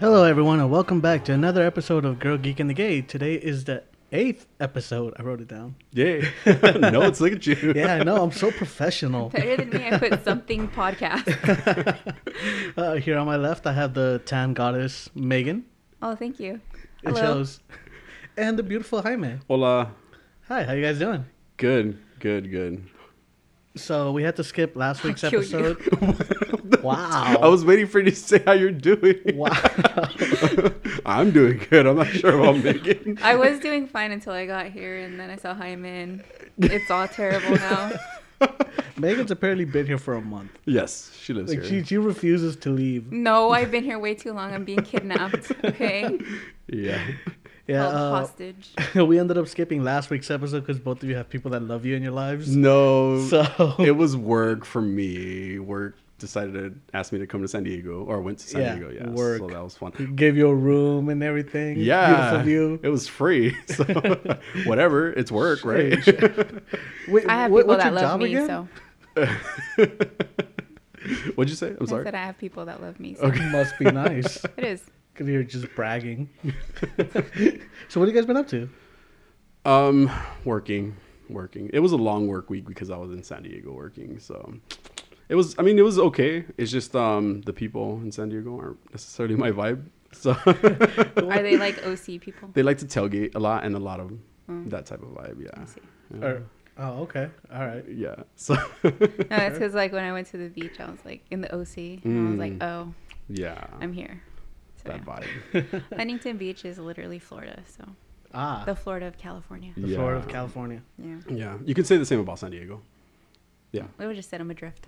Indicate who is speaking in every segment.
Speaker 1: Hello, everyone, and welcome back to another episode of Girl Geek and the Gay. Today is the eighth episode. I wrote it down.
Speaker 2: Yay. no, it's look at you.
Speaker 1: Yeah, I know. I'm so professional.
Speaker 3: Better than me, I put something podcast.
Speaker 1: Uh, here on my left, I have the tan goddess Megan.
Speaker 3: Oh, thank you.
Speaker 1: It
Speaker 3: Hello.
Speaker 1: shows. And the beautiful Jaime.
Speaker 2: Hola.
Speaker 1: Hi, how you guys doing?
Speaker 2: Good, good, good.
Speaker 1: So we had to skip last week's
Speaker 3: kill you. Oh.
Speaker 1: episode. Wow.
Speaker 2: I was waiting for you to say how you're doing.
Speaker 1: Wow.
Speaker 2: I'm doing good. I'm not sure what I'm making.
Speaker 3: I was doing fine until I got here, and then I saw Jaime. and It's all terrible now.
Speaker 1: Megan's apparently been here for a month.
Speaker 2: Yes, she lives
Speaker 1: Like she,
Speaker 2: here.
Speaker 1: she refuses to leave.
Speaker 3: No, I've been here way too long. I'm being kidnapped. Okay,
Speaker 2: yeah.
Speaker 1: Yeah.
Speaker 3: held
Speaker 1: uh,
Speaker 3: hostage.
Speaker 1: we ended up skipping last week's episode because both of you have people that love you in your lives.
Speaker 2: No.
Speaker 1: So
Speaker 2: It was work for me. Work decided to ask me to come to San Diego or went to San
Speaker 1: Yeah,
Speaker 2: Diego. Yeah.
Speaker 1: work.
Speaker 2: So that was fun.
Speaker 1: gave you a room and everything.
Speaker 2: Yeah.
Speaker 1: Beautiful view.
Speaker 2: It was free. So whatever. It's work, right?
Speaker 1: Wait,
Speaker 3: I have
Speaker 1: what-
Speaker 3: people
Speaker 1: what's your
Speaker 3: that love
Speaker 1: job
Speaker 3: me,
Speaker 1: again?
Speaker 3: so
Speaker 2: What'd you say? I'm
Speaker 3: I
Speaker 2: sorry.
Speaker 3: said I have people that love me. So
Speaker 2: Okay.
Speaker 1: Must be nice.
Speaker 3: it is.
Speaker 1: Because you're just bragging. so what have you guys been up to?
Speaker 2: Um, working, working. It was a long work week because I was in San Diego working. So it was. I mean, it was okay. It's just um the people in San Diego aren't necessarily my vibe. So
Speaker 3: Are they like OC people?
Speaker 2: they like to tailgate a lot and a lot of that type of vibe. Yeah.
Speaker 3: Mm. see.
Speaker 2: Yeah.
Speaker 1: Or, oh, okay. All right.
Speaker 2: yeah. So
Speaker 3: No, that's because like when I went to the beach, I was like in the OC, and I was
Speaker 1: Mm.
Speaker 3: like, oh,
Speaker 2: yeah,
Speaker 3: I'm here. So,
Speaker 2: that
Speaker 3: yeah.
Speaker 2: vibe.
Speaker 3: Huntington Beach is literally Florida, so
Speaker 1: Ah,
Speaker 3: the Florida of California.
Speaker 1: the
Speaker 2: yeah.
Speaker 1: Florida of California.
Speaker 3: Yeah,
Speaker 2: Yeah, you could say the same about San Diego. Yeah,
Speaker 3: we would just set them adrift.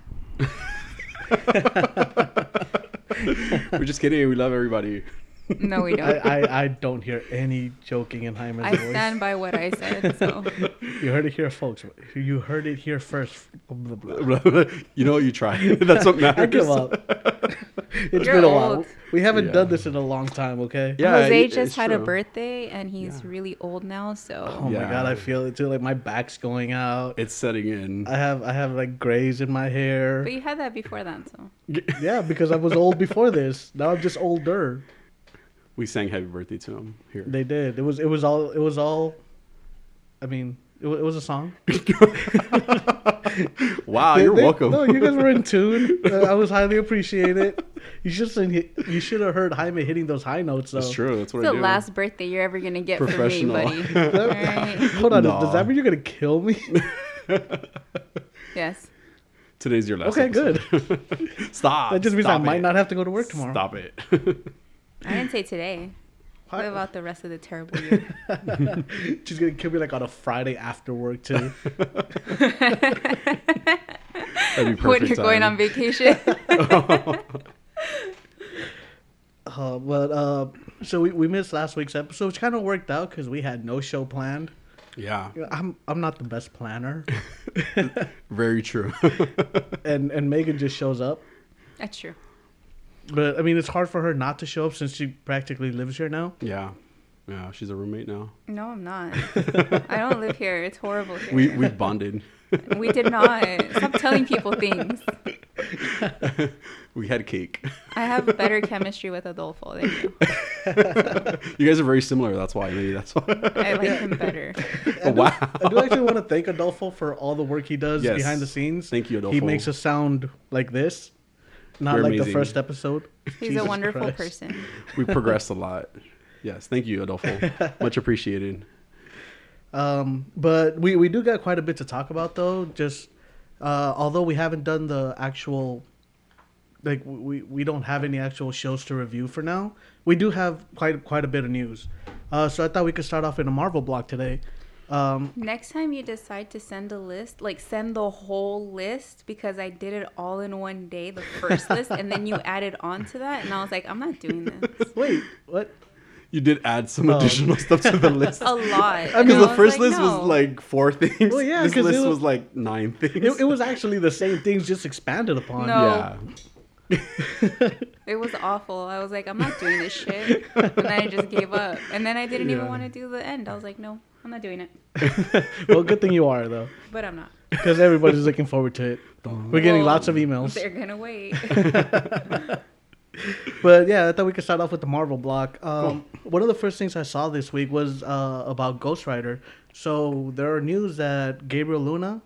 Speaker 2: we're just kidding. We love everybody.
Speaker 3: No, we
Speaker 1: I,
Speaker 3: don't.
Speaker 1: I, I don't hear any joking in Heimer's
Speaker 3: I
Speaker 1: voice.
Speaker 3: stand by what I said. So
Speaker 1: You heard it here, folks. You heard it here first. Blah, blah, blah.
Speaker 2: you know, you try. That's what matters.
Speaker 1: I give up. It's
Speaker 3: You're
Speaker 1: been a while.
Speaker 3: old.
Speaker 1: We haven't
Speaker 2: Yeah.
Speaker 1: done this in a long time, okay?
Speaker 2: Yeah,
Speaker 3: Jose
Speaker 2: it-
Speaker 3: just
Speaker 2: it's
Speaker 3: had a
Speaker 2: true.
Speaker 3: birthday and he's
Speaker 2: Yeah.
Speaker 3: really old now. So
Speaker 1: Oh my
Speaker 2: Yeah.
Speaker 1: god, I feel it too. Like my back's going out.
Speaker 2: It's setting in.
Speaker 1: I have I have like grays in my hair.
Speaker 3: but you had that before then. So
Speaker 1: Yeah, because I was old before this. Now I'm just older.
Speaker 2: We sang "Happy Birthday" to him here.
Speaker 1: They did. It was it was all it was all. I mean, it, wa- it was a song.
Speaker 2: wow,
Speaker 1: They-
Speaker 2: Oh, you're
Speaker 1: they-
Speaker 2: welcome.
Speaker 1: No, you guys were in tune. Uh, I was highly appreciated. You should have you should have heard Jaime hitting those high notes. Though.
Speaker 2: That's true. That's what
Speaker 3: it's the
Speaker 2: I do.
Speaker 3: last birthday you're ever gonna get from me,
Speaker 2: Professional.
Speaker 3: buddy. Alright.
Speaker 1: Hold on,
Speaker 2: No.
Speaker 1: does that mean you're gonna kill me?
Speaker 3: Yes.
Speaker 2: Today's your last.
Speaker 1: Okay,
Speaker 2: episode. good. Stop.
Speaker 1: That just means I
Speaker 2: stop
Speaker 1: might
Speaker 2: it.
Speaker 1: not have to go to work tomorrow.
Speaker 2: Stop it.
Speaker 3: I didn't say today.
Speaker 1: Why-
Speaker 3: What about the rest of the terrible year?
Speaker 1: She's gonna kill me like on a Friday after work too.
Speaker 2: That'd be
Speaker 3: when
Speaker 2: perfect
Speaker 3: you're going
Speaker 2: time.
Speaker 3: on vacation?
Speaker 1: Uh, but uh, so we, we missed last week's episode, which kind of worked out because we had no show planned.
Speaker 2: Yeah,
Speaker 1: You know, I'm I'm not the best planner,
Speaker 2: very true.
Speaker 1: and and Megan just shows up.
Speaker 3: That's true.
Speaker 1: But I mean, it's hard for her not to show up since she practically lives here now.
Speaker 2: yeah, yeah. She's a roommate now.
Speaker 3: No, I'm not. I don't live here. It's horrible here.
Speaker 2: We we bonded.
Speaker 3: we did not. Stop telling people things.
Speaker 2: we had cake.
Speaker 3: I have better chemistry with Adolfo than you.
Speaker 2: You guys are very similar. That's why. Maybe that's why.
Speaker 3: I like him better.
Speaker 2: wow.
Speaker 1: I do actually want to thank Adolfo for all the work he does
Speaker 2: Yes.
Speaker 1: behind the scenes.
Speaker 2: Thank you,
Speaker 1: He
Speaker 2: Adolfo.
Speaker 1: makes us sound like this, not
Speaker 2: You're
Speaker 1: like the
Speaker 2: amazing.
Speaker 1: first episode.
Speaker 3: He's
Speaker 1: Jesus
Speaker 3: a wonderful
Speaker 1: Christ.
Speaker 3: person.
Speaker 2: We progressed a lot. Yes, thank you, Adolfo. Much appreciated.
Speaker 1: Um, but we we do got quite a bit to talk about though. Just uh, although we haven't done the actual, like we we don't have any actual shows to review for now. We do have quite quite a bit of news. Uh, so I thought we could start off in a Marvel block today. Um,
Speaker 3: Next time you decide to send a list, like send the whole list because I did it all in one day, the first list, and then you added on to that. And I was like, I'm not doing this.
Speaker 1: wait, what?
Speaker 2: You did add some additional
Speaker 1: Um,
Speaker 2: stuff to the list.
Speaker 3: A lot.
Speaker 2: I mean, the first list was like four things.
Speaker 1: Well, yeah,
Speaker 2: this
Speaker 1: 'cause it
Speaker 2: list was,
Speaker 1: was-
Speaker 2: like nine things.
Speaker 1: It, it was actually the same things just expanded upon.
Speaker 3: No.
Speaker 2: yeah,
Speaker 3: It was awful. I was like, I'm not doing this shit. And then I just gave up. And then I didn't even
Speaker 2: Yeah.
Speaker 3: want to do the end. I was like, no, I'm not doing it.
Speaker 1: well, good thing you are though,
Speaker 3: But I'm not.
Speaker 1: because everybody's looking forward to it. We're getting
Speaker 3: Well,
Speaker 1: lots of emails.
Speaker 3: They're going to wait.
Speaker 1: but yeah, I thought we could start off with the Marvel block. Um, One of the first things I saw this week was uh, about Ghost Rider. So there are news that Gabriel Luna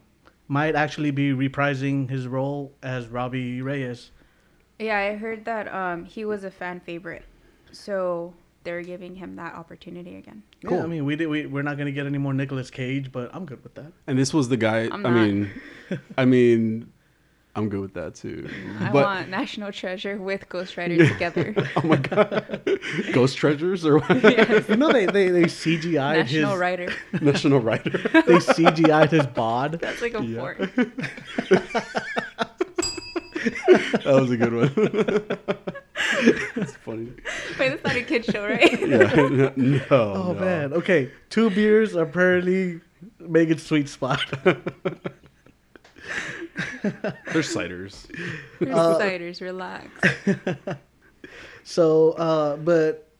Speaker 1: might actually be reprising his role as Robbie Reyes.
Speaker 3: Yeah, I heard that um, he was a fan favorite, so they're giving him that opportunity again.
Speaker 1: Yeah, I mean, we did. We, we're not gonna get any more Nicolas Cage, but I'm good with that.
Speaker 2: And this was the guy.
Speaker 3: I'm
Speaker 2: I
Speaker 3: not.
Speaker 2: mean, I mean, I'm good with that too.
Speaker 3: I
Speaker 2: but
Speaker 3: want National Treasure with Ghost Rider together.
Speaker 2: oh my god, Ghost Treasures or what?
Speaker 1: You know, they they they CGI'd his
Speaker 3: National Rider.
Speaker 2: National Writer.
Speaker 1: they CGI'd his bod.
Speaker 3: That's like a
Speaker 2: Yeah.
Speaker 3: four.
Speaker 2: That was a good one. It's funny.
Speaker 3: Wait, that's not a kid show, right?
Speaker 2: Yeah. No.
Speaker 1: Oh
Speaker 2: no.
Speaker 1: man. Okay, two beers apparently make it sweet spot.
Speaker 2: They're ciders.
Speaker 3: There's
Speaker 2: Uh,
Speaker 3: spiders, relax.
Speaker 1: So, uh, but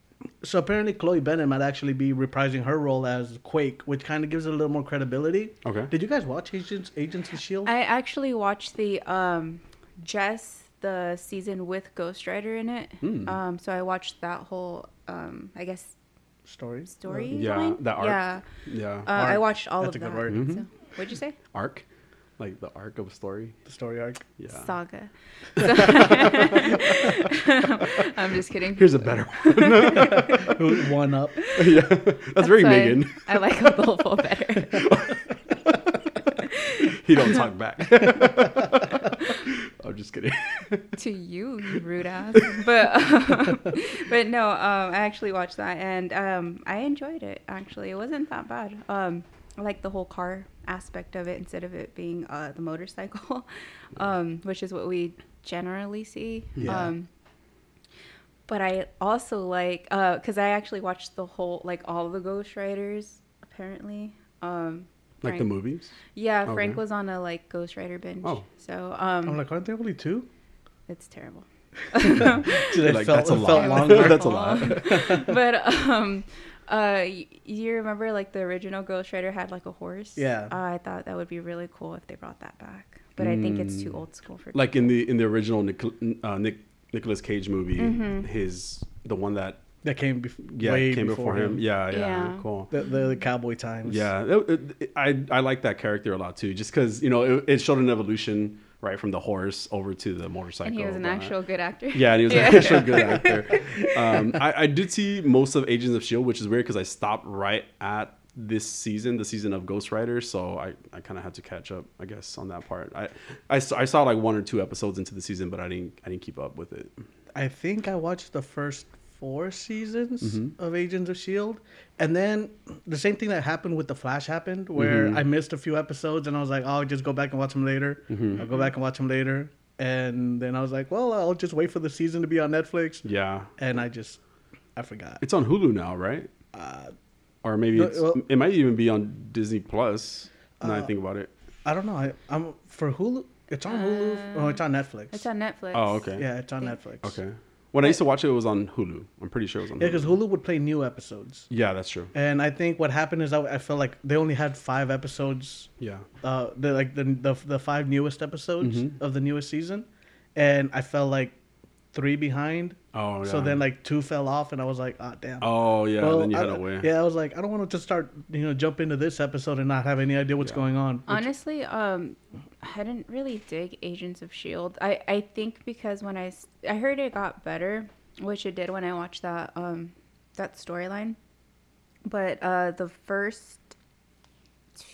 Speaker 1: so apparently Chloe Bennett might actually be reprising her role as Quake, which kind of gives it a little more credibility.
Speaker 2: Okay.
Speaker 1: Did you guys watch Agents Agents of Shield?
Speaker 3: I actually watched the um, Jess the season with Ghost Rider in it.
Speaker 2: Hmm.
Speaker 3: Um, so I watched that whole um, I guess
Speaker 1: Story.
Speaker 3: story.
Speaker 2: Yeah,
Speaker 3: line?
Speaker 2: that arc.
Speaker 3: Yeah,
Speaker 2: Yeah.
Speaker 3: uh, I
Speaker 1: Arc.
Speaker 3: watched all
Speaker 1: That's
Speaker 3: of
Speaker 1: a good
Speaker 3: that.
Speaker 1: word.
Speaker 3: So,
Speaker 2: Mm-hmm.
Speaker 3: what'd you say?
Speaker 2: arc, like the arc of a story.
Speaker 1: The story arc.
Speaker 2: Yeah.
Speaker 3: Saga. I'm just kidding.
Speaker 2: Here's a better one.
Speaker 1: Who- One up.
Speaker 2: yeah. That's, very
Speaker 3: why
Speaker 2: Megan.
Speaker 3: I like Adolfo better.
Speaker 2: He don't talk back. I'm just kidding.
Speaker 3: to you, you rude ass. But um, but no, um, I actually watched that and um, I enjoyed it. Actually, it wasn't that bad. Um, I like the whole car aspect of it instead of it being uh, the motorcycle, um, which is what we generally see.
Speaker 1: Yeah.
Speaker 3: Um, but I also like because I actually watched the whole like all the Ghost Riders apparently. Um,
Speaker 2: Like the
Speaker 3: Frank-
Speaker 2: movies.
Speaker 3: Yeah,
Speaker 2: Okay.
Speaker 3: Frank was on a like Ghost Rider binge.
Speaker 2: Oh.
Speaker 3: So
Speaker 1: I'm
Speaker 3: um,
Speaker 1: like, aren't there only two?
Speaker 3: it's terrible.
Speaker 1: Dude, I
Speaker 2: Like,
Speaker 1: felt,
Speaker 2: that's a
Speaker 1: it felt
Speaker 2: lot.
Speaker 1: longer.
Speaker 2: That's a lot.
Speaker 3: but um uh y- you remember like the original ghost rider had like a horse
Speaker 1: Yeah.
Speaker 3: uh, i thought that would be really cool if they brought that back but i think it's too old school for
Speaker 2: Like in the in the original Nic- uh, Nick Nicolas Cage movie,
Speaker 3: Mm-hmm.
Speaker 2: his the one that
Speaker 1: that came bef-
Speaker 2: yeah
Speaker 1: way
Speaker 2: came before, him. Yeah, yeah,
Speaker 3: Yeah.
Speaker 2: Cool.
Speaker 1: The, the, the cowboy times.
Speaker 2: Yeah, it- it- it- I I like that character a lot too, just because you know it, it showed an evolution right from the horse over to the motorcycle.
Speaker 3: and he was an
Speaker 2: but-
Speaker 3: actual good actor
Speaker 2: Yeah, and he was an actual good actor. Um, I, I did see most of Agents of Shield, which is weird because I stopped right at this season, the season of Ghost Rider, so I, I kind of had to catch up, I guess, on that part. I, I, s- I saw like one or two episodes into the season, but I didn't I didn't keep up with it.
Speaker 1: I think I watched the first four seasons
Speaker 2: Mm-hmm.
Speaker 1: of Agents of Shield, E and then the same thing that happened with the Flash happened, where
Speaker 2: Mm-hmm.
Speaker 1: I missed a few episodes, and I was like, oh, "I'll just go back and watch them later."
Speaker 2: Mm-hmm.
Speaker 1: I'll go back and watch them later, and then I was like, "Well, I'll just wait for the season to be on Netflix,"
Speaker 2: Yeah,
Speaker 1: and I just I forgot.
Speaker 2: it's on Hulu now, right? or maybe
Speaker 1: Uh, no,
Speaker 2: it's,
Speaker 1: well- Uh,
Speaker 2: it might even be on Disney Plus. Now that I think about it.
Speaker 1: I don't know. I, I'm for Hulu. It's on Hulu. Oh, it's on Netflix.
Speaker 3: Uh, it's on netflix
Speaker 2: Oh, okay.
Speaker 1: yeah, it's on
Speaker 3: Yeah.
Speaker 1: Netflix.
Speaker 2: Okay. When I used to watch it, it was on Hulu. I'm pretty sure it was on.
Speaker 1: Yeah,
Speaker 2: Hulu.
Speaker 1: because Hulu would play new episodes,
Speaker 2: Yeah, that's true.
Speaker 1: and I think what happened is I, I felt like they only had five episodes
Speaker 2: Yeah.
Speaker 1: uh, the like the, the the five newest episodes
Speaker 2: Mm-hmm.
Speaker 1: of the newest season, and I fell like three behind.
Speaker 2: Oh,
Speaker 1: So
Speaker 2: yeah.
Speaker 1: then like two fell off, and I was like, ah, damn.
Speaker 2: Oh yeah.
Speaker 1: Well,
Speaker 2: then you
Speaker 1: I-
Speaker 2: had a way.
Speaker 1: Yeah, I was like, I don't want to just start, you know, jump into this episode and not have any idea what's
Speaker 2: Yeah.
Speaker 1: going on. which-
Speaker 3: honestly um i didn't really dig agents of shield i i think because when i s- i heard it got better which it did when i watched that um that storyline but uh the first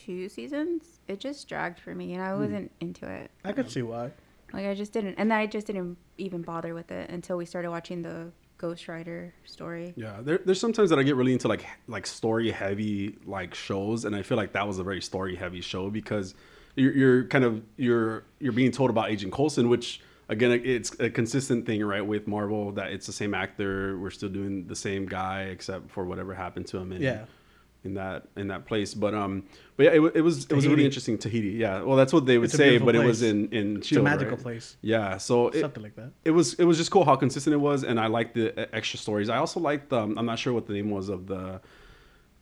Speaker 3: two seasons it just dragged for me and i wasn't into it
Speaker 1: I could see why.
Speaker 3: like i just didn't and i just didn't even bother with it until we started watching the ghost rider story
Speaker 2: Yeah, there, there's sometimes that I get really into like like story heavy like shows, and I feel like that was a very story heavy show because you're, you're kind of you're you're being told about Agent Coulson, which again it's a consistent thing, right, with Marvel that it's the same actor, we're still doing the same guy, except for whatever happened to him in
Speaker 1: Yeah.
Speaker 2: in that in that place. But um, but yeah, it, wa- it was it was really
Speaker 1: Tahiti.
Speaker 2: interesting Tahiti. Yeah, well that's what they would
Speaker 1: It's a
Speaker 2: say,
Speaker 1: beautiful
Speaker 2: but it was
Speaker 1: place.
Speaker 2: in in
Speaker 1: a
Speaker 2: Chile,
Speaker 1: magical
Speaker 2: right?
Speaker 1: place.
Speaker 2: Yeah, so it,
Speaker 1: Something like that.
Speaker 2: it was it was just cool how consistent it was, and I liked the e- extra stories. I also liked um, I'm not sure what the name was of the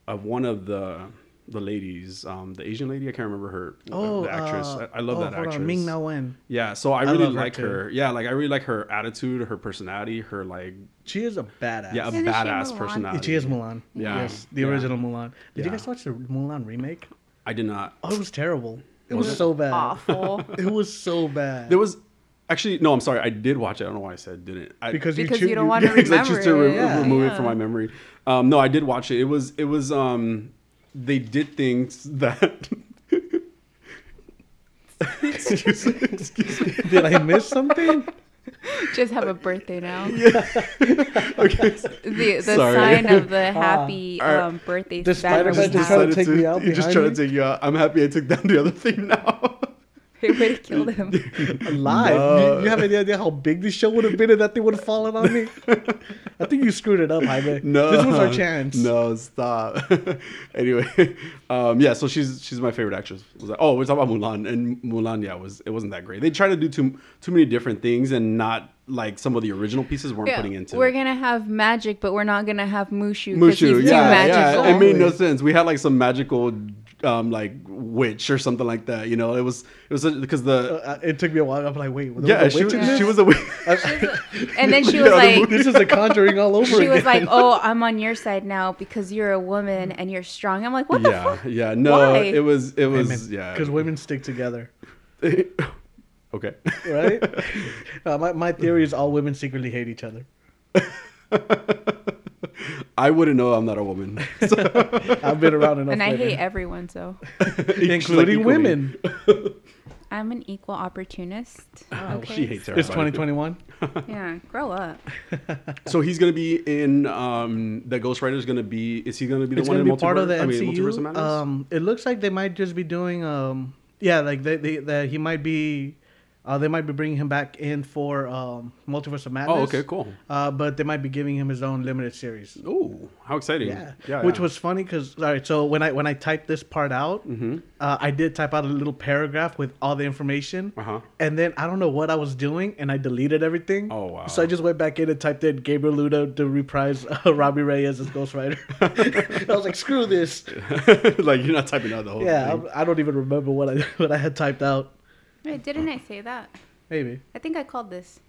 Speaker 2: of one of the the ladies, um, the Asian lady. I can't remember her.
Speaker 1: Oh,
Speaker 2: the actress.
Speaker 1: uh,
Speaker 2: I, I love
Speaker 1: oh,
Speaker 2: that
Speaker 1: hold on,
Speaker 2: actress.
Speaker 1: Ming Na Wen.
Speaker 2: Yeah, so
Speaker 1: I
Speaker 2: I really
Speaker 1: love her
Speaker 2: like
Speaker 1: too.
Speaker 2: her. Yeah, like I really like her attitude, her personality, her like
Speaker 1: She is a badass.
Speaker 2: yeah, a
Speaker 3: Isn't she
Speaker 2: badass
Speaker 3: Mulan?
Speaker 2: personality.
Speaker 1: she is Mulan.
Speaker 2: Yeah.
Speaker 1: Yes, the
Speaker 2: Yeah.
Speaker 1: original Mulan. Did you
Speaker 2: Yeah.
Speaker 1: guys watch the Mulan remake?
Speaker 2: I did not.
Speaker 1: Oh, it was terrible. It
Speaker 2: Was
Speaker 1: was,
Speaker 2: it?
Speaker 1: so bad.
Speaker 3: Awful.
Speaker 1: It was so bad.
Speaker 2: There was actually no. I'm sorry. I did watch it. I don't know why I said didn't. I,
Speaker 1: because you,
Speaker 3: Because
Speaker 1: choo-
Speaker 3: you don't wanna
Speaker 2: because I choose to re-
Speaker 1: Yeah.
Speaker 2: remove it from my memory. Um, no, I did watch it. It was it was um, they did things that. excuse, excuse me.
Speaker 1: Did I miss something?
Speaker 3: Just have a birthday now.
Speaker 2: Okay.
Speaker 3: The, the
Speaker 2: Sorry. Ah.
Speaker 3: sign of the happy
Speaker 2: Alright.
Speaker 3: um, birthday
Speaker 1: The
Speaker 3: banner
Speaker 1: Spider-Man
Speaker 3: was
Speaker 1: just
Speaker 3: down.
Speaker 1: tried to take me out
Speaker 2: You just
Speaker 1: behind
Speaker 2: tried to
Speaker 1: me?
Speaker 2: take you out. I'm happy I took down the other thing now.
Speaker 3: It would have killed him.
Speaker 1: Alive.
Speaker 2: No.
Speaker 1: You, you have any idea how big this show would have been if that thing would have fallen on me? I think you screwed it up, Jaime.
Speaker 2: No,
Speaker 1: This was our chance.
Speaker 2: No, stop. anyway, um, yeah. So she's she's my favorite actress. Was that, oh, we're talking about Mulan, and Mulan, yeah, was it wasn't that great. They tried to do too too many different things, and not like some of the original pieces weren't
Speaker 3: Yeah,
Speaker 2: putting into.
Speaker 3: we're
Speaker 2: it.
Speaker 3: gonna have magic, but we're not gonna have Mushu. 'cause
Speaker 2: Mushu,
Speaker 3: he's too
Speaker 2: yeah,
Speaker 3: magical.
Speaker 2: yeah. It made no
Speaker 1: Exactly.
Speaker 2: sense. We had like some magical, um, like witch or something like that. You know, it was it was because the
Speaker 1: Uh, it took me a while. I'm like, wait, there was
Speaker 2: yeah
Speaker 1: a
Speaker 2: she,
Speaker 1: witch in
Speaker 2: was-
Speaker 1: this?
Speaker 2: she was a witch.
Speaker 3: and then she
Speaker 2: Yeah,
Speaker 3: was
Speaker 2: the
Speaker 3: like,
Speaker 1: This is a conjuring all over
Speaker 3: she
Speaker 1: again.
Speaker 3: was like, "Oh, I'm on your side now because you're a woman and you're strong." I'm like, "What the
Speaker 2: yeah,
Speaker 3: fuck?"
Speaker 2: yeah. No,
Speaker 3: Why?
Speaker 2: it was it was yeah.
Speaker 1: Because women stick together,
Speaker 2: okay.
Speaker 1: right? uh, my, my theory is all women secretly hate each other.
Speaker 2: I wouldn't know. I'm not a woman, So-
Speaker 1: I've been around enough.
Speaker 3: And I
Speaker 1: women.
Speaker 3: hate everyone, so
Speaker 1: Including
Speaker 2: Like,
Speaker 1: women.
Speaker 3: I'm an equal opportunist. okay,
Speaker 2: Oh, She hates her.
Speaker 1: It's 2021.
Speaker 3: Yeah, grow up.
Speaker 2: So he's gonna be in. Um, the Ghost Rider's gonna be. Is he gonna be the
Speaker 1: It's
Speaker 2: one
Speaker 1: going
Speaker 2: in
Speaker 1: to be part of the
Speaker 2: multiverse- I mean,
Speaker 1: MCU.
Speaker 2: Multiverse of Madness?
Speaker 1: um, it looks like they might just be doing, um, yeah, like they, they that he might be, uh, they might be bringing him back in for um, Multiverse of Madness.
Speaker 2: oh, okay, cool.
Speaker 1: Uh, but they might be giving him his own limited series.
Speaker 2: Oh, how exciting!
Speaker 1: Yeah, which was funny because all right, so when I when I typed this part out, uh, I did type out a little paragraph with all the information,
Speaker 2: Uh-huh.
Speaker 1: and then I don't know what I was doing, and I deleted everything.
Speaker 2: Oh, wow.
Speaker 1: So I just went back in and typed in Gabriel Ludo to reprise uh, Robbie Reyes as Ghost Rider. I was like, screw this.
Speaker 2: like you're not typing out the whole.
Speaker 1: Yeah,
Speaker 2: thing.
Speaker 1: I, I don't even remember what I what I had typed out.
Speaker 3: Wait, didn't I say that?
Speaker 1: Maybe
Speaker 3: I think I called this.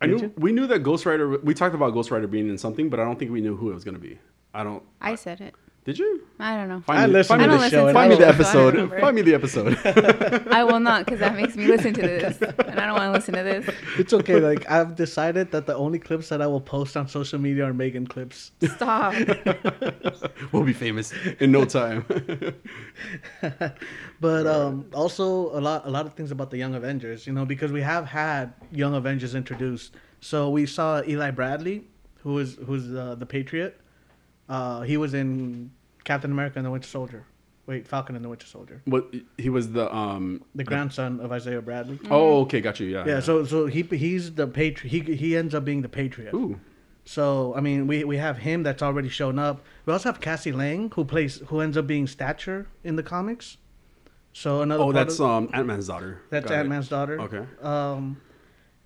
Speaker 2: I
Speaker 1: Did
Speaker 2: knew.
Speaker 1: you?
Speaker 2: We knew that Ghost Rider. We talked about Ghost Rider being in something, but I don't think we knew who it was gonna be. I don't.
Speaker 3: I said it.
Speaker 2: Did you?
Speaker 3: I don't know.
Speaker 2: Find
Speaker 1: I
Speaker 2: me-
Speaker 1: listened
Speaker 2: find
Speaker 1: to
Speaker 2: me
Speaker 1: the
Speaker 3: the-
Speaker 1: show. and
Speaker 3: I
Speaker 2: Find me
Speaker 3: don't
Speaker 2: the
Speaker 1: was- "Oh,
Speaker 3: know, so I
Speaker 2: episode. Find me the
Speaker 3: don't remember.
Speaker 2: episode.
Speaker 3: I will not because that makes me listen to this, and I don't want to listen to this.
Speaker 1: It's okay. Like I've decided that the only clips that I will post on social media are Megan clips.
Speaker 3: Stop.
Speaker 2: we'll be famous in no time.
Speaker 1: But um, also a lot a lot of things about the Young Avengers, you know, because we have had Young Avengers introduced. So we saw Eli Bradley, who is who's uh, the Patriot. Uh, he was in Captain America and the Winter Soldier. Wait, Falcon and the Winter Soldier.
Speaker 2: what he was the um.
Speaker 1: The grandson of Isaiah Bradley.
Speaker 2: Oh, okay, got you. Yeah.
Speaker 1: Mm-hmm. Yeah, so so he he's the patriot. He he ends up being the patriot.
Speaker 2: Ooh.
Speaker 1: So I mean, we we have him that's already shown up. We also have Cassie Lang, who plays who ends up being Stature in the comics. So another.
Speaker 2: Oh,
Speaker 1: part
Speaker 2: that's
Speaker 1: of,
Speaker 2: um Ant Man's daughter.
Speaker 1: that's
Speaker 2: Got it.
Speaker 1: Ant Man's daughter.
Speaker 2: Okay.
Speaker 1: Um,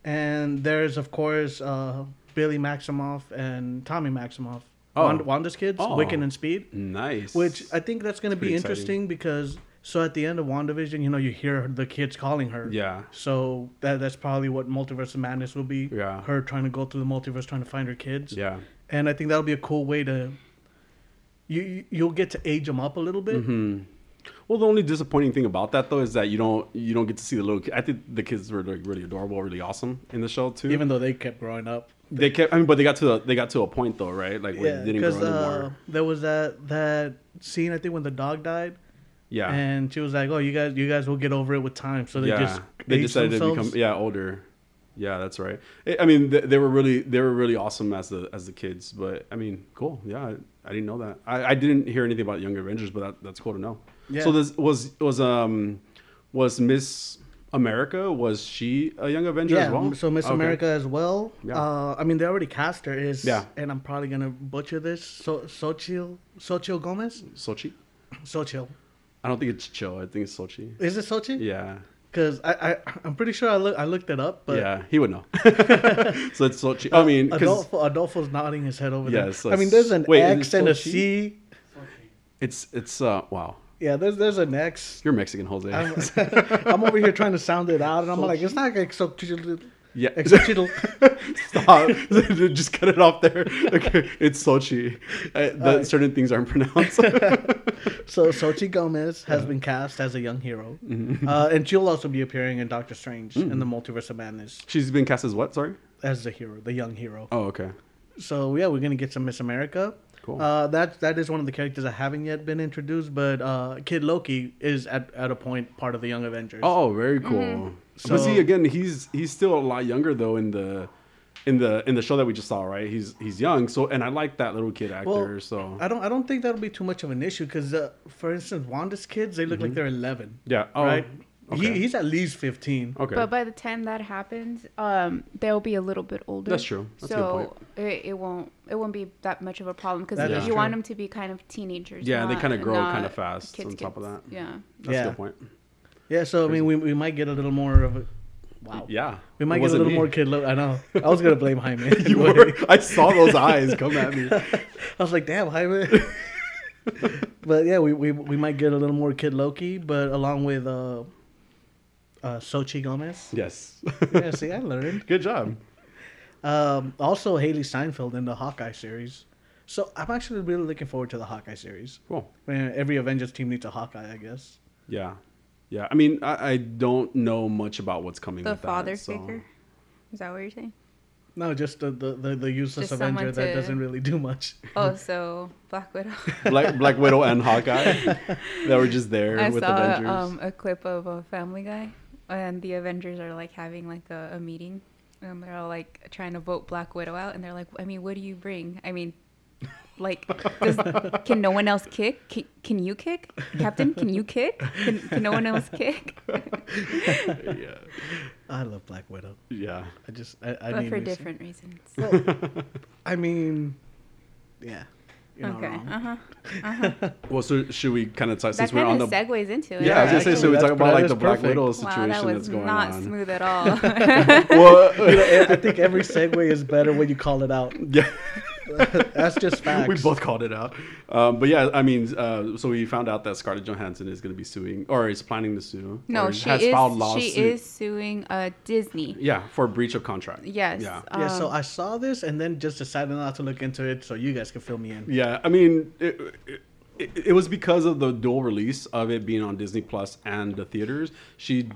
Speaker 1: and there's of course uh, Billy Maximoff and Tommy Maximoff.
Speaker 2: Oh.
Speaker 1: Wand- Wanda's kids,
Speaker 2: Oh.
Speaker 1: Wiccan and Speed.
Speaker 2: Nice.
Speaker 1: Which I think that's going to be
Speaker 2: pretty exciting.
Speaker 1: interesting because so at the end of WandaVision, you know, you hear the kids calling her.
Speaker 2: Yeah.
Speaker 1: So that that's probably what Multiverse of Madness will be.
Speaker 2: Yeah.
Speaker 1: Her trying to go through the multiverse, trying to find her kids.
Speaker 2: Yeah.
Speaker 1: And I think that'll be a cool way to. You you- you'll get to age them up a little bit.
Speaker 2: Mm-hmm. Well, the only disappointing thing about that though is that you don't you don't get to see the little. ki- I think the kids were like really adorable, really awesome in the show too.
Speaker 1: Even though they kept growing up.
Speaker 2: they kept. I mean, but they got to a, they got to a point though, right? Like where
Speaker 1: Yeah,
Speaker 2: they didn't
Speaker 1: because
Speaker 2: grow
Speaker 1: uh,
Speaker 2: anymore.
Speaker 1: there was that that scene I think when the dog died,
Speaker 2: Yeah.
Speaker 1: and she was like, "Oh, you guys, you guys will get over it with time." So they
Speaker 2: yeah.
Speaker 1: just
Speaker 2: they
Speaker 1: aged
Speaker 2: decided to
Speaker 1: themselves.
Speaker 2: become yeah older. Yeah, that's right. I- I mean, they, they were really they were really awesome as the as the kids. But I mean, cool. Yeah, I, I didn't know that. I, I didn't hear anything about Young Avengers, but that, that's cool to know.
Speaker 1: Yeah.
Speaker 2: So this was was um was Miss America was she a Young Avenger
Speaker 1: yeah,
Speaker 2: as well?
Speaker 1: so Miss
Speaker 2: Okay.
Speaker 1: America as well.
Speaker 2: Yeah.
Speaker 1: Uh, I mean, they already cast her. Is
Speaker 2: Yeah.
Speaker 1: and I'm probably gonna butcher this. So Sochil, Sochil Gomez,
Speaker 2: Sochi.
Speaker 1: Sochil.
Speaker 2: I don't think it's Cho. I think it's Sochi.
Speaker 1: Is it Sochi?
Speaker 2: Yeah.
Speaker 1: Because I, I, I'm pretty sure I look, I looked it up, but
Speaker 2: yeah, he would know. so it's Sochi. I mean, 'cause-
Speaker 1: Adolfo, Adolfo's nodding his head over
Speaker 2: Yeah,
Speaker 1: there.
Speaker 2: so
Speaker 1: I mean, there's an
Speaker 2: wait, is
Speaker 1: X
Speaker 2: it
Speaker 1: and a
Speaker 2: Sochi?
Speaker 1: C.
Speaker 2: It's it's uh wow.
Speaker 1: Yeah, there's there's an X.
Speaker 2: You're Mexican, Jose.
Speaker 1: I'm, I'm over here trying to sound it out, and I'm like, it's not exotital.
Speaker 2: yeah.
Speaker 1: Exotital.
Speaker 2: Stop. Just cut it off there. Okay. It's Sochi. Uh, that
Speaker 1: right.
Speaker 2: certain things aren't pronounced.
Speaker 1: So Sochi Gomez
Speaker 2: Uh-huh.
Speaker 1: has been cast as a young hero,
Speaker 2: Mm-hmm.
Speaker 1: uh, and she'll also be appearing in Doctor Strange
Speaker 2: Hmm.
Speaker 1: in the Multiverse of Madness
Speaker 2: She's been cast as what? Sorry.
Speaker 1: as the hero, the young hero.
Speaker 2: Oh, okay.
Speaker 1: So yeah, we're gonna get some Miss America.
Speaker 2: Cool.
Speaker 1: Uh, that that is one of the characters that haven't yet been introduced, but uh, Kid Loki is at, at a point part of the Young Avengers.
Speaker 2: Oh, very cool. but
Speaker 1: So-
Speaker 2: see, again, he's he's still a lot younger though in the in the in the show that we just saw, right? He's he's young. So and I like that little kid actor.
Speaker 1: Well,
Speaker 2: so
Speaker 1: I don't I don't think that'll be too much of an issue because, uh, for instance, Wanda's kids they look
Speaker 2: Mm-hmm.
Speaker 1: like they're eleven.
Speaker 2: yeah. Oh,
Speaker 1: right.
Speaker 2: Okay.
Speaker 1: He, he's at least fifteen.
Speaker 2: okay.
Speaker 3: But by the time that happens, um, they'll be a little bit older.
Speaker 2: That's true. That's a good
Speaker 3: so it, it won't it won't be that much of a problem because
Speaker 1: That
Speaker 3: you
Speaker 2: is
Speaker 3: want
Speaker 1: true.
Speaker 3: them to be kind of teenagers.
Speaker 2: Yeah, they
Speaker 3: not-
Speaker 2: kinda grow
Speaker 3: not
Speaker 2: kinda fast on top of that.
Speaker 3: Yeah.
Speaker 2: That's
Speaker 1: yeah.
Speaker 2: a good point.
Speaker 1: Yeah. So I mean, we, we might get a little more of a. Wow.
Speaker 2: Yeah.
Speaker 1: We
Speaker 2: It
Speaker 1: might get a
Speaker 2: wasn't
Speaker 1: little
Speaker 2: me.
Speaker 1: more Kid Loki. I know. I was gonna blame Jaime.
Speaker 2: You were. I saw those eyes come at me.
Speaker 1: I was like, damn, Jaime. but yeah, we, we we might get a little more Kid Loki, but along with uh, uh, Sochi Gomez.
Speaker 2: Yes.
Speaker 1: Yeah, see, I learned.
Speaker 2: Good job.
Speaker 1: Um, also, Haley Steinfeld in the Hawkeye series. So I'm actually really looking forward to the Hawkeye series.
Speaker 2: Cool.
Speaker 1: I mean, every Avengers team needs a Hawkeye, I guess.
Speaker 2: Yeah. Yeah. I mean, I, I don't know much about what's coming
Speaker 3: The
Speaker 2: with
Speaker 3: father
Speaker 2: that. so-
Speaker 3: figure. Is that what you're saying?
Speaker 1: No, just the the, the, the useless
Speaker 3: Just someone
Speaker 1: Avenger that
Speaker 3: to-
Speaker 1: doesn't really do much.
Speaker 3: Oh, so Black Widow.
Speaker 2: Black, Black Widow and Hawkeye that were just there
Speaker 3: I
Speaker 2: with
Speaker 3: saw
Speaker 2: Avengers.
Speaker 3: um, a clip of a Family Guy, and the Avengers are like having like a, a meeting, and they're all like trying to vote Black Widow out, and they're like, I mean, what do you bring? I mean, like, does, can no one else kick? Can, can you kick, Captain? Can you kick? Can, can no one else kick?
Speaker 2: yeah.
Speaker 1: I love Black Widow.
Speaker 2: Yeah.
Speaker 1: I just I, I
Speaker 3: but
Speaker 1: need
Speaker 3: for
Speaker 1: to see-
Speaker 3: different reasons.
Speaker 1: I mean, yeah, you're not
Speaker 3: okay.
Speaker 1: wrong.
Speaker 3: Uh huh.
Speaker 2: Well, so should we kind of talk
Speaker 3: That
Speaker 2: since we're on
Speaker 3: kind
Speaker 2: the
Speaker 3: of segues into it.
Speaker 2: yeah, I was gonna
Speaker 1: actually,
Speaker 2: say so we
Speaker 1: that's-
Speaker 2: talk about
Speaker 1: that
Speaker 2: like
Speaker 1: is
Speaker 2: the Black
Speaker 1: perfect.
Speaker 2: Widow
Speaker 3: Wow,
Speaker 2: situation
Speaker 3: that was
Speaker 2: that's going
Speaker 3: not
Speaker 2: on.
Speaker 3: smooth at all.
Speaker 2: Well,
Speaker 1: I think every segue is better when you call it out.
Speaker 2: yeah.
Speaker 1: That's just facts.
Speaker 2: We both called it out, um, but yeah, I mean, uh, so we found out that Scarlett Johansson is going to be suing, or is planning to sue.
Speaker 3: no,
Speaker 2: or
Speaker 3: she is. She is suing uh, Disney.
Speaker 2: Yeah, for breach of contract.
Speaker 3: Yes.
Speaker 2: Yeah.
Speaker 1: Yeah, so
Speaker 3: um,
Speaker 1: I saw this and then just decided not to look into it so you guys can fill me in.
Speaker 2: Yeah, I mean, it, it, it was because of the dual release of it being on Disney Plus and the theaters. She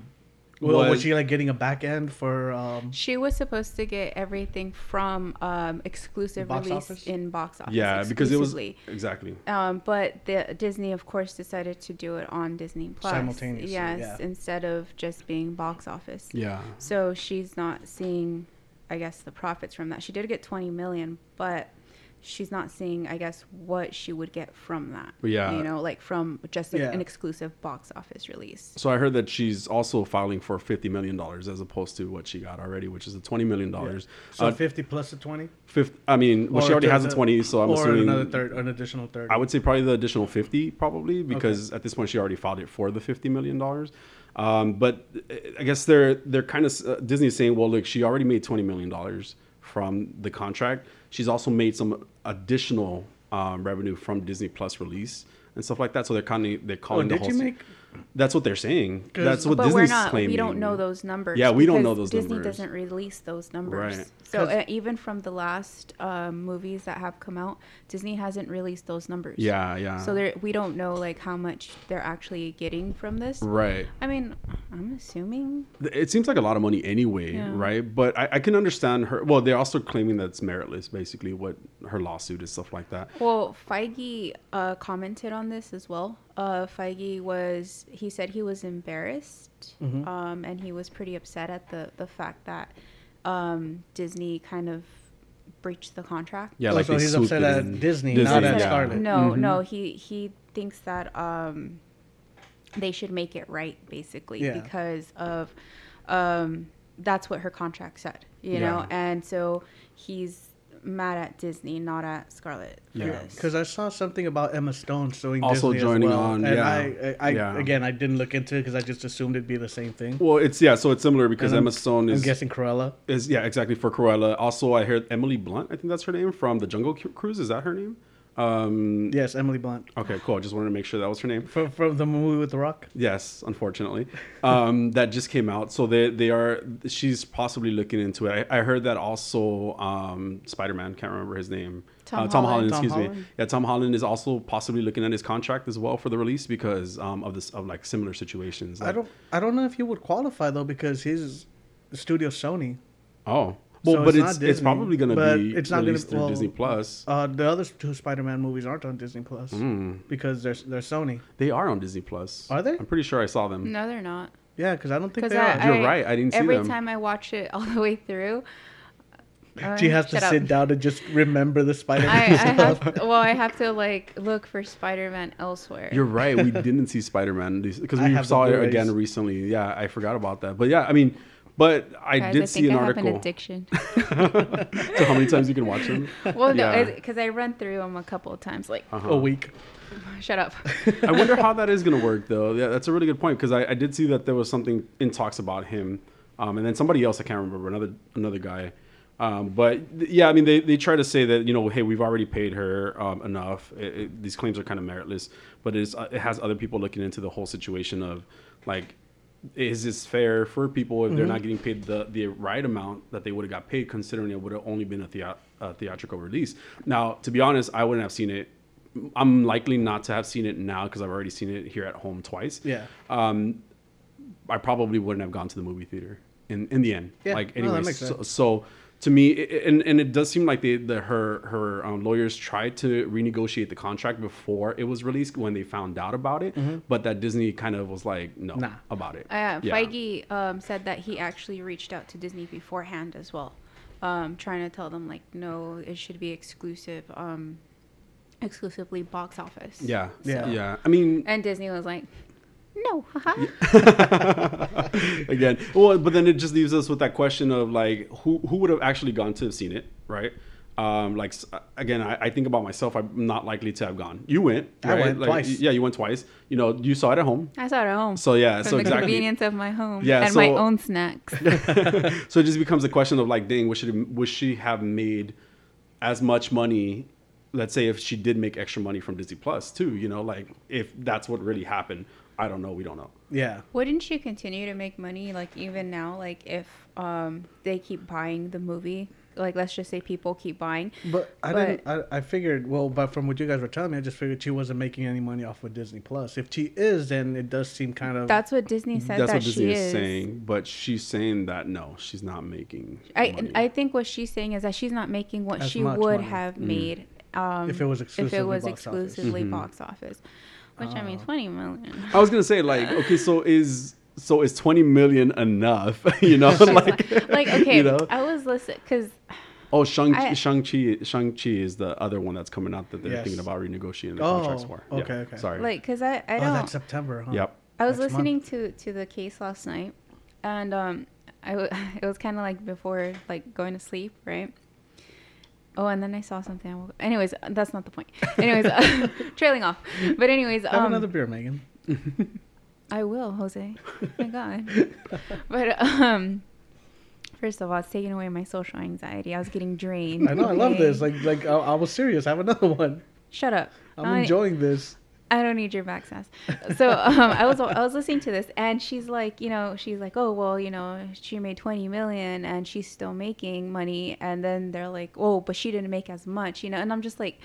Speaker 1: Well, was,
Speaker 2: was-
Speaker 1: she like getting a back end for? Um,
Speaker 3: She was supposed to get everything from um, exclusive
Speaker 1: Box
Speaker 3: release
Speaker 1: office?
Speaker 3: in box office.
Speaker 2: yeah, because it was
Speaker 3: exclusively.
Speaker 2: exactly.
Speaker 3: Um, but the Disney, of course, decided to do it on Disney Plus
Speaker 1: Simultaneously,
Speaker 3: Yes,
Speaker 1: yeah.
Speaker 3: instead of just being box office.
Speaker 2: Yeah.
Speaker 3: So she's not seeing, I guess, the profits from that. She did get twenty million, but she's not seeing, I guess, what she would get from that.
Speaker 2: Yeah.
Speaker 3: You know, like from just a-
Speaker 1: Yeah.
Speaker 3: an exclusive box office release.
Speaker 2: So I heard that she's also filing for fifty million dollars as opposed to what she got already, which is the twenty million dollars.
Speaker 1: so
Speaker 2: Uh,
Speaker 1: fifty plus a twenty.
Speaker 2: fifth, I mean, well,
Speaker 1: Or
Speaker 2: she already has a
Speaker 1: third-
Speaker 2: twenty, so I'm
Speaker 1: or
Speaker 2: assuming
Speaker 1: another third, an additional third.
Speaker 2: I would say probably the additional fifty, probably because at this point she already filed it for the fifty million dollars. Um, but uh, I guess they're they're kind of uh, Disney's saying, well, look, she already made twenty million dollars from the contract. She's also made some additional um, revenue from Disney Plus release and stuff like that. So they're kind of they're calling the
Speaker 1: Oh, did
Speaker 2: whole.
Speaker 1: you
Speaker 2: s-
Speaker 1: make-
Speaker 2: That's what they're saying.
Speaker 1: 'Cause-
Speaker 2: That's what
Speaker 3: but
Speaker 2: Disney's
Speaker 3: we're not.
Speaker 2: claiming.
Speaker 3: We don't know those numbers.
Speaker 2: Yeah, we don't
Speaker 3: because
Speaker 2: know those
Speaker 3: Disney
Speaker 2: numbers.
Speaker 3: doesn't release those numbers.
Speaker 2: Right.
Speaker 3: So
Speaker 1: 'Cause-
Speaker 3: uh, even from the last uh, movies that have come out, Disney hasn't released those numbers.
Speaker 2: Yeah, yeah.
Speaker 3: So there, we don't know like how much they're actually getting from this.
Speaker 2: right.
Speaker 3: I mean, I'm assuming.
Speaker 2: it seems like a lot of money anyway,
Speaker 3: Yeah.
Speaker 2: right? But I, I can understand her. Well, they're also claiming that it's meritless, basically, what her lawsuit and stuff like that.
Speaker 3: Well, Feige uh, commented on this as well. Uh, Feige was he said he was embarrassed,
Speaker 2: Mm-hmm.
Speaker 3: um, and he was pretty upset at the the fact that um, Disney kind of breached the contract.
Speaker 2: Yeah,
Speaker 1: Oh,
Speaker 2: like
Speaker 1: so
Speaker 2: they
Speaker 1: he's
Speaker 2: sued
Speaker 1: upset
Speaker 2: it
Speaker 1: at
Speaker 2: in-
Speaker 1: Disney, not at
Speaker 2: yeah. Mm-hmm.
Speaker 1: Scarlett.
Speaker 3: No, no, he he thinks that um, they should make it right basically
Speaker 1: Yeah.
Speaker 3: because of um, that's what her contract said, you know,
Speaker 2: Yeah.
Speaker 3: and so he's mad at Disney, not at Scarlett for
Speaker 2: Yeah.
Speaker 3: this.
Speaker 1: Because I saw something about Emma Stone suing
Speaker 2: Also
Speaker 1: Disney as
Speaker 2: joining
Speaker 1: well,
Speaker 2: on,
Speaker 1: and
Speaker 2: yeah.
Speaker 1: I, I, I
Speaker 2: Yeah.
Speaker 1: again, I didn't look into it because I just assumed it'd be the same thing.
Speaker 2: Well, it's yeah, so it's similar because
Speaker 1: And I'm-
Speaker 2: Emma Stone
Speaker 1: I'm
Speaker 2: is,
Speaker 1: guessing Cruella.
Speaker 2: is yeah, exactly for Cruella. Also, I heard Emily Blunt, I think that's her name from the Jungle Cu- Cruise. Is that her name? Um,
Speaker 1: Yes, Emily Blunt
Speaker 2: Okay, cool. Just wanted to make sure that was her name.
Speaker 1: from from the movie with the Rock.
Speaker 2: Yes, unfortunately, um, that just came out. So they they are. She's possibly looking into it. I, I heard that also. Um, Spider Man can't remember his name. Uh,
Speaker 3: Tom
Speaker 2: Tom Holland.
Speaker 3: Holland.
Speaker 1: Tom
Speaker 2: Excuse me.
Speaker 1: Holland.
Speaker 2: Yeah, Tom Holland is also possibly looking at his contract as well for the release because um, of this of like similar situations.
Speaker 1: I
Speaker 2: Like-
Speaker 1: don't I don't know if he would qualify though because his studio Sony.
Speaker 2: Oh. Well,
Speaker 1: So it's
Speaker 2: but it's
Speaker 1: not
Speaker 2: it's,
Speaker 1: Disney,
Speaker 2: probably going to
Speaker 1: but
Speaker 2: be
Speaker 1: it's not gonna-
Speaker 2: released through
Speaker 1: well-
Speaker 2: Disney Plus.
Speaker 1: Uh, the other two Spider-Man movies aren't on Disney Plus
Speaker 2: Hmm.
Speaker 1: because they're they're Sony.
Speaker 2: They are on Disney Plus.
Speaker 1: Are they?
Speaker 2: I'm pretty sure I saw them.
Speaker 3: No, they're not.
Speaker 1: Yeah, because I don't think
Speaker 3: Because
Speaker 1: they
Speaker 3: I,
Speaker 1: are.
Speaker 2: You're right, I didn't see
Speaker 3: every
Speaker 2: them.
Speaker 3: time I watch it all the way through. uh,
Speaker 1: she has to
Speaker 3: shut up.
Speaker 1: sit down and just remember the Spider-Man
Speaker 3: I, I
Speaker 1: stuff.
Speaker 3: have well, I have to like look for Spider Man elsewhere.
Speaker 2: You're right. We didn't see Spider Man because
Speaker 1: I
Speaker 2: we
Speaker 1: have the
Speaker 2: saw it
Speaker 1: Blu-rays.
Speaker 2: again recently. Yeah, I forgot about that. But yeah, I mean, but I
Speaker 3: Guys,
Speaker 2: did
Speaker 3: I think
Speaker 2: see an
Speaker 3: I have an
Speaker 2: article.
Speaker 3: addiction.
Speaker 2: so how many times you can watch them?
Speaker 3: Well,
Speaker 2: Yeah.
Speaker 3: no, because I run through them a couple of times. Like,
Speaker 2: Uh-huh.
Speaker 1: a week.
Speaker 3: shut up.
Speaker 2: I wonder how that is going to work, though. Yeah, that's a really good point because I, I did see that there was something in talks about him, um, and then somebody else I can't remember another another guy. Um, but th- yeah, I mean, they, they try to say that you know, hey, we've already paid her um, enough. It, it- these claims are kind of meritless, but it's, uh, it has other people looking into the whole situation of like, is this fair for people if they're not getting paid the, the right amount that they would have got paid, considering it would have only been a, thea- a theatrical release. Now, to be honest, I wouldn't have seen it I'm likely not to have seen it now because I've already seen it here at home twice.
Speaker 1: Yeah.
Speaker 2: Uh, I probably wouldn't have gone to the movie theater in in the end.
Speaker 1: Yeah,
Speaker 2: Like
Speaker 1: no, that
Speaker 2: anyways,
Speaker 1: makes
Speaker 2: so,
Speaker 1: sense.
Speaker 2: so to me, i- i- and and it does seem like they the her her um, lawyers tried to renegotiate the contract before it was released when they found out about it, but that Disney kind of was like no
Speaker 1: Mm-hmm. Nah.
Speaker 2: about it.
Speaker 3: Uh,
Speaker 2: Yeah.
Speaker 3: Feige um, said that he actually reached out to Disney beforehand as well, um, trying to tell them like, no, it should be exclusive, um, exclusively box office.
Speaker 2: Yeah, yeah,
Speaker 1: Yeah.
Speaker 2: yeah. I mean,
Speaker 3: And Disney was like, no, haha.
Speaker 2: again. Well, but then it just leaves us with that question of like, who who would have actually gone to have seen it, right? Um, like s- again, I, I think about myself. I'm not likely to have gone. You went.
Speaker 1: I
Speaker 2: right?
Speaker 1: went
Speaker 2: Like,
Speaker 1: twice.
Speaker 2: Yeah, you went twice. You know, you saw it at home.
Speaker 3: I saw it at home.
Speaker 2: So yeah,
Speaker 3: from
Speaker 2: so
Speaker 3: the
Speaker 2: exactly.
Speaker 3: convenience of my home
Speaker 2: Yeah,
Speaker 3: and my
Speaker 2: so-
Speaker 3: own snacks.
Speaker 2: so it just becomes a question of like, dang, would she would she have made as much money? Let's say if she did make extra money from Disney Plus too, you know, like if that's what really happened, I don't know. We don't know.
Speaker 1: yeah.
Speaker 3: Wouldn't she continue to make money like even now like if um they keep buying the movie? Like let's just say people keep buying.
Speaker 1: But I
Speaker 3: But-
Speaker 1: didn't. I, I figured. Well, but from what you guys were telling me, I just figured she wasn't making any money off of Disney Plus. If she is, then it does seem kind of.
Speaker 3: That's what Disney said
Speaker 2: that's
Speaker 3: that
Speaker 2: what Disney
Speaker 3: she
Speaker 2: is.
Speaker 3: is.
Speaker 2: saying, but she's saying that no, she's not making.
Speaker 3: I
Speaker 2: money.
Speaker 3: I think what she's saying is that she's not making what
Speaker 1: As
Speaker 3: she
Speaker 1: much
Speaker 3: would
Speaker 1: money.
Speaker 2: Mm.
Speaker 3: have made um
Speaker 1: If it was exclusively
Speaker 3: was
Speaker 1: box office. Oh.
Speaker 3: exclusively
Speaker 2: Mm-hmm.
Speaker 3: box office. Which I mean 20 million.
Speaker 2: I was gonna say like, okay, so is so is twenty million enough? you know, like,
Speaker 3: Like okay,
Speaker 2: you know,
Speaker 3: I was listening cuz
Speaker 2: oh Shang
Speaker 3: I-
Speaker 2: Shang Chi Shang Chi is the other one that's coming out that they're
Speaker 1: Yes.
Speaker 2: thinking about renegotiating the
Speaker 1: Oh,
Speaker 2: contracts for. Yeah,
Speaker 1: okay, okay.
Speaker 2: Sorry.
Speaker 3: like cuz I I
Speaker 1: oh,
Speaker 3: don't
Speaker 1: that's September, huh?
Speaker 2: Yep.
Speaker 3: I
Speaker 1: Next
Speaker 3: was
Speaker 1: month.
Speaker 3: listening to to the case last night, and um, I w- it was kind of like before like going to sleep, right? Oh, and then I saw something. I woke- Anyways, that's not the point. Anyways, trailing off. But anyways,
Speaker 1: Have
Speaker 3: um,
Speaker 1: another beer, Megan.
Speaker 3: I will, Jose. My God. but um, first of all, it's taking away my social anxiety. I was getting drained.
Speaker 1: I know. I love
Speaker 3: okay?
Speaker 1: this. Like, like I, I was serious. Have another one.
Speaker 3: Shut up.
Speaker 1: I'm
Speaker 3: I-
Speaker 1: enjoying this.
Speaker 3: I don't need your back sass. So um, I was I was listening to this, and she's like, you know, she's like, oh well, you know, she made twenty million, and she's still making money. And then they're like, oh, but she didn't make as much, you know. And I'm just like,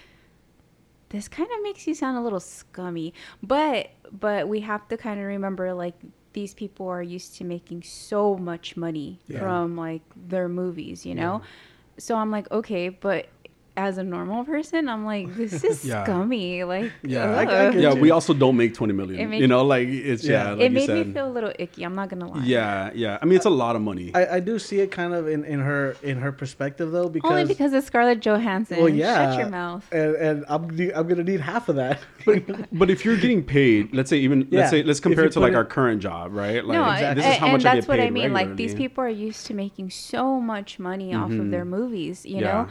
Speaker 3: this kind of makes you sound a little scummy, but but we have to kind of remember like these people are used to making so much money
Speaker 1: Yeah.
Speaker 3: from like their movies, you know. So I'm like, okay, but as a normal person, I'm like, this is
Speaker 2: Yeah.
Speaker 3: scummy, like
Speaker 2: Yeah,
Speaker 1: I- I
Speaker 3: ugh.
Speaker 1: get
Speaker 2: yeah.
Speaker 1: you.
Speaker 2: We also don't make twenty million.
Speaker 3: It made-
Speaker 2: you know, like it's yeah.
Speaker 1: Yeah.
Speaker 2: like
Speaker 3: it
Speaker 2: you
Speaker 3: made
Speaker 2: said.
Speaker 3: me feel a little icky. I'm not gonna lie.
Speaker 2: Yeah, yeah. I mean, it's a lot of money.
Speaker 1: I, I do see it kind of in, in her in her perspective though because
Speaker 3: Only because it's Scarlett Johansson.
Speaker 1: well yeah
Speaker 3: Shut your mouth.
Speaker 1: and, and I'm ne- I'm gonna need half of that.
Speaker 2: but if you're getting paid, let's say even
Speaker 1: Yeah,
Speaker 2: let's say let's
Speaker 1: if
Speaker 2: compare
Speaker 1: you
Speaker 2: it to
Speaker 1: put
Speaker 2: like
Speaker 1: it-
Speaker 2: our current job, right? Like
Speaker 3: no,
Speaker 1: exactly.
Speaker 3: I,
Speaker 1: This is
Speaker 3: and
Speaker 2: I
Speaker 3: that's
Speaker 2: get
Speaker 3: what I
Speaker 2: paid
Speaker 3: mean. Like these
Speaker 2: regularly.
Speaker 3: people are used to making so much money off of their movies, you
Speaker 2: Yeah.
Speaker 3: know.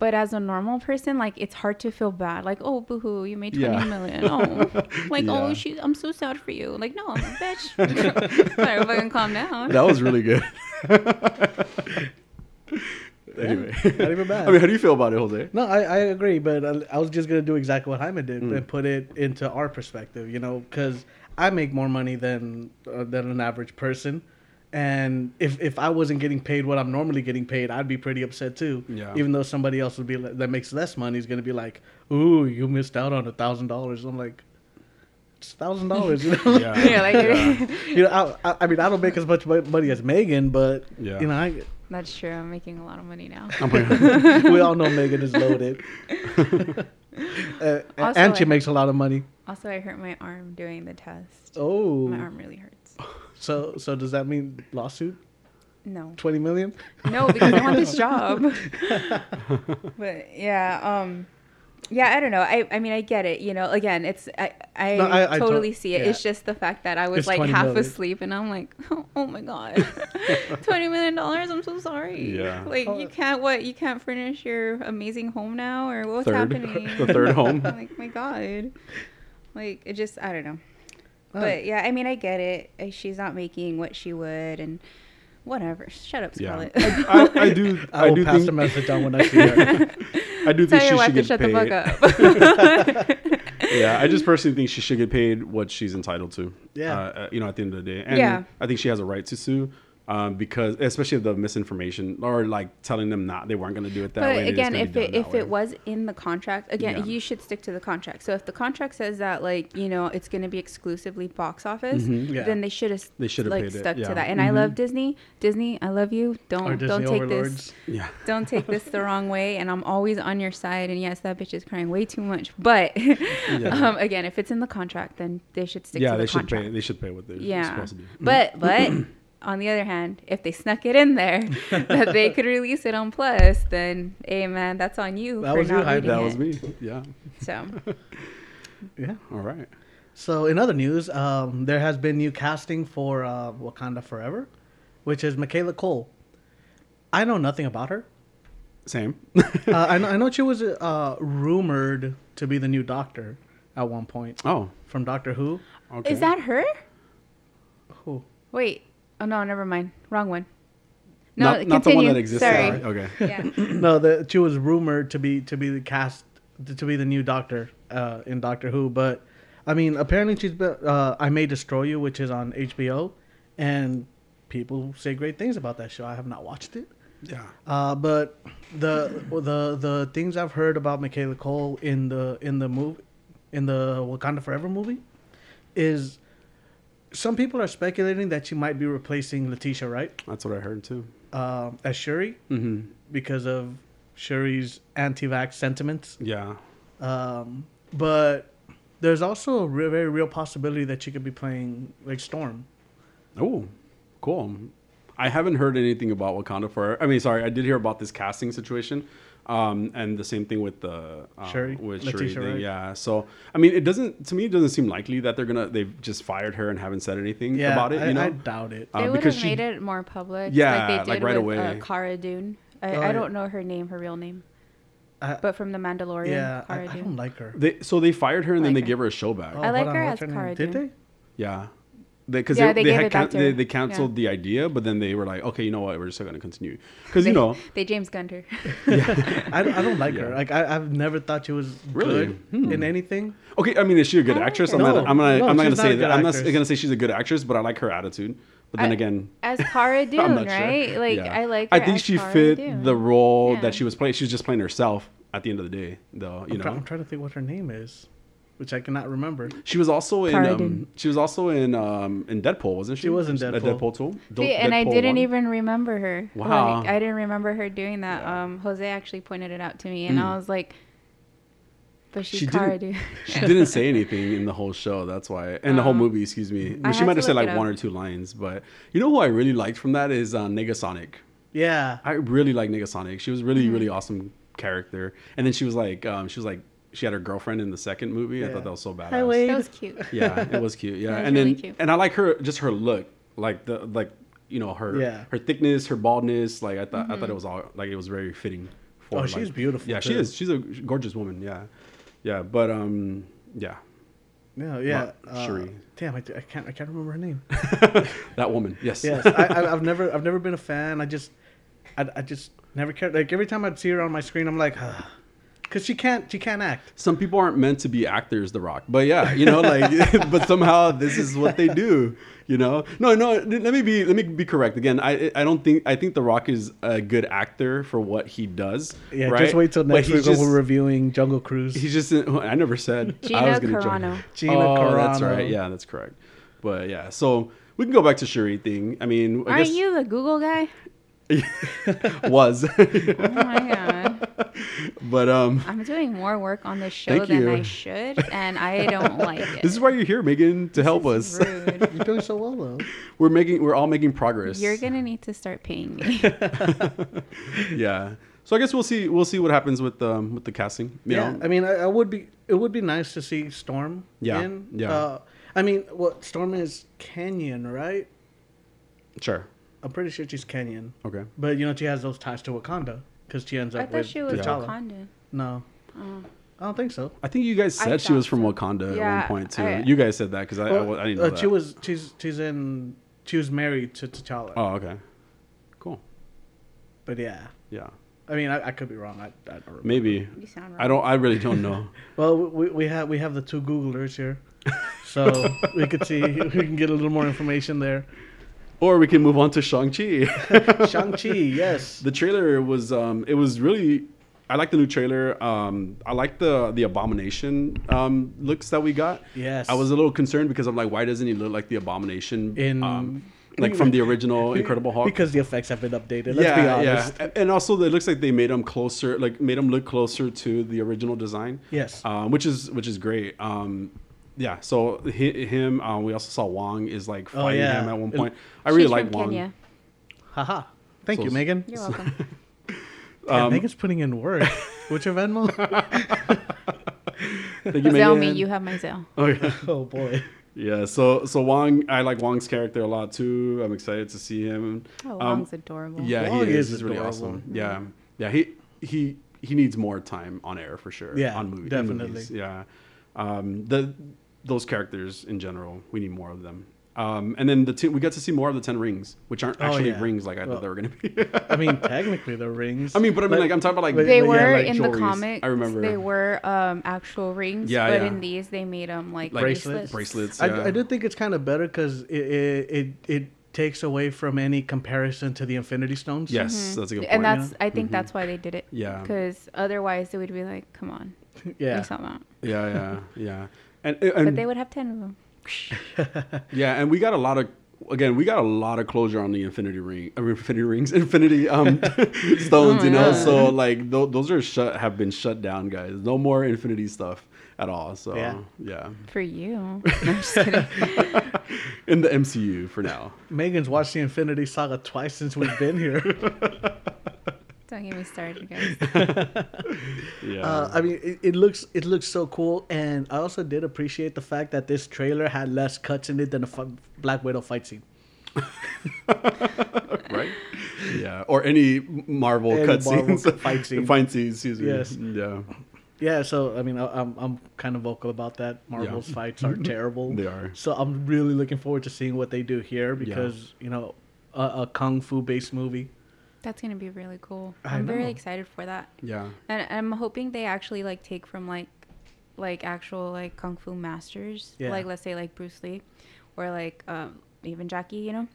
Speaker 3: But as a normal person, like it's hard to feel bad. Like, oh, boohoo, you made
Speaker 2: Yeah.
Speaker 3: twenty million. Oh, like,
Speaker 2: Yeah.
Speaker 3: oh, she, I'm so sad for you. Like, no, I'm a bitch. Sorry, fucking calm down.
Speaker 2: That was really good. Anyway,
Speaker 1: not even bad.
Speaker 2: I mean, how do you feel about it, Jose?
Speaker 1: No, I, I agree, but I, I was just gonna do exactly what Hyman
Speaker 2: Hmm.
Speaker 1: did and put it into our perspective, you know, because I make more money than uh, than an average person, and if if I wasn't getting paid what I'm normally getting paid, I'd be pretty upset too.
Speaker 2: Yeah.
Speaker 1: Even though somebody else would be li- that makes less money is gonna be like, "Ooh, you missed out on a thousand dollars." I'm like, it's thousand dollars, you know.
Speaker 3: Yeah, like-
Speaker 1: you know, I, I, I mean, I don't make as much mo- money as Megan, but
Speaker 2: Yeah.
Speaker 1: you know, I,
Speaker 3: That's true. I'm making a lot of money now.
Speaker 2: Oh my God.
Speaker 1: we all know Megan is loaded. uh,
Speaker 3: Also,
Speaker 1: and she
Speaker 3: I-
Speaker 1: makes a lot of money.
Speaker 3: Also, I hurt my arm doing the test. My
Speaker 1: Oh,
Speaker 3: arm really hurts.
Speaker 1: so so does that mean lawsuit?
Speaker 3: No.
Speaker 1: Twenty million?
Speaker 3: No, because I want this job. but yeah, um yeah, I don't know. I, I mean, I get it. You know, again, it's I, I,
Speaker 1: No, I- I
Speaker 3: totally
Speaker 1: tot-
Speaker 3: see it.
Speaker 1: yeah.
Speaker 3: It's just the fact that I was
Speaker 1: It's
Speaker 3: like
Speaker 1: 20
Speaker 3: half
Speaker 1: million.
Speaker 3: asleep, and I'm like, oh, my god, twenty million dollars. I'm so sorry.
Speaker 2: Yeah.
Speaker 3: Like
Speaker 1: Oh.
Speaker 3: you can't what you can't furnish your amazing home now, or what's
Speaker 2: third,
Speaker 3: happening?
Speaker 2: the third home.
Speaker 3: I'm like my god, like it just I don't know.
Speaker 1: Oh.
Speaker 3: But yeah, I mean, I get it. Uh, She's not making what she would, and whatever. Shut up,
Speaker 2: Yeah,
Speaker 3: Scarlett.
Speaker 2: I, I, I do.
Speaker 1: I
Speaker 2: I,
Speaker 1: will
Speaker 2: do
Speaker 1: pass
Speaker 2: think.
Speaker 1: the message on when I see her.
Speaker 2: I do
Speaker 3: Tell
Speaker 2: think
Speaker 3: your
Speaker 2: she
Speaker 3: wife
Speaker 2: should
Speaker 3: to
Speaker 2: get
Speaker 3: shut
Speaker 2: paid.
Speaker 3: the fuck up.
Speaker 2: yeah, I just personally think she should get paid what she's entitled to.
Speaker 1: Yeah.
Speaker 2: Uh, uh, you know, at the end of the day, and
Speaker 3: Yeah.
Speaker 2: I think she has a right to sue. Um, because especially the misinformation or like telling them not they weren't going to do it that
Speaker 3: but
Speaker 2: way. and it's
Speaker 3: again,
Speaker 2: gonna be
Speaker 3: if
Speaker 2: done
Speaker 3: it
Speaker 2: that
Speaker 3: if
Speaker 2: way.
Speaker 3: it was in the contract, again,
Speaker 2: Yeah.
Speaker 3: you should stick to the contract. So if the contract says that, like, you know, it's going to be exclusively box office,
Speaker 1: Yeah.
Speaker 3: then they should have
Speaker 2: Mm-hmm. They should've
Speaker 3: like
Speaker 2: paid it,
Speaker 3: stuck
Speaker 2: yeah. Mm-hmm.
Speaker 3: to that. And I love Disney. Disney, I love you.
Speaker 1: Our
Speaker 3: Don't
Speaker 1: Disney
Speaker 3: don't take
Speaker 1: overlords.
Speaker 3: this
Speaker 2: yeah,
Speaker 3: don't take this the wrong way. And I'm always on your side. And yes, that bitch is crying way too much. But um, again, if it's in the contract, then they should stick
Speaker 2: yeah,
Speaker 3: to the
Speaker 2: they should
Speaker 3: contract.
Speaker 2: pay. They should pay what they're
Speaker 3: yeah
Speaker 2: supposed to do.
Speaker 3: but but on the other hand if they snuck it in there that they could release it on plus then hey man that's on you
Speaker 1: That
Speaker 3: for
Speaker 1: was you,
Speaker 3: not
Speaker 1: Hyde.
Speaker 3: reading
Speaker 2: That
Speaker 3: it.
Speaker 2: was me. Yeah.
Speaker 3: so
Speaker 1: Yeah.
Speaker 2: All right.
Speaker 1: So in other news, um, there has been new casting for uh, Wakanda Forever, which is Michaela Cole. I know nothing about her.
Speaker 2: Same.
Speaker 1: uh, I, know, I know she was uh, rumored to be the new Doctor at one point
Speaker 2: oh.
Speaker 1: from Doctor Who.
Speaker 2: Okay.
Speaker 3: is that her
Speaker 1: Who?
Speaker 3: wait oh no never mind wrong one no
Speaker 2: not,
Speaker 3: continue
Speaker 2: not the one that exists?
Speaker 3: sorry
Speaker 2: alright, Okay.
Speaker 3: yeah
Speaker 1: No, the, she was rumored to be to be the cast to be the new Doctor uh, in Doctor Who. But I mean, apparently she's been. Uh, I May Destroy You, which is on HBO, and people say great things about that show. I have not watched it.
Speaker 2: Yeah.
Speaker 1: Uh, but the the the things I've heard about Michaela Cole in the in the movie in the Wakanda Forever movie is some people are speculating that she might be replacing Letitia Wright
Speaker 2: That's what I heard too.
Speaker 1: um, as Shuri
Speaker 2: Mm-hmm.
Speaker 1: because of Shuri's anti-vax sentiments.
Speaker 2: Yeah.
Speaker 1: Um, but there's also a re- very real possibility that she could be playing like Storm.
Speaker 2: Oh, cool. I haven't heard anything about Wakanda Forever. I mean, sorry, I did hear about this casting situation, um, and the same thing with the uh,
Speaker 1: Shuri?
Speaker 2: with Shuri
Speaker 1: Letitia
Speaker 2: thing.
Speaker 1: Wright.
Speaker 2: Yeah. So, I mean, it doesn't to me. It doesn't seem likely that they're gonna they've just fired her and haven't said anything
Speaker 1: Yeah,
Speaker 2: about it.
Speaker 1: I,
Speaker 2: you know,
Speaker 1: I doubt it.
Speaker 2: Uh,
Speaker 3: they would
Speaker 2: because
Speaker 3: have
Speaker 2: she-
Speaker 3: made it more public
Speaker 2: Yeah,
Speaker 3: like they
Speaker 2: like,
Speaker 3: did
Speaker 2: right
Speaker 3: with
Speaker 2: away.
Speaker 3: uh, Cara Dune
Speaker 1: Oh,
Speaker 3: I, I
Speaker 1: yeah.
Speaker 3: don't know her name her real name
Speaker 1: I-
Speaker 3: but from the Mandalorian
Speaker 1: yeah, I,
Speaker 3: Cara
Speaker 1: I
Speaker 3: Dune
Speaker 1: don't like her.
Speaker 2: they so they fired her and then
Speaker 3: Like
Speaker 2: they
Speaker 3: her.
Speaker 2: gave her a show back.
Speaker 1: Oh,
Speaker 3: I like
Speaker 1: hold
Speaker 3: her
Speaker 1: what's
Speaker 3: as
Speaker 1: name?
Speaker 3: Cara
Speaker 1: Did
Speaker 3: Dune.
Speaker 1: they?
Speaker 2: Yeah. Because
Speaker 3: Yeah,
Speaker 2: they, they,
Speaker 3: they gave
Speaker 2: had
Speaker 3: it
Speaker 2: can-
Speaker 3: back to
Speaker 2: they,
Speaker 3: her.
Speaker 2: they canceled the idea, but then they were like, okay, you know what? We're still going to continue. Because, you
Speaker 3: They-
Speaker 2: know,
Speaker 3: they James Gunned her
Speaker 1: I, don't- I don't like her.
Speaker 2: Yeah.
Speaker 1: Like I, I've never thought she was
Speaker 2: Really? Hmm.
Speaker 1: good in anything.
Speaker 2: Okay, I mean, is she a good
Speaker 3: I like
Speaker 2: actress?
Speaker 3: her.
Speaker 2: I'm
Speaker 1: No.
Speaker 2: not. I'm not.
Speaker 1: No,
Speaker 2: I'm not
Speaker 1: she's
Speaker 2: gonna
Speaker 1: not a
Speaker 2: say
Speaker 1: good
Speaker 2: that. I'm not
Speaker 1: actress.
Speaker 2: gonna say she's a good actress, but I like her attitude. But then
Speaker 3: I-
Speaker 2: again,
Speaker 3: as Cara Dune,
Speaker 2: I'm not
Speaker 3: right?
Speaker 2: sure.
Speaker 3: Like
Speaker 2: Yeah.
Speaker 3: I like.
Speaker 2: I
Speaker 3: her
Speaker 2: think
Speaker 3: as
Speaker 2: she
Speaker 3: Cara
Speaker 2: fit
Speaker 3: Dune.
Speaker 2: the role
Speaker 3: Yeah.
Speaker 2: that she was playing. She was just playing herself at the end of the day, though. You
Speaker 1: I'm, try-
Speaker 2: know,
Speaker 1: I'm trying to think what her name is, which I cannot remember.
Speaker 2: she was also in.
Speaker 3: Cara
Speaker 2: Um,
Speaker 3: Dune.
Speaker 2: she was also in um, in Deadpool, wasn't she?
Speaker 1: She was in
Speaker 2: At
Speaker 1: Deadpool.
Speaker 2: Deadpool too.
Speaker 3: See, and I didn't even remember her.
Speaker 2: Wow.
Speaker 3: Like, I didn't remember her doing that.
Speaker 2: Yeah. Hmm.
Speaker 3: Um, Jose actually pointed it out to me, and I was like, "But she's
Speaker 2: She
Speaker 3: Cara
Speaker 2: didn't-
Speaker 3: Dune."
Speaker 2: She didn't say anything in the whole show. That's why, in the whole movie, excuse me.
Speaker 3: Um, I
Speaker 2: she
Speaker 3: had
Speaker 2: might
Speaker 3: to
Speaker 2: have said
Speaker 3: look it
Speaker 2: like one
Speaker 3: up.
Speaker 2: or two lines, but you know who I really liked from that is uh, Negasonic.
Speaker 1: Yeah,
Speaker 2: I really like Negasonic. She was really,
Speaker 3: Mm-hmm.
Speaker 2: really awesome character. And then she was like, um, she was like, she had her girlfriend in the second movie. I
Speaker 1: Yeah.
Speaker 2: thought that was so badass.
Speaker 1: Hi, Wade.
Speaker 3: that was cute.
Speaker 2: Yeah, it was cute. Yeah,
Speaker 3: That was
Speaker 2: and
Speaker 3: really
Speaker 2: then
Speaker 3: cute.
Speaker 2: and I like her, just her look, like the like, you know, her
Speaker 1: Yeah.
Speaker 2: her thickness, her baldness. Like I thought, I
Speaker 3: Mm-hmm.
Speaker 2: thought it was all like it was very fitting. for
Speaker 1: Oh,
Speaker 2: like-
Speaker 1: she's beautiful,
Speaker 2: Yeah, she
Speaker 1: too.
Speaker 2: is. She's a gorgeous woman. Yeah, yeah, but um, yeah,
Speaker 1: no, yeah.
Speaker 2: Not
Speaker 1: uh,
Speaker 2: Shuri.
Speaker 1: Damn, I, I can't. I can't remember her name.
Speaker 2: that woman. Yes.
Speaker 1: yes, I, I, I've never. I've never been a fan. I just. I, I just Never cared. Like every time I'd see her on my screen, I'm like, because she can't, she can't act.
Speaker 2: Some people aren't meant to be actors, The Rock. But yeah, you know, like, but somehow this is what they do. You know, no, no. Let me be, let me be correct again. I, I don't think I think The Rock is a good actor for what he does.
Speaker 1: Yeah,
Speaker 2: right?
Speaker 1: just wait till
Speaker 2: But
Speaker 1: next
Speaker 2: he's
Speaker 1: week
Speaker 2: just-
Speaker 1: when we're reviewing Jungle Cruise.
Speaker 2: He's just. In, I never said. I
Speaker 3: Gina
Speaker 2: was gonna joke.
Speaker 3: Carano.
Speaker 1: Gina
Speaker 2: oh, that's
Speaker 1: Carano.
Speaker 2: right. Yeah, that's correct. But yeah, so we can go back to Cherie thing. I mean, I
Speaker 3: Aren't
Speaker 2: guess
Speaker 3: you the Google guy?
Speaker 2: was,
Speaker 3: Oh my god.
Speaker 2: but um,
Speaker 3: I'm doing more work on this show
Speaker 2: Thank
Speaker 3: than
Speaker 2: you.
Speaker 3: I should, and I don't like it.
Speaker 2: this is why you're here, Megan, to help
Speaker 3: This
Speaker 2: us.
Speaker 3: is rude.
Speaker 1: You're doing so well though.
Speaker 2: We're making. We're all making progress.
Speaker 3: You're gonna need to start paying me.
Speaker 2: yeah. So I guess we'll see. We'll see what happens with um with the casting. You
Speaker 1: yeah,
Speaker 2: know?
Speaker 1: I mean, I, I would be. It would be nice to see Storm.
Speaker 2: Yeah,
Speaker 1: in.
Speaker 2: yeah.
Speaker 1: Uh, I mean, what Storm is Kenyan, right?
Speaker 2: sure.
Speaker 1: I'm pretty sure she's Kenyan,
Speaker 2: Okay.
Speaker 1: but you know she has those ties to Wakanda because she ends up
Speaker 3: I thought
Speaker 1: with
Speaker 3: she was
Speaker 1: T'Challa.
Speaker 3: Wakanda.
Speaker 1: No,
Speaker 3: Oh.
Speaker 1: I don't think so.
Speaker 2: I think you guys
Speaker 3: I
Speaker 2: said she was
Speaker 3: thought
Speaker 2: from
Speaker 3: so.
Speaker 2: Wakanda
Speaker 3: Yeah,
Speaker 2: at one point too.
Speaker 3: I-
Speaker 2: you guys said that because I, I wa- I didn't know
Speaker 1: Uh,
Speaker 2: that.
Speaker 1: She was. She's. She's in. She was married to T'Challa.
Speaker 2: oh, okay. Cool.
Speaker 1: But yeah,
Speaker 2: Yeah.
Speaker 1: I mean, I, I could be wrong. I, I don't remember.
Speaker 2: Maybe.
Speaker 3: You sound right.
Speaker 2: I don't. I really don't know.
Speaker 1: Well, we, we have we have the two Googlers here, so we could see we can get a little more information there.
Speaker 2: or we can move on to Shang Chi.
Speaker 1: Shang Chi, yes.
Speaker 2: The trailer was um it was really I like the new trailer. Um I like the the abomination um looks that we got.
Speaker 1: Yes.
Speaker 2: I was a little concerned because I'm like why doesn't he look like the abomination
Speaker 1: In-
Speaker 2: um, like from the original Incredible Hulk?
Speaker 1: because the effects have been updated. Let's be honest.
Speaker 2: yeah, and also it looks like they made him closer, like made him look closer to the original design.
Speaker 1: Yes.
Speaker 2: um, which is which is great. Um, yeah, so hi- him. Uh, we also saw Wong is like
Speaker 1: Oh,
Speaker 2: fighting
Speaker 1: yeah.
Speaker 2: him at one
Speaker 1: It-
Speaker 2: point. I really
Speaker 3: She's
Speaker 2: like
Speaker 3: from
Speaker 2: Wong.
Speaker 3: Kenya.
Speaker 1: Haha. Thank
Speaker 2: So- um,
Speaker 1: you, Megan.
Speaker 3: You're welcome.
Speaker 1: Damn, Megan's putting in work. Which your Venmo?
Speaker 2: Thank you,
Speaker 3: Zell me,
Speaker 2: Megan.
Speaker 3: you have my Zell.
Speaker 2: Oh, yeah.
Speaker 1: oh boy.
Speaker 2: Yeah, so so Wong, I like Wong's character a lot too. I'm excited to see him.
Speaker 3: Oh,
Speaker 2: Um,
Speaker 3: Wong's adorable.
Speaker 2: Yeah,
Speaker 1: Wong
Speaker 2: he is.
Speaker 1: is
Speaker 2: He's really
Speaker 1: adorable. Mm-hmm.
Speaker 2: awesome. Yeah, yeah. He he he needs more time on air for sure.
Speaker 1: Yeah,
Speaker 2: on movie,
Speaker 1: definitely.
Speaker 2: in movies. Yeah, um, the those characters in general, we need more of them. Um, and then the two, we got to see more of the Ten Rings, which aren't
Speaker 1: Oh,
Speaker 2: actually
Speaker 1: yeah.
Speaker 2: rings like I
Speaker 1: Well-
Speaker 2: thought they were gonna be.
Speaker 1: I mean, technically they're rings.
Speaker 2: I mean, but I mean, like I'm talking about like
Speaker 1: But-
Speaker 3: They
Speaker 1: yeah,
Speaker 3: were
Speaker 2: like
Speaker 3: in the
Speaker 2: jewelries.
Speaker 3: comics.
Speaker 2: I remember
Speaker 3: they were um, actual rings.
Speaker 2: Yeah,
Speaker 3: but
Speaker 2: yeah.
Speaker 3: in these, they made them like,
Speaker 2: Like
Speaker 1: Bracelets.
Speaker 3: bracelets.
Speaker 2: bracelets.
Speaker 1: I,
Speaker 2: yeah.
Speaker 1: I do think it's kind of better because it, it it it takes away from any comparison to the Infinity Stones.
Speaker 2: Yes, that's a good point.
Speaker 3: Mm-hmm. and that's I think that's why they did it.
Speaker 2: Mm-hmm. Yeah.
Speaker 3: Because otherwise, it would be like, come on,
Speaker 1: Yeah.
Speaker 3: we saw that.
Speaker 2: yeah, yeah, yeah. And, and
Speaker 3: But they would have ten of them.
Speaker 2: Yeah, and we got a lot of again, we got a lot of closure on the Infinity Ring, I mean, Infinity Rings, Infinity um stones,
Speaker 3: Oh
Speaker 2: you
Speaker 3: my
Speaker 2: know.
Speaker 3: God.
Speaker 2: So like tho- those are shut have been shut down, guys. No more Infinity stuff at all. So yeah,
Speaker 1: Yeah.
Speaker 3: For you, No, I'm just kidding.
Speaker 2: in the MCU for now.
Speaker 1: Megan's watched the Infinity Saga twice since we've been here.
Speaker 3: Don't get me started, guys.
Speaker 2: Yeah,
Speaker 1: Uh, I mean, it, it looks it looks so cool, and I also did appreciate the fact that this trailer had less cuts in it than a fu- Black Widow fight scene.
Speaker 2: right? Yeah, or any Marvel
Speaker 1: Any Marvel
Speaker 2: cutscenes,
Speaker 1: fight scene.
Speaker 2: fight scenes, excuse me.
Speaker 1: Yes.
Speaker 2: Yeah,
Speaker 1: Yeah, so I mean, I, I'm I'm kind of vocal about that. Marvel's fights are terrible.
Speaker 2: They are.
Speaker 1: So I'm really looking forward to seeing what they do here because you know a, a kung fu based movie.
Speaker 3: That's gonna be really cool.
Speaker 1: I
Speaker 3: I'm
Speaker 1: know.
Speaker 3: very excited for that.
Speaker 2: yeah.
Speaker 3: And I'm hoping they actually like take from like like actual like kung fu masters,
Speaker 1: Yeah.
Speaker 3: like let's say like Bruce Lee or like um, even Jackie, you know.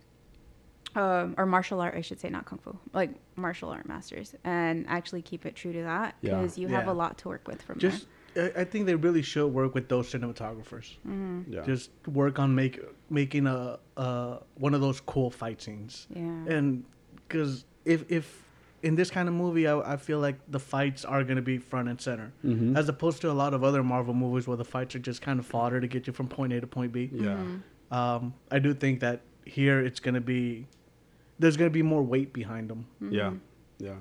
Speaker 3: Um, or martial art, I should say, not kung fu, like martial art masters, and actually keep it true to that
Speaker 2: Yeah.
Speaker 3: because you have
Speaker 1: Yeah.
Speaker 3: a lot to work with from
Speaker 1: Just I, I think they really should work with those cinematographers.
Speaker 3: Mm.
Speaker 2: Yeah.
Speaker 1: Just work on make making a, a one of those cool fight scenes.
Speaker 3: there. Yeah.
Speaker 1: and because if if in this kind of movie I, I feel like the fights are going to be front and center as opposed to a lot of other marvel movies where the fights are just kind of fodder to get you from point a to point b
Speaker 2: Yeah.
Speaker 1: um, i do think that here it's going to be there's going to be more weight behind them
Speaker 2: Yeah, yeah.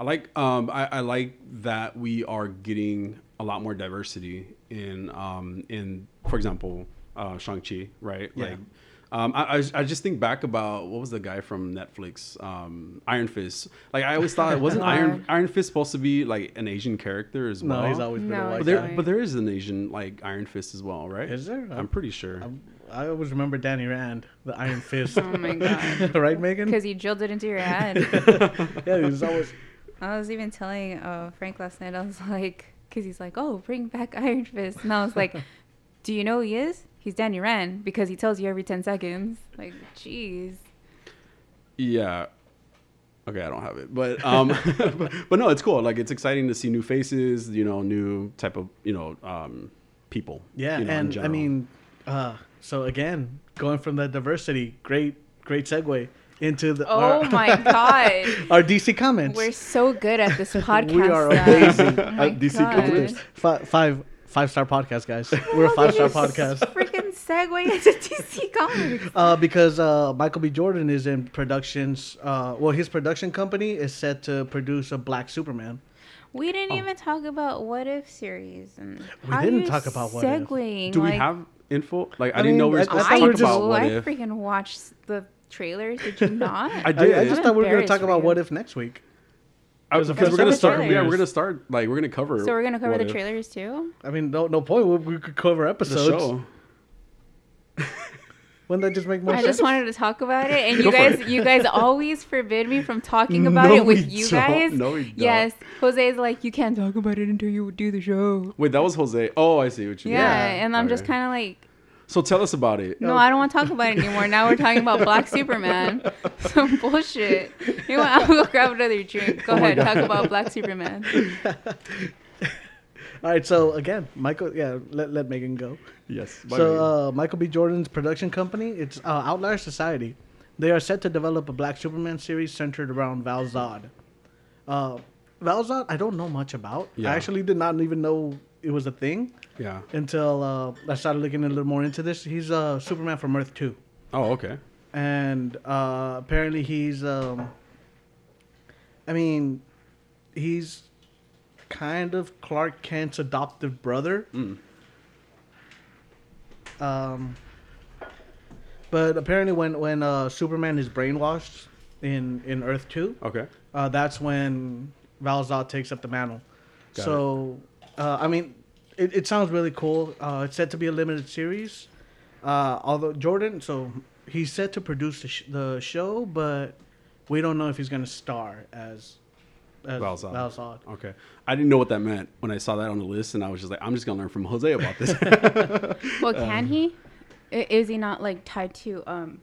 Speaker 2: I like um, I, I like that we are getting a lot more diversity in um, in for example uh, Shang Chi, right?
Speaker 1: Yeah.
Speaker 2: Like, um, I, I was- I just think back about what was the guy from Netflix, um, Iron Fist. Like I always thought, wasn't Iron
Speaker 3: God.
Speaker 2: Iron Fist supposed to be like an Asian character as well?
Speaker 1: Uh, no he's always been
Speaker 3: No,
Speaker 1: a white
Speaker 2: But
Speaker 3: he's
Speaker 1: guy
Speaker 2: there,
Speaker 3: Sorry.
Speaker 2: but there is an Asian like Iron Fist as well, right?
Speaker 1: Is there?
Speaker 2: I'm pretty sure.
Speaker 1: i always remember danny rand the iron fist
Speaker 3: oh my god.
Speaker 1: right megan
Speaker 3: Because you drilled it into your head.
Speaker 1: yeah he was always
Speaker 3: I was even telling uh, Frank last night. I was like, because he's like, "Oh, bring back Iron Fist," and I was like, "Do you know who he is? He's Danny Rand because he tells you every ten seconds." Like, jeez.
Speaker 2: Yeah. Okay, I don't have it, but um, but, but no, it's cool. Like it's exciting to see new faces, you know, new type of you know um, people.
Speaker 1: Yeah,
Speaker 2: you know, in
Speaker 1: and I
Speaker 2: general.
Speaker 1: mean, uh, so again, going from that diversity, great, great segue into the
Speaker 3: Oh
Speaker 1: our,
Speaker 3: my god,
Speaker 1: our DC comments.
Speaker 3: we're so good at this podcast.
Speaker 1: we are
Speaker 3: now.
Speaker 1: amazing.
Speaker 3: Oh my
Speaker 2: At DC
Speaker 3: God.
Speaker 2: Conference.
Speaker 1: Fi- five five star podcast guys. We're a
Speaker 3: How
Speaker 1: five
Speaker 3: did
Speaker 1: star
Speaker 3: you
Speaker 1: podcast.
Speaker 3: Freaking segue into DC Comics.
Speaker 1: Uh, because uh, Michael B. Jordan is in productions. Uh, well, his production company is set to produce a Black Superman.
Speaker 3: We didn't even talk about what if series. And
Speaker 1: Oh. We didn't talk about What If.
Speaker 3: If.
Speaker 2: do we have info? Like I,
Speaker 1: I
Speaker 2: didn't know
Speaker 1: mean,
Speaker 2: we were
Speaker 1: I-
Speaker 2: supposed
Speaker 1: I thought
Speaker 2: to
Speaker 1: we
Speaker 2: talk
Speaker 1: were just-
Speaker 2: about
Speaker 3: do.
Speaker 2: what
Speaker 3: I
Speaker 2: if.
Speaker 3: freaking watched the trailer. Did you not?
Speaker 2: I
Speaker 1: I,
Speaker 2: did.
Speaker 1: I just
Speaker 3: I'm
Speaker 1: thought we were going to
Speaker 3: embarrassed
Speaker 1: talk
Speaker 3: for
Speaker 1: about
Speaker 3: you.
Speaker 1: what if next week.
Speaker 2: I
Speaker 1: was the
Speaker 2: because
Speaker 1: first
Speaker 2: we're gonna
Speaker 3: episode
Speaker 2: start.
Speaker 3: trailers.
Speaker 2: Yeah, we're gonna start. Like we're gonna cover.
Speaker 3: so we're gonna cover
Speaker 2: what
Speaker 3: the
Speaker 2: if.
Speaker 3: trailers too.
Speaker 1: I mean, no, no point. We, we could cover
Speaker 2: The
Speaker 1: episodes.
Speaker 2: show.
Speaker 1: Wouldn't that just make more
Speaker 3: I
Speaker 1: sense?
Speaker 3: just wanted to talk about it, and
Speaker 2: Oh, Go
Speaker 3: you
Speaker 2: for
Speaker 3: guys,
Speaker 2: it.
Speaker 3: you guys always forbid me from talking about
Speaker 2: No,
Speaker 3: it with
Speaker 2: we
Speaker 3: you
Speaker 2: don't.
Speaker 3: guys.
Speaker 2: No, we don't.
Speaker 3: Yes, Jose's like, you can't talk about it until you do the show.
Speaker 2: Wait, that was Jose. Oh, I see what you.
Speaker 3: Yeah,
Speaker 2: mean.
Speaker 3: and I'm just
Speaker 2: Okay.
Speaker 3: kind of like,
Speaker 2: So tell us about it.
Speaker 1: No.
Speaker 3: No, I don't want to talk about it anymore. Now we're talking about Black Superman. Some bullshit. You know what? I'll go grab another drink. Go
Speaker 2: Oh my
Speaker 3: ahead, talk about Black Superman.
Speaker 1: All right, so again, Michael, yeah, let, let Megan go.
Speaker 2: Yes.
Speaker 1: So uh, Michael B. Jordan's production company, it's uh, Outlier Society. They are set to develop a Black Superman series centered around Val Zod. Uh, Val Zod, I don't know much about.
Speaker 2: Yeah.
Speaker 1: I actually did not even know it was a thing
Speaker 2: yeah.
Speaker 1: until uh, I started looking a little more into this. He's uh, Superman from Earth Two,
Speaker 2: Oh, okay.
Speaker 1: and uh, apparently he's, um, I mean, he's kind of Clark Kent's adoptive brother.
Speaker 2: Mm.
Speaker 1: Um, but apparently, when when uh, Superman is brainwashed in in Earth Two,
Speaker 2: Okay.
Speaker 1: uh, that's when Valzad takes up the mantle.
Speaker 2: Got
Speaker 1: so, uh, I mean, it, it sounds really cool. Uh, it's set to be a limited series. Uh, although Jordan, so he's set to produce the, sh- the show, but we don't know if he's going to star as, as
Speaker 2: Val Zod.
Speaker 1: Valzad.
Speaker 2: Okay. I didn't know what that meant when I saw that on the list, and I was just like, I'm just gonna learn from Jose about this.
Speaker 3: Well,
Speaker 2: Um,
Speaker 3: can he? I- Is he not like tied to um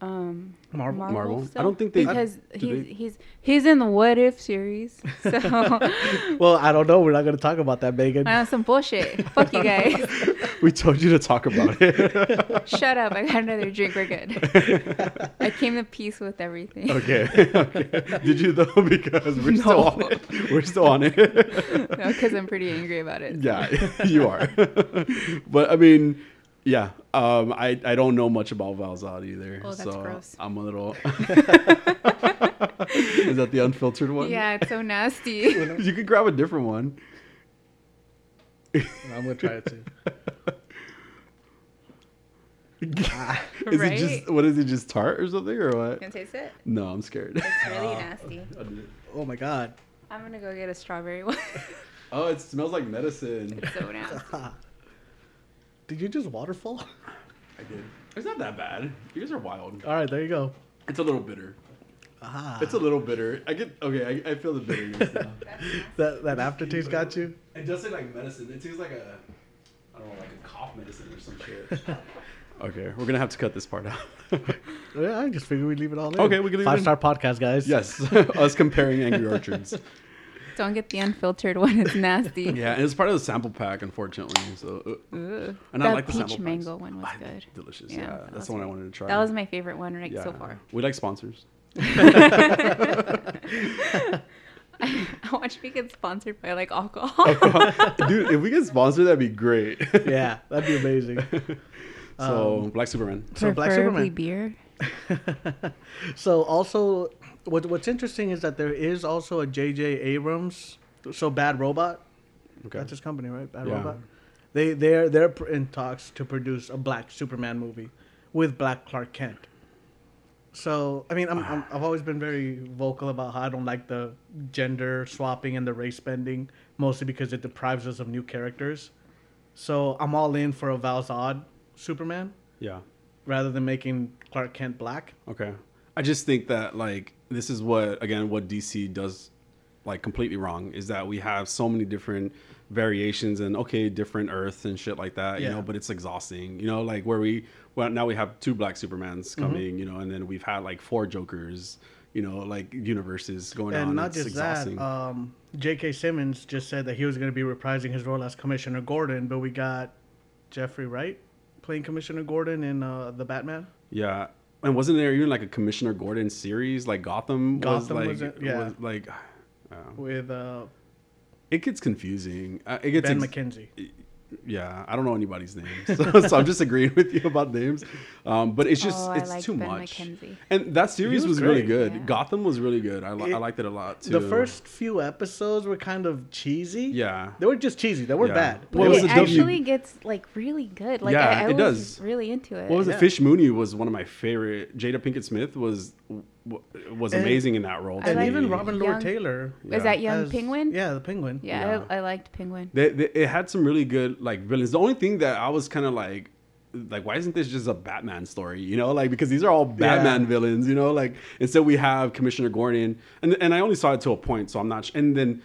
Speaker 3: um
Speaker 1: Marvel.
Speaker 3: Marvel?
Speaker 2: Marvel? I
Speaker 3: stuff?
Speaker 2: don't think they-
Speaker 3: because
Speaker 2: do
Speaker 3: he's,
Speaker 2: they-
Speaker 3: he's he's in the What If series. So
Speaker 1: Well, I don't know. We're not going to talk about that, Megan.
Speaker 3: I know some bullshit. Fuck you guys.
Speaker 2: we told you to talk about it.
Speaker 3: Shut up. I got another drink. We're good. I came to peace with everything.
Speaker 2: okay. okay. Did you though? Because we're still on
Speaker 3: No.
Speaker 2: it. We're still on it.
Speaker 3: Because I'm pretty angry about it.
Speaker 2: yeah, you are. but I mean, yeah. Um, I I don't know much about Valzad either.
Speaker 3: Oh, that's
Speaker 2: so
Speaker 3: gross.
Speaker 2: I'm a little. Is that the unfiltered one?
Speaker 3: Yeah, it's so nasty.
Speaker 2: You could grab a different one.
Speaker 1: I'm going to try it too.
Speaker 2: Is
Speaker 3: Right?
Speaker 2: it just what is it just tart or something or what?
Speaker 3: Can taste it?
Speaker 2: No, I'm scared.
Speaker 3: It's really
Speaker 2: Uh,
Speaker 3: nasty.
Speaker 1: Oh, my God.
Speaker 3: I'm gonna go get a strawberry one.
Speaker 2: oh, it smells like medicine.
Speaker 3: it's so nasty.
Speaker 1: Did you just waterfall?
Speaker 2: I did. It's not that bad. You guys are wild.
Speaker 1: All right, there you go.
Speaker 2: It's a little bitter.
Speaker 1: Ah,
Speaker 2: It's a little bitter. I get okay. I, I feel the bitterness now.
Speaker 1: that, that aftertaste got you?
Speaker 2: It does taste like medicine. It tastes like a, I don't know, like a cough medicine or some shit. okay, we're gonna have to cut this part out.
Speaker 1: Yeah, I just figured we'd leave it all in.
Speaker 2: Okay, we can leave it
Speaker 1: Five
Speaker 2: in.
Speaker 1: star podcast, guys.
Speaker 2: yes, us comparing Angry Orchards.
Speaker 3: Don't get the unfiltered one. It's nasty.
Speaker 2: Yeah, and it's part of the sample pack, unfortunately. So, uh,
Speaker 3: Ugh.
Speaker 2: and
Speaker 3: that
Speaker 2: I like the sample
Speaker 3: peach
Speaker 2: packs.
Speaker 3: mango one was
Speaker 2: Ah,
Speaker 3: good.
Speaker 2: Delicious.
Speaker 3: Yeah,
Speaker 2: Yeah,
Speaker 3: that
Speaker 2: that's
Speaker 3: was
Speaker 2: the one I
Speaker 3: good.
Speaker 2: wanted to try.
Speaker 3: That was my favorite one right so far.
Speaker 2: We like sponsors.
Speaker 3: I watched me get sponsored by like alcohol.
Speaker 2: Dude, if we get sponsored, that'd be great.
Speaker 1: Yeah, that'd be amazing.
Speaker 2: so,
Speaker 1: Um,
Speaker 2: Black Superman.
Speaker 1: So Black
Speaker 3: Preferably
Speaker 1: Superman.
Speaker 3: beer.
Speaker 1: so also, what what's interesting is that there is also a J.J. Abrams, so Bad Robot.
Speaker 2: Okay.
Speaker 1: That's his company, right? Bad
Speaker 2: Yeah.
Speaker 1: Robot. They they're they're pr- in talks to produce a Black Superman movie with Black Clark Kent. So I mean, I'm, I'm I've always been very vocal about how I don't like the gender swapping and the race bending, mostly because it deprives us of new characters. So I'm all in for a Val Zod Superman
Speaker 2: yeah.
Speaker 1: rather than making Clark Kent black.
Speaker 2: Okay. I just think that like this is what again what DC does like completely wrong is that we have so many different variations and okay different Earths and shit like that you
Speaker 1: Yeah.
Speaker 2: know but it's exhausting you know like where we well now we have two Black
Speaker 1: Mm-hmm.
Speaker 2: Supermans coming you know and then we've had like four Jokers you know like universes going
Speaker 1: and
Speaker 2: on
Speaker 1: not
Speaker 2: it's
Speaker 1: just
Speaker 2: exhausting
Speaker 1: that, um, J.K. Simmons just said that he was going to be reprising his role as Commissioner Gordon, but we got Jeffrey Wright playing Commissioner Gordon in uh, the Batman.
Speaker 2: yeah. And wasn't there even like a Commissioner Gordon series like Gotham?
Speaker 1: Gotham was
Speaker 2: was like
Speaker 1: it? Yeah.
Speaker 2: was, like yeah.
Speaker 1: with uh,
Speaker 2: it gets confusing. Uh, it gets
Speaker 1: Ben
Speaker 2: ex-
Speaker 1: McKenzie.
Speaker 2: yeah, I don't know anybody's names, so, so I'm just agreeing with you about names. Um, but it's just
Speaker 3: Oh, I
Speaker 2: it's
Speaker 3: liked
Speaker 2: too
Speaker 3: Ben
Speaker 2: much.
Speaker 3: McKenzie.
Speaker 2: And that series
Speaker 1: was
Speaker 2: was, really
Speaker 1: great.
Speaker 2: good.
Speaker 3: Yeah.
Speaker 2: Gotham was really good. I, li- I
Speaker 1: It-
Speaker 2: liked it a lot too.
Speaker 1: The first few episodes were kind of cheesy.
Speaker 2: Yeah.
Speaker 1: they were just cheesy. They weren't
Speaker 2: Yeah.
Speaker 1: bad.
Speaker 2: Well, It
Speaker 1: They
Speaker 2: was a
Speaker 3: it
Speaker 1: were-
Speaker 2: W-
Speaker 3: actually gets like really good. Like
Speaker 2: Yeah,
Speaker 3: I, I
Speaker 2: it
Speaker 3: was
Speaker 2: does.
Speaker 3: really into it.
Speaker 2: What was
Speaker 1: Yeah.
Speaker 2: it? Fish Mooney was one of my favorite. Jada Pinkett Smith was w- was
Speaker 1: And-
Speaker 2: amazing in that role.
Speaker 3: I
Speaker 2: to
Speaker 1: and
Speaker 3: like-
Speaker 2: me.
Speaker 1: even Robin Lord
Speaker 3: Young-
Speaker 1: Taylor.
Speaker 2: Yeah.
Speaker 3: Is that Young
Speaker 1: as-
Speaker 3: Penguin?
Speaker 1: Yeah, the Penguin.
Speaker 3: Yeah,
Speaker 2: Yeah.
Speaker 3: I, I liked Penguin.
Speaker 2: They, they, it had some really good like villains. The only thing that I was kind of like, like why isn't this just a Batman story? You know, like because these are all Batman
Speaker 1: Yeah.
Speaker 2: villains. You know, like instead we have Commissioner Gordon, and and I only saw it to a point, so I'm not. Sh- and then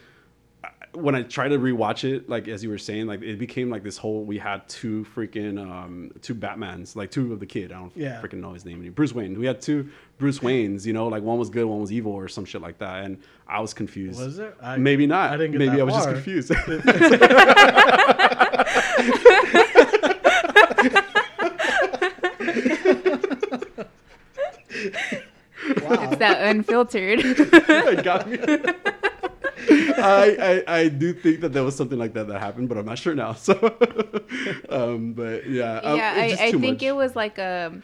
Speaker 2: I- when I tried to rewatch it, like as you were saying, like it became like this whole we had two freaking um two Batmans, like two of the kid. I don't
Speaker 1: Yeah.
Speaker 2: freaking know his name anymore. Bruce Wayne. We had two Bruce Waynes. You know, like one was good, one was evil, or some shit like that. And I was confused.
Speaker 1: Was there? I-
Speaker 2: Maybe not.
Speaker 1: I didn't get
Speaker 2: Maybe
Speaker 1: that
Speaker 2: I was
Speaker 1: far.
Speaker 2: just confused.
Speaker 3: It's that unfiltered.
Speaker 2: It got me. I, I I do think that there was something like that that happened, but I'm not sure now. So, um, but yeah, um,
Speaker 3: yeah,
Speaker 2: it's just
Speaker 3: I, I
Speaker 2: too
Speaker 3: think
Speaker 2: much.
Speaker 3: it was like a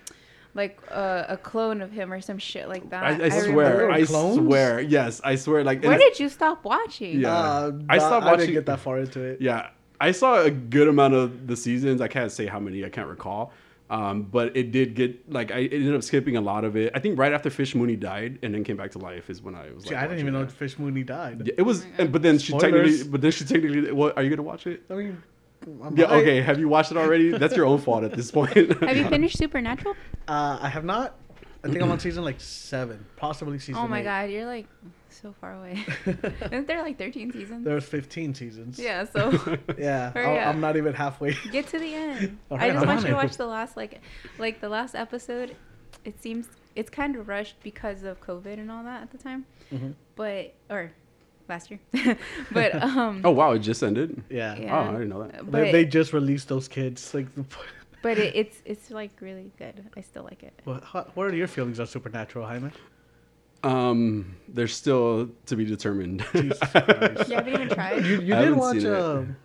Speaker 3: like uh, a, a clone of him or some shit like that.
Speaker 2: I, I,
Speaker 3: remember.
Speaker 2: swear,
Speaker 1: They were
Speaker 2: I
Speaker 1: clones?
Speaker 2: swear, yes, I swear. Like, and
Speaker 3: Where
Speaker 2: it's-
Speaker 3: did you stop watching?
Speaker 2: Yeah.
Speaker 1: Uh,
Speaker 2: I
Speaker 1: I
Speaker 2: stopped
Speaker 1: I
Speaker 2: watching-
Speaker 1: didn't get that far into it.
Speaker 2: yeah, I saw a good amount of the seasons. I can't say how many. I can't recall. Um, but it did get like I ended up skipping a lot of it. I think right after Fish Mooney died and then came back to life is when I was. Like,
Speaker 1: See, I didn't
Speaker 2: watching
Speaker 1: even know
Speaker 2: it.
Speaker 1: Fish Mooney died.
Speaker 2: Yeah, it was,
Speaker 3: Oh
Speaker 2: and, but then she
Speaker 1: Spoilers.
Speaker 2: technically, but then she technically. What are you gonna watch it?
Speaker 1: I mean, I'm
Speaker 2: Yeah,
Speaker 1: high.
Speaker 2: okay. Have you watched it already? That's your own fault at this point.
Speaker 3: Have you finished Supernatural?
Speaker 1: Uh, I have not. I think I'm on season like seven, possibly season.
Speaker 3: Oh my
Speaker 1: eight.
Speaker 3: god, you're like so far away. Isn't there like 13 seasons?
Speaker 1: There's 15 seasons.
Speaker 3: Yeah, so
Speaker 1: Yeah.
Speaker 3: Hurry
Speaker 1: I-
Speaker 3: up.
Speaker 1: I'm not even halfway.
Speaker 3: get to the end.
Speaker 1: All
Speaker 3: I
Speaker 1: right,
Speaker 3: just
Speaker 1: I'm
Speaker 3: want
Speaker 1: on
Speaker 3: you to
Speaker 1: it.
Speaker 3: watch the last like like the last episode. It seems it's kind of rushed because of COVID and all that at the time.
Speaker 1: Mm-hmm.
Speaker 3: But or last year. but um
Speaker 2: oh wow! It just ended.
Speaker 1: Yeah.
Speaker 3: Yeah.
Speaker 2: Oh, I didn't know that.
Speaker 3: but
Speaker 1: They, they just released those kids. Like, the-
Speaker 3: but it, it's it's like really good. I still like it.
Speaker 1: what, how- what are your feelings on Supernatural, Hyman?
Speaker 2: Um, they're still to be determined.
Speaker 1: Jesus Christ.
Speaker 3: You haven't even tried.
Speaker 1: You, you did
Speaker 2: I haven't
Speaker 1: watch
Speaker 2: seen it.
Speaker 1: um,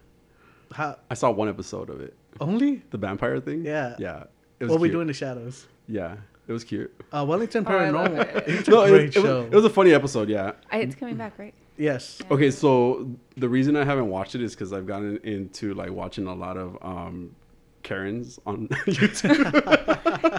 Speaker 1: how,
Speaker 2: I saw one episode of it,
Speaker 1: only
Speaker 2: the vampire thing.
Speaker 1: Yeah.
Speaker 2: Yeah. It
Speaker 1: What We
Speaker 2: cute.
Speaker 1: Do in the Shadows.
Speaker 2: Yeah, it was cute.
Speaker 1: Uh, Wellington
Speaker 3: Oh, I love
Speaker 1: Paranormal.
Speaker 3: it.
Speaker 1: It's a
Speaker 2: No, it,
Speaker 1: great
Speaker 2: it
Speaker 1: show.
Speaker 2: was, it was a funny episode. Yeah.
Speaker 3: I, it's coming back, right?
Speaker 1: yes.
Speaker 3: Yeah.
Speaker 2: Okay, so the reason I haven't watched it is because I've gotten into like watching a lot of um, Karens on YouTube.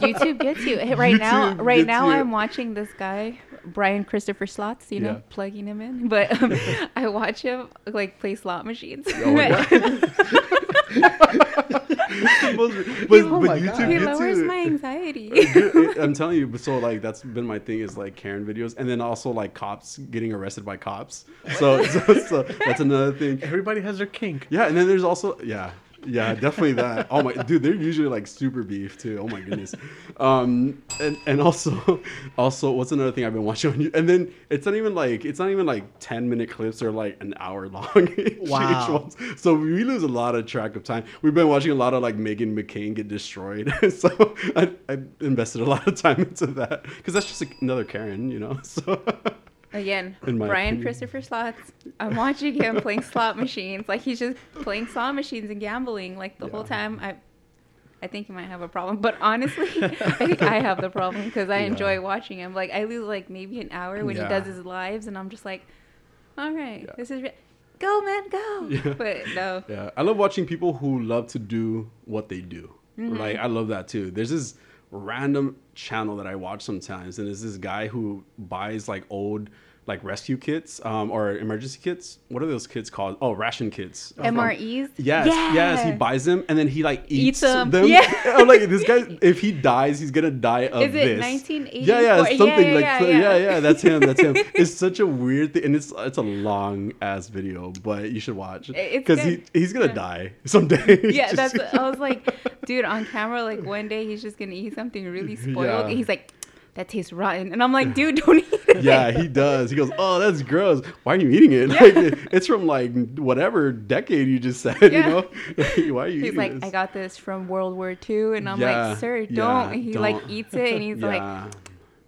Speaker 3: YouTube gets you Hey, right now.
Speaker 2: YouTube
Speaker 3: Right
Speaker 2: gets
Speaker 3: now,
Speaker 2: you.
Speaker 3: I'm watching this guy, Brian Christopher Slots. You know,
Speaker 2: Yeah.
Speaker 3: plugging him in. But um, I watch him like play slot machines.
Speaker 2: Oh my but but
Speaker 1: Oh my God.
Speaker 3: he
Speaker 1: It
Speaker 2: gets
Speaker 3: lowers
Speaker 2: you. Uh,
Speaker 3: my anxiety.
Speaker 2: Dude, I'm telling you, so like that's been my thing is like Karen videos, and then also like cops getting arrested by cops. So, so, so that's another thing.
Speaker 1: Everybody has their kink.
Speaker 2: Yeah, and then there's also yeah, yeah, definitely that. Oh my dude, they're usually like super beef too. Oh my goodness. Um, and and also, also what's another thing I've been watching on you? And then it's not even like it's not even like ten minute clips. They're like an hour long. each- each
Speaker 1: Wow.
Speaker 2: one's- so we lose a lot of track of time. We've been watching a lot of like Megan McCain get destroyed. so I, I invested a lot of time into that because that's just another Karen, you know. So
Speaker 3: Again,
Speaker 2: In my
Speaker 3: Brian
Speaker 2: opinion.
Speaker 3: Christopher Slots. I'm watching him playing slot machines. Like he's just playing slot machines and gambling like the whole
Speaker 2: Yeah.
Speaker 3: time. I, I think he might have a problem. But honestly, I think I have the problem because I
Speaker 2: Yeah.
Speaker 3: enjoy watching him. Like I lose like maybe an hour when
Speaker 2: Yeah.
Speaker 3: he does his lives, and I'm just like, all right,
Speaker 2: Yeah.
Speaker 3: this is. Re- Go man, go!
Speaker 2: Yeah.
Speaker 3: But no,
Speaker 2: Yeah, I love watching people who love to do what they do. Like I love that too. There's this random channel that I watch sometimes, and it's this guy who buys like old like rescue kits um, or emergency kits. What are those kits called? Oh, ration kits. Um,
Speaker 3: MREs.
Speaker 2: Yes, yes, he
Speaker 3: Yeah.
Speaker 2: buys them and then he like eats
Speaker 3: them.
Speaker 2: them.
Speaker 3: Yeah.
Speaker 2: I'm like this guy. If he dies, he's gonna die of
Speaker 3: Is it
Speaker 2: this.
Speaker 3: 1984?
Speaker 2: Yeah, yeah, something
Speaker 3: Yeah,
Speaker 2: like
Speaker 3: yeah,
Speaker 2: so-
Speaker 3: yeah.
Speaker 2: yeah. yeah, That's him. That's him. it's such a weird thing, and it's it's a long ass video, but you should watch
Speaker 3: it's
Speaker 2: because he
Speaker 3: good.
Speaker 2: he's gonna
Speaker 3: Yeah.
Speaker 2: die someday.
Speaker 3: Yeah,
Speaker 2: Just-
Speaker 3: that's. What, I was like, dude, on camera, like one day he's just gonna eat something really
Speaker 2: Yeah.
Speaker 3: spoiled. He's like, that tastes rotten, and I'm like, dude, don't eat it.
Speaker 2: yeah, he does. He goes, "Oh, that's gross. Why are you eating it?
Speaker 3: Yeah.
Speaker 2: Like, it- it's from like whatever decade you just said. You
Speaker 3: Yeah.
Speaker 2: know, Like, why are you
Speaker 3: He's
Speaker 2: eating
Speaker 3: like,
Speaker 2: this?
Speaker 3: I got this from World War II, and I'm
Speaker 2: Yeah,
Speaker 3: like, sir, don't.
Speaker 2: yeah,
Speaker 3: and he like
Speaker 2: don't.
Speaker 3: eats it, and he's like,
Speaker 2: yeah.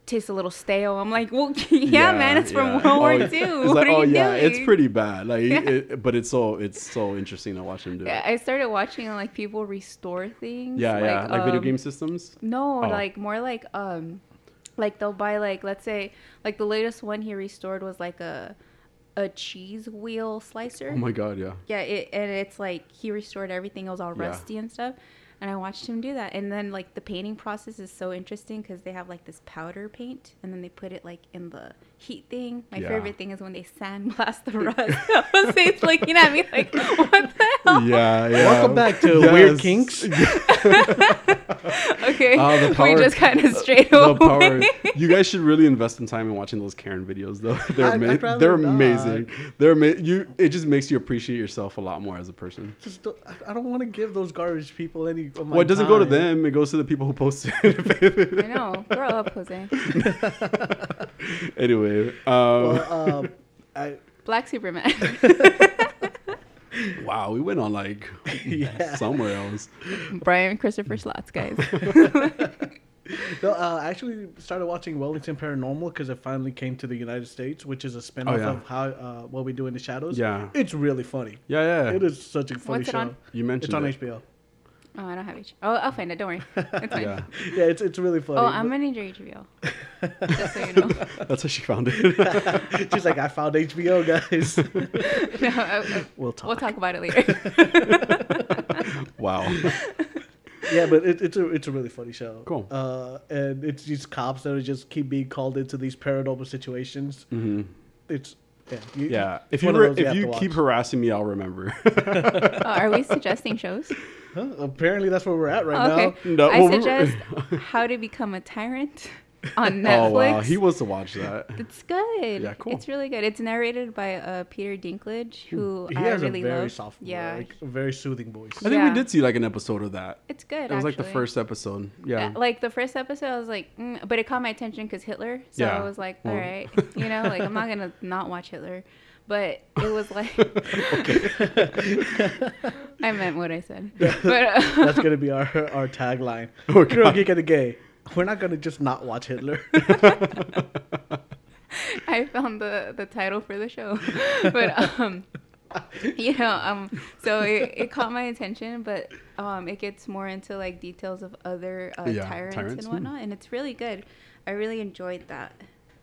Speaker 3: tastes a little stale. I'm like, well, yeah, man, it's from
Speaker 2: yeah.
Speaker 3: World War
Speaker 2: Oh,
Speaker 3: II.
Speaker 2: it's- it's
Speaker 3: what
Speaker 2: like,
Speaker 3: are you
Speaker 2: oh yeah,
Speaker 3: doing?
Speaker 2: it's pretty bad. Like,
Speaker 3: Yeah.
Speaker 2: it, but it's so it's so interesting to watch him do.
Speaker 3: Yeah,
Speaker 2: it.
Speaker 3: I started watching like people restore things.
Speaker 2: Yeah, yeah, like, video
Speaker 3: um,
Speaker 2: game systems.
Speaker 3: No,
Speaker 2: Oh.
Speaker 3: like more like um, like they'll buy like let's say like the latest one he restored was like a a cheese wheel slicer.
Speaker 2: Oh my god, yeah.
Speaker 3: Yeah, it, and it's like he restored everything. It was all
Speaker 2: Yeah.
Speaker 3: rusty and stuff. And I watched him do that. And then like the painting process is so interesting because they have like this powder paint, and then they put it like in the heat thing. My
Speaker 2: Yeah.
Speaker 3: favorite thing is when they sandblast the rust. Jose's looking at me like, what the hell?
Speaker 2: Yeah, yeah.
Speaker 1: Welcome back to Weird
Speaker 2: Yes.
Speaker 1: Kinks.
Speaker 3: Okay,
Speaker 2: Oh, the
Speaker 3: we
Speaker 2: power-
Speaker 3: just kind of straight
Speaker 2: The
Speaker 3: away.
Speaker 2: power. You guys should really invest some time in watching those Karen videos, though. They're
Speaker 1: I'd-
Speaker 2: ama-
Speaker 1: I'd rather
Speaker 2: they're
Speaker 1: not.
Speaker 2: amazing. They're ama- you. It just makes you appreciate yourself a lot more as a person.
Speaker 1: Just don't- I- I don't want to give those garbage people any. Of my
Speaker 2: Well, it doesn't go to
Speaker 1: time.
Speaker 2: them. It goes to the people who post it.
Speaker 3: I know. Grow up, Jose.
Speaker 2: anyway, um,
Speaker 1: Well, um, I,
Speaker 3: Black Superman.
Speaker 2: wow, we went on like
Speaker 1: Yeah.
Speaker 2: somewhere else.
Speaker 3: Brian Christopher
Speaker 2: Hmm.
Speaker 3: Slots, guys.
Speaker 1: no, uh, I actually started watching Wellington Paranormal because it finally came to the United States, which is a spinoff
Speaker 2: Oh, yeah.
Speaker 1: of how uh, what we do in the shadows.
Speaker 2: Yeah.
Speaker 1: it's really funny.
Speaker 2: Yeah, yeah.
Speaker 1: It is such a funny
Speaker 3: What's it
Speaker 1: show.
Speaker 3: on?
Speaker 2: You mentioned
Speaker 1: It's on
Speaker 2: it.
Speaker 1: HBO.
Speaker 3: Oh, I don't have H. Oh, I'll find it. Don't worry. It's fine.
Speaker 2: Yeah,
Speaker 1: Yeah, it's it's really funny.
Speaker 3: Oh, I'm gonna need your HBO. Just so you know.
Speaker 2: that's how she found it.
Speaker 1: She's like, I found HBO, guys.
Speaker 3: No, I- I-
Speaker 1: we'll talk.
Speaker 3: We'll talk about it later.
Speaker 2: wow.
Speaker 1: Yeah, but it, it's a it's a really funny show.
Speaker 2: Cool.
Speaker 1: Uh, and it's these cops that are just keep being called into these paranormal situations. Mm-hmm. It's yeah. you-
Speaker 2: Yeah.
Speaker 1: it's
Speaker 2: If you
Speaker 1: one of
Speaker 2: were,
Speaker 1: those
Speaker 2: if
Speaker 1: have
Speaker 2: you
Speaker 1: to
Speaker 2: keep
Speaker 1: watch.
Speaker 2: harassing me, I'll remember.
Speaker 3: Oh, are we suggesting shows? Oh,
Speaker 1: Huh? apparently that's where we're at right
Speaker 3: okay.
Speaker 1: now.
Speaker 2: no,
Speaker 3: I
Speaker 2: well, we're-
Speaker 3: suggest How to Become a Tyrant on Netflix.
Speaker 2: oh wow, he wants to watch that.
Speaker 3: It's good.
Speaker 2: Yeah, cool.
Speaker 3: It's really good. It's narrated by uh, Peter Dinklage, who
Speaker 1: He
Speaker 3: I
Speaker 1: has
Speaker 3: really
Speaker 1: a very
Speaker 3: love.
Speaker 1: soft,
Speaker 3: yeah,
Speaker 1: like, a very soothing voice.
Speaker 2: I think
Speaker 3: Yeah.
Speaker 2: we did see like an episode of that.
Speaker 3: it's good.
Speaker 2: It was like the
Speaker 3: actually.
Speaker 2: first episode.
Speaker 3: Uh,
Speaker 2: Yeah.
Speaker 3: like the first episode, I was like, mm, but it caught my attention because Hitler. So
Speaker 2: Yeah.
Speaker 3: I was like, all
Speaker 2: Well-
Speaker 3: right, you know, like I'm not gonna not watch Hitler, but it was like, I meant what I said. But uh,
Speaker 1: That's gonna be our our tagline.
Speaker 2: Oh,
Speaker 1: Girl,
Speaker 2: God.
Speaker 1: geek and a gay. We're not gonna just not watch Hitler.
Speaker 3: I found the the title for the show, but um, you know, um, so it, it caught my attention, but um, it gets more into like details of other uh,
Speaker 2: Yeah,
Speaker 3: tyrants,
Speaker 2: tyrants,
Speaker 3: and
Speaker 2: hmm.
Speaker 3: whatnot, and it's really good. I really enjoyed that.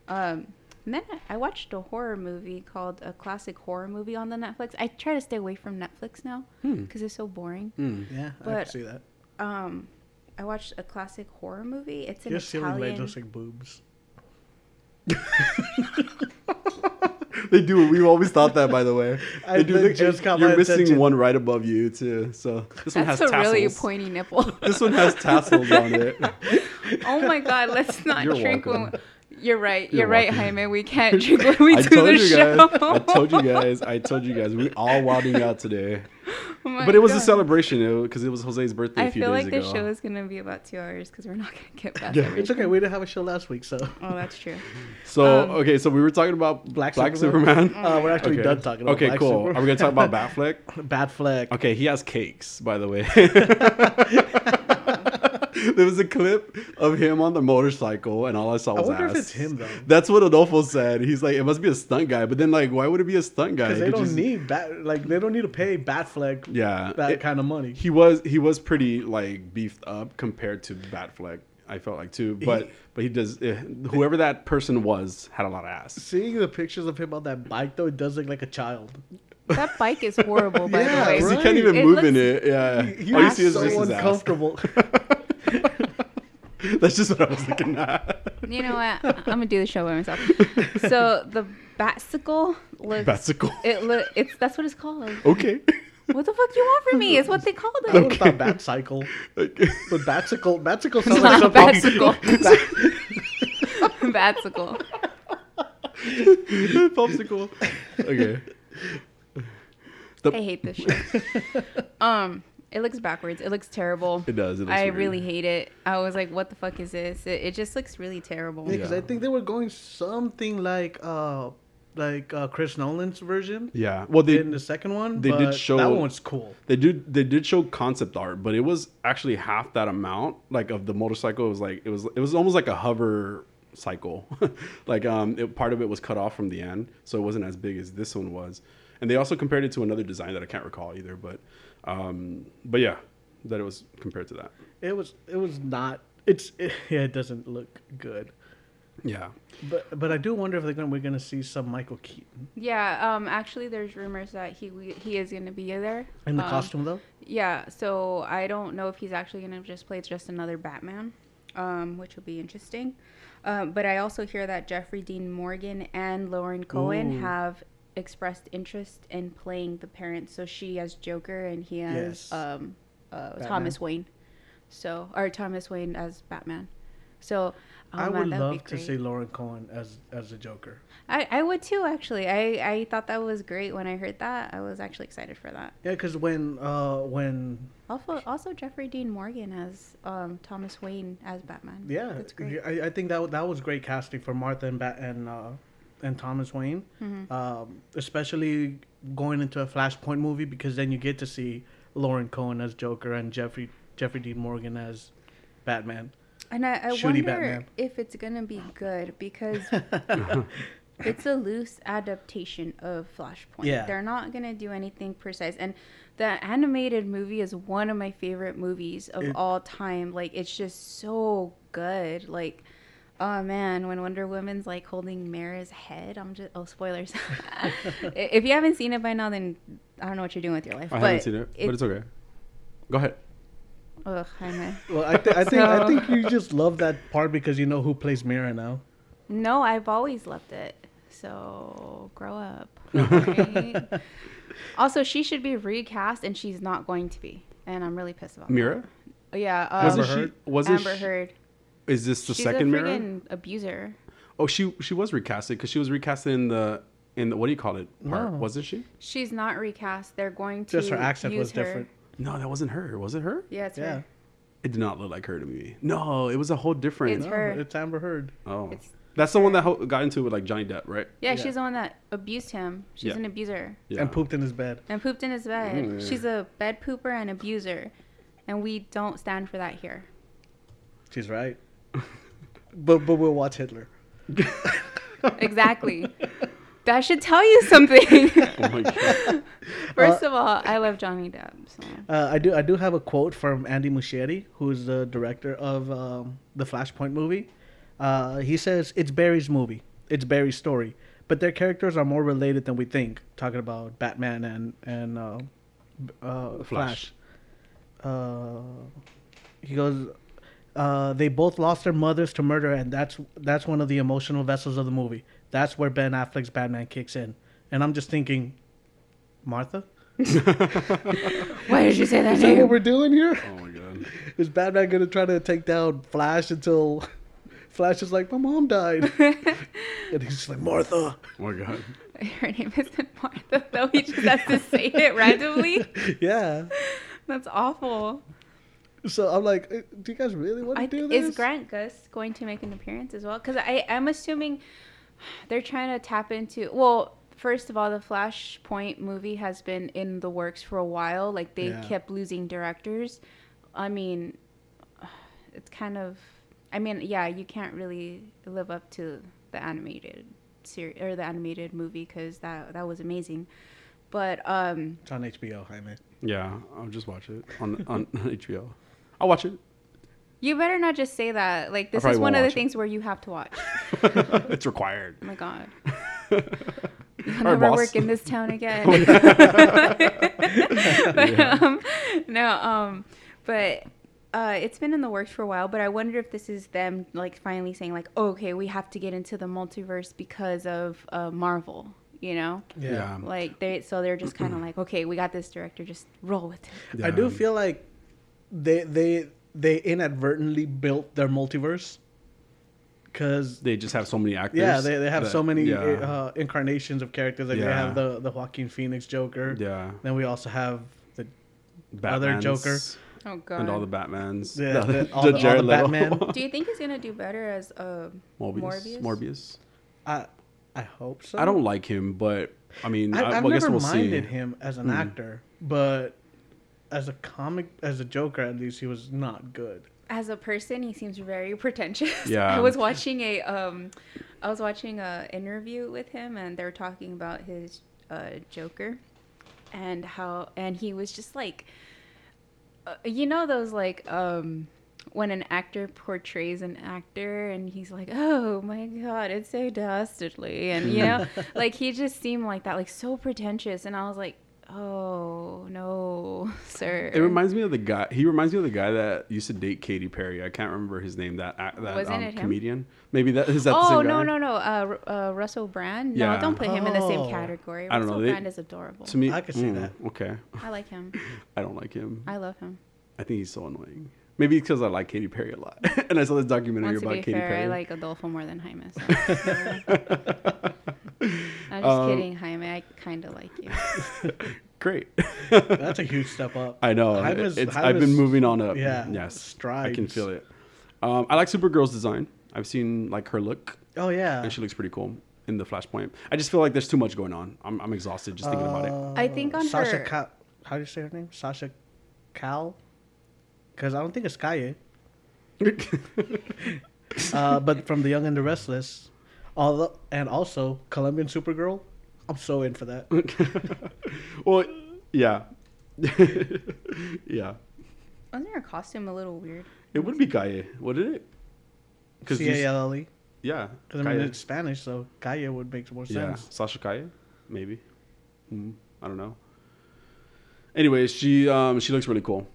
Speaker 3: Um, and then I watched a horror movie called a classic horror movie on the Netflix. I try to stay away from Netflix now
Speaker 2: Hmm.
Speaker 3: because it's so boring.
Speaker 1: Hmm. yeah, I can
Speaker 3: But-
Speaker 1: see that.
Speaker 3: Um, I watched a classic horror movie. It's an
Speaker 1: Your ceiling
Speaker 3: Italian.
Speaker 1: light looks like boobs.
Speaker 2: They do. We've always thought that, by the way.
Speaker 1: I-
Speaker 2: They do.
Speaker 1: that
Speaker 2: They-
Speaker 1: just caught
Speaker 2: you're
Speaker 1: my
Speaker 2: missing
Speaker 1: attention.
Speaker 2: one right above you too. So this one
Speaker 3: That's a
Speaker 2: has tassels.
Speaker 3: really pointy nipple.
Speaker 2: This one has tassels on it.
Speaker 3: Oh my God, let's not
Speaker 2: You're
Speaker 3: drink
Speaker 2: welcome.
Speaker 3: when. You're right. You're,
Speaker 2: You're
Speaker 3: right,
Speaker 2: welcome.
Speaker 3: Jaime. We can't drink when we
Speaker 2: I
Speaker 3: do
Speaker 2: told
Speaker 3: the
Speaker 2: you guys.
Speaker 3: show.
Speaker 2: I told you guys. I told you guys. We all wilding out today.
Speaker 3: Oh my
Speaker 2: But it was a
Speaker 3: God.
Speaker 2: celebration because it was Jose's birthday a
Speaker 3: I
Speaker 2: few
Speaker 3: feel
Speaker 2: days
Speaker 3: like
Speaker 2: ago.
Speaker 3: the show is gonna be about two hours because we're not gonna get past
Speaker 2: Yeah.
Speaker 3: everything.
Speaker 1: It's okay. We didn't have a show last week, so uh,
Speaker 3: Oh, that's true.
Speaker 2: so
Speaker 3: um,
Speaker 2: okay, so we were talking about
Speaker 1: Black
Speaker 2: Black,
Speaker 1: Superman?
Speaker 2: Superman.
Speaker 3: Mm.
Speaker 1: uh, we're actually
Speaker 2: okay.
Speaker 1: done talking about
Speaker 2: Okay,
Speaker 1: Black
Speaker 2: cool.
Speaker 1: Super-
Speaker 2: Are we gonna talk about Batfleck?
Speaker 1: Bad Flag.
Speaker 2: Okay, he has cakes, by the way. there was a clip of him on the motorcycle, and all I saw
Speaker 1: I
Speaker 2: was
Speaker 1: wonder if
Speaker 2: ass.
Speaker 1: it's him, though.
Speaker 2: That's what Adolfo said. He's like, it must be a stunt guy. But then, like, why would it be a stunt guy?
Speaker 1: Because
Speaker 2: It
Speaker 1: they
Speaker 2: could
Speaker 1: don't
Speaker 2: just-
Speaker 1: need bat like they don't need to pay Batfleck
Speaker 2: Yeah,
Speaker 1: that
Speaker 2: it-
Speaker 1: kind of money.
Speaker 2: He was he was pretty like beefed up compared to Batfleck. I felt like too, but but he does. eh, Whoever that person was had a lot of ass.
Speaker 1: Seeing the pictures of him on that bike though, it does look like a child.
Speaker 3: That bike is horrible, Oh, by
Speaker 1: Yeah,
Speaker 3: the way.
Speaker 2: 'Cause he
Speaker 1: right.
Speaker 2: can't even
Speaker 3: It
Speaker 2: move
Speaker 3: looks-
Speaker 2: in it. Yeah,
Speaker 1: He
Speaker 2: all you
Speaker 1: was
Speaker 2: see is
Speaker 1: so
Speaker 2: just his ass.
Speaker 1: uncomfortable.
Speaker 2: That's just what I was looking at.
Speaker 3: You know what? I'm gonna do the show by myself. So the Batsicle looks.
Speaker 2: Batsicle.
Speaker 3: It look. It's that's what it's
Speaker 2: Oh.
Speaker 3: called.
Speaker 2: Okay.
Speaker 3: What the fuck you want from me? It's what they called it.
Speaker 1: What about bat cycle? But batsicle, batsicle sounds like
Speaker 3: Not
Speaker 1: something.
Speaker 3: Batsicle.
Speaker 2: Oh.
Speaker 3: Batsicle.
Speaker 2: Popsicle. Okay.
Speaker 3: I hate this shit. Um, it looks backwards. It looks terrible.
Speaker 2: It does. It looks
Speaker 3: I
Speaker 2: weird.
Speaker 3: really hate it. I was like, what the fuck is this? It, it just looks really terrible.
Speaker 1: Because I think they were going something like uh like uh, Chris Nolan's version
Speaker 2: Yeah. Well, they
Speaker 1: in the second one.
Speaker 2: they did
Speaker 1: but
Speaker 2: show-
Speaker 1: that one was cool.
Speaker 2: they did they did show concept art, but it was actually half that amount. Like of the motorcycle, it was like it was it was almost like a hover cycle. like um, it, part of it was cut off from the end, so it wasn't as big as this one was. And they also compared it to another design that I can't recall either. But um, but yeah, that it was compared to that.
Speaker 1: It was it was not. It's yeah, it doesn't look good.
Speaker 2: Yeah.
Speaker 1: But but I do wonder if they're gonna, we're gonna see some Michael Keaton
Speaker 3: Yeah. Um. Actually, there's rumors that he he is gonna be there
Speaker 1: in the
Speaker 3: Um,
Speaker 1: costume though.
Speaker 3: Yeah. So I don't know if he's actually gonna just play just another Batman, um, which will be interesting. Um, but I also hear that Jeffrey Dean Morgan and Lauren Cohen
Speaker 1: Ooh.
Speaker 3: have expressed interest in playing the parents. So she as Joker and he as
Speaker 1: Yes.
Speaker 3: um, uh, Thomas Wayne. So or Thomas Wayne as Batman. So oh
Speaker 1: I
Speaker 3: man,
Speaker 1: would
Speaker 3: that be
Speaker 1: love to
Speaker 3: great.
Speaker 1: see Lauren Cohen as as the Joker.
Speaker 3: I, I would too actually. I, I thought that was great when I heard that. I was actually excited for that.
Speaker 1: Yeah, because when uh when
Speaker 3: Also, also Jeffrey Dean Morgan as um, Thomas Wayne as Batman.
Speaker 1: yeah,
Speaker 3: that's great.
Speaker 1: I, I think that wa- that was great casting for Martha and Bat and uh, and Thomas Wayne,
Speaker 3: Mm-hmm.
Speaker 1: um, especially going into a Flashpoint movie because then you get to see Lauren Cohen as Joker and Jeffrey Jeffrey Dean Morgan as Batman.
Speaker 3: And I, I
Speaker 1: Shooty
Speaker 3: wonder
Speaker 1: Batman.
Speaker 3: if it's gonna be good because it's a loose adaptation of Flashpoint.
Speaker 1: Yeah.
Speaker 3: They're not gonna do anything precise. And the animated movie is one of my favorite movies of
Speaker 1: It-
Speaker 3: all time. Like it's just so good. Like oh man, when Wonder Woman's like holding Mara's head, I'm just oh spoilers. I- if you haven't seen it by now, then I don't know what you're doing with your life.
Speaker 2: I haven't seen it, but it's okay. Go ahead.
Speaker 3: Ugh, Jaime.
Speaker 1: Well, I, th- I think I
Speaker 3: So-
Speaker 1: think you just love that part because you know who plays Mira now.
Speaker 3: No, I've always loved it. So grow up. right? also, she should be recast, and she's not going to be. And I'm really pissed about that.
Speaker 2: Mira?
Speaker 3: Yeah. Um,
Speaker 2: Wasn't
Speaker 1: Amber Heard?
Speaker 2: she? Wasn't
Speaker 3: Amber
Speaker 2: she-
Speaker 3: Heard.
Speaker 2: Is this the
Speaker 3: She's
Speaker 2: second
Speaker 3: a
Speaker 2: Mira?
Speaker 3: freaking abuser.
Speaker 2: Oh, she she was recasted because she was recasted in the in the what do you call it part?
Speaker 1: No.
Speaker 2: Wasn't she?
Speaker 3: She's not recast. They're going to
Speaker 1: Just her accent
Speaker 3: use
Speaker 1: was
Speaker 3: her.
Speaker 1: different.
Speaker 2: No, that wasn't her. Was it her?
Speaker 3: Yeah, it's
Speaker 1: Yeah,
Speaker 3: her.
Speaker 2: It did not look like her to me. No, it was a whole different.
Speaker 3: It's her.
Speaker 1: it's Amber Heard.
Speaker 2: oh,
Speaker 3: it's-
Speaker 2: that's the one that ho- got into it with like Johnny Depp, right?
Speaker 3: Yeah,
Speaker 1: Yeah.
Speaker 3: she's the one that abused him. She's
Speaker 2: Yeah.
Speaker 3: an abuser
Speaker 2: Yeah.
Speaker 1: And pooped in his bed.
Speaker 3: and pooped in his bed.
Speaker 2: Mm.
Speaker 3: She's a bed pooper and abuser, and we don't stand for that here.
Speaker 1: She's right. but but we'll watch Hitler.
Speaker 3: Exactly. that should tell you something.
Speaker 2: Oh my god.
Speaker 3: First of all, I love Johnny Depp. So.
Speaker 1: Uh, I do. I do have a quote from Andy Muschietti, who is the director of um, the Flashpoint movie. Uh, he says it's Barry's movie. It's Barry's story, but their characters are more related than we think. Talking about Batman and and uh, b- uh,
Speaker 2: Flash.
Speaker 1: Flash. Uh, he goes. Uh, they both lost their mothers to murder, and that's that's one of the emotional vessels of the movie. That's where Ben Affleck's Batman kicks in. And I'm just thinking, Martha,
Speaker 3: Why did you say that
Speaker 1: is that what
Speaker 3: name?
Speaker 1: we're doing here?
Speaker 2: Oh my god.
Speaker 1: Is Batman gonna try to take down Flash until Flash is like, "My mom died," and he's just like, "Martha."
Speaker 2: Oh my god.
Speaker 3: Her name isn't Martha, though. He just has to say it randomly.
Speaker 1: Yeah.
Speaker 3: That's awful.
Speaker 1: So I'm like, "Eh, "Do you guys really want
Speaker 3: I,
Speaker 1: to do
Speaker 3: th-
Speaker 1: this?"
Speaker 3: is Grant Gus going to make an appearance as well? Because I I'm assuming they're trying to tap into well. First of all, the Flashpoint movie has been in the works for a while. Like they
Speaker 1: Yeah.
Speaker 3: kept losing directors. I mean, it's kind of. I mean, yeah, you can't really live up to the animated series or the animated movie because that that was amazing. But um,
Speaker 1: It's on HBO, Jaime.
Speaker 2: Yeah, I'll just watch it on on HBO. I'll watch it.
Speaker 3: you better not just say that. Like this
Speaker 2: probably
Speaker 3: is one
Speaker 2: won't
Speaker 3: of the
Speaker 2: watch it.
Speaker 3: things where you have to watch.
Speaker 2: it's required.
Speaker 3: Oh my god.
Speaker 2: All
Speaker 3: You'll
Speaker 2: right,
Speaker 3: never
Speaker 2: boss.
Speaker 3: work in this town again. but, um, no, um, but uh, it's been in the works for a while, but I wonder if this is them like finally saying like, oh, okay, we have to get into the multiverse because of uh, Marvel. You know,
Speaker 2: Yeah.
Speaker 3: like they so they're just kind of like, okay, we got this director, just roll with it.
Speaker 1: I do
Speaker 2: Yeah.
Speaker 1: feel like they they they inadvertently built their multiverse because
Speaker 2: they just have so many actors.
Speaker 1: yeah they, they have
Speaker 2: that-
Speaker 1: so many
Speaker 2: Yeah,
Speaker 1: uh, incarnations of characters like they have
Speaker 2: Yeah.
Speaker 1: the the Joaquin Phoenix Joker
Speaker 2: yeah.
Speaker 1: then we also have the other
Speaker 2: Batmans
Speaker 1: Joker.
Speaker 3: Oh god.
Speaker 2: and all the Batmans.
Speaker 1: Yeah, the- all the- all
Speaker 2: Jared
Speaker 1: the
Speaker 2: Leto.
Speaker 1: Batman.
Speaker 3: Do you think he's gonna do better as um,
Speaker 2: Morbius.
Speaker 3: Morbius?
Speaker 2: Morbius.
Speaker 1: I I hope so
Speaker 2: I don't like him, but I mean,
Speaker 1: I,
Speaker 2: I,
Speaker 1: I've
Speaker 2: well, I guess
Speaker 1: never
Speaker 2: we'll
Speaker 1: minded
Speaker 2: see. Hmm.
Speaker 1: him as an actor but as a comic as a Joker at least he was not good
Speaker 3: as a person, he seems very pretentious.
Speaker 2: Yeah.
Speaker 3: I was watching a um, I was watching a interview with him, and they were talking about his uh, Joker, and how and he was just like, uh, you know those like um. When an actor portrays an actor, and he's like, "Oh my god, it's so dastardly," and you know, like he just seemed like that, like so pretentious, and I was like, "Oh no, sir."
Speaker 2: It reminds me of the guy. He reminds me of the guy that used to date Katy Perry. I can't remember his name. That ac- that
Speaker 3: Wasn't
Speaker 2: um,
Speaker 3: it him?
Speaker 2: comedian. Maybe that is that. the
Speaker 3: Oh
Speaker 2: same
Speaker 3: no
Speaker 2: guy?
Speaker 3: no no! Uh, Ru- uh, Russell Brand. No,
Speaker 2: Yeah.
Speaker 3: don't put him in the
Speaker 1: Oh.
Speaker 3: same category.
Speaker 2: I don't know,
Speaker 3: Russell
Speaker 2: they-
Speaker 3: Brand is adorable.
Speaker 2: To me,
Speaker 1: I could see
Speaker 2: mm,
Speaker 1: that.
Speaker 2: Okay,
Speaker 3: I like him.
Speaker 2: I don't like him. I,
Speaker 3: I love him.
Speaker 2: think he's so annoying. Maybe because I like Katy Perry a lot, and I saw this documentary
Speaker 3: Want to
Speaker 2: about
Speaker 3: be
Speaker 2: Katy
Speaker 3: fair,
Speaker 2: Perry.
Speaker 3: I like Adolfo more than Jaime. So. I'm
Speaker 2: Um,
Speaker 3: just kidding, Jaime. I kind of like you.
Speaker 2: Great.
Speaker 1: that's a huge step up
Speaker 2: I know.
Speaker 1: Hype
Speaker 2: it-
Speaker 1: is-
Speaker 2: it's,
Speaker 1: hype
Speaker 2: I've been
Speaker 1: is-
Speaker 2: moving on up.
Speaker 1: yeah,
Speaker 2: Yes. I can
Speaker 1: strides.
Speaker 2: feel it. Um, I like Supergirl's design. I've seen like her look,
Speaker 1: oh yeah
Speaker 2: and she looks pretty cool in the Flashpoint. I just feel like there's too much going on. I'm, I'm exhausted just thinking about it.
Speaker 3: I think on
Speaker 1: Um, Sasha
Speaker 3: her-
Speaker 1: Ka- how do you say her name? Sasha Cal? Because I don't think it's Kaye. uh, but from The Young and the Restless, although, and also Colombian Supergirl, I'm so in for that.
Speaker 2: Well, yeah, yeah.
Speaker 3: Wasn't her costume a little weird?
Speaker 2: It would be Gaia, wouldn't it? Because
Speaker 1: C A L L E.
Speaker 2: yeah,
Speaker 1: Because I mean
Speaker 2: Gaia.
Speaker 1: it's Spanish, so Calle would make more
Speaker 2: Yeah,
Speaker 1: sense.
Speaker 2: Sasha Kaya, maybe. Mm, I don't know. Anyways, she um she looks really cool.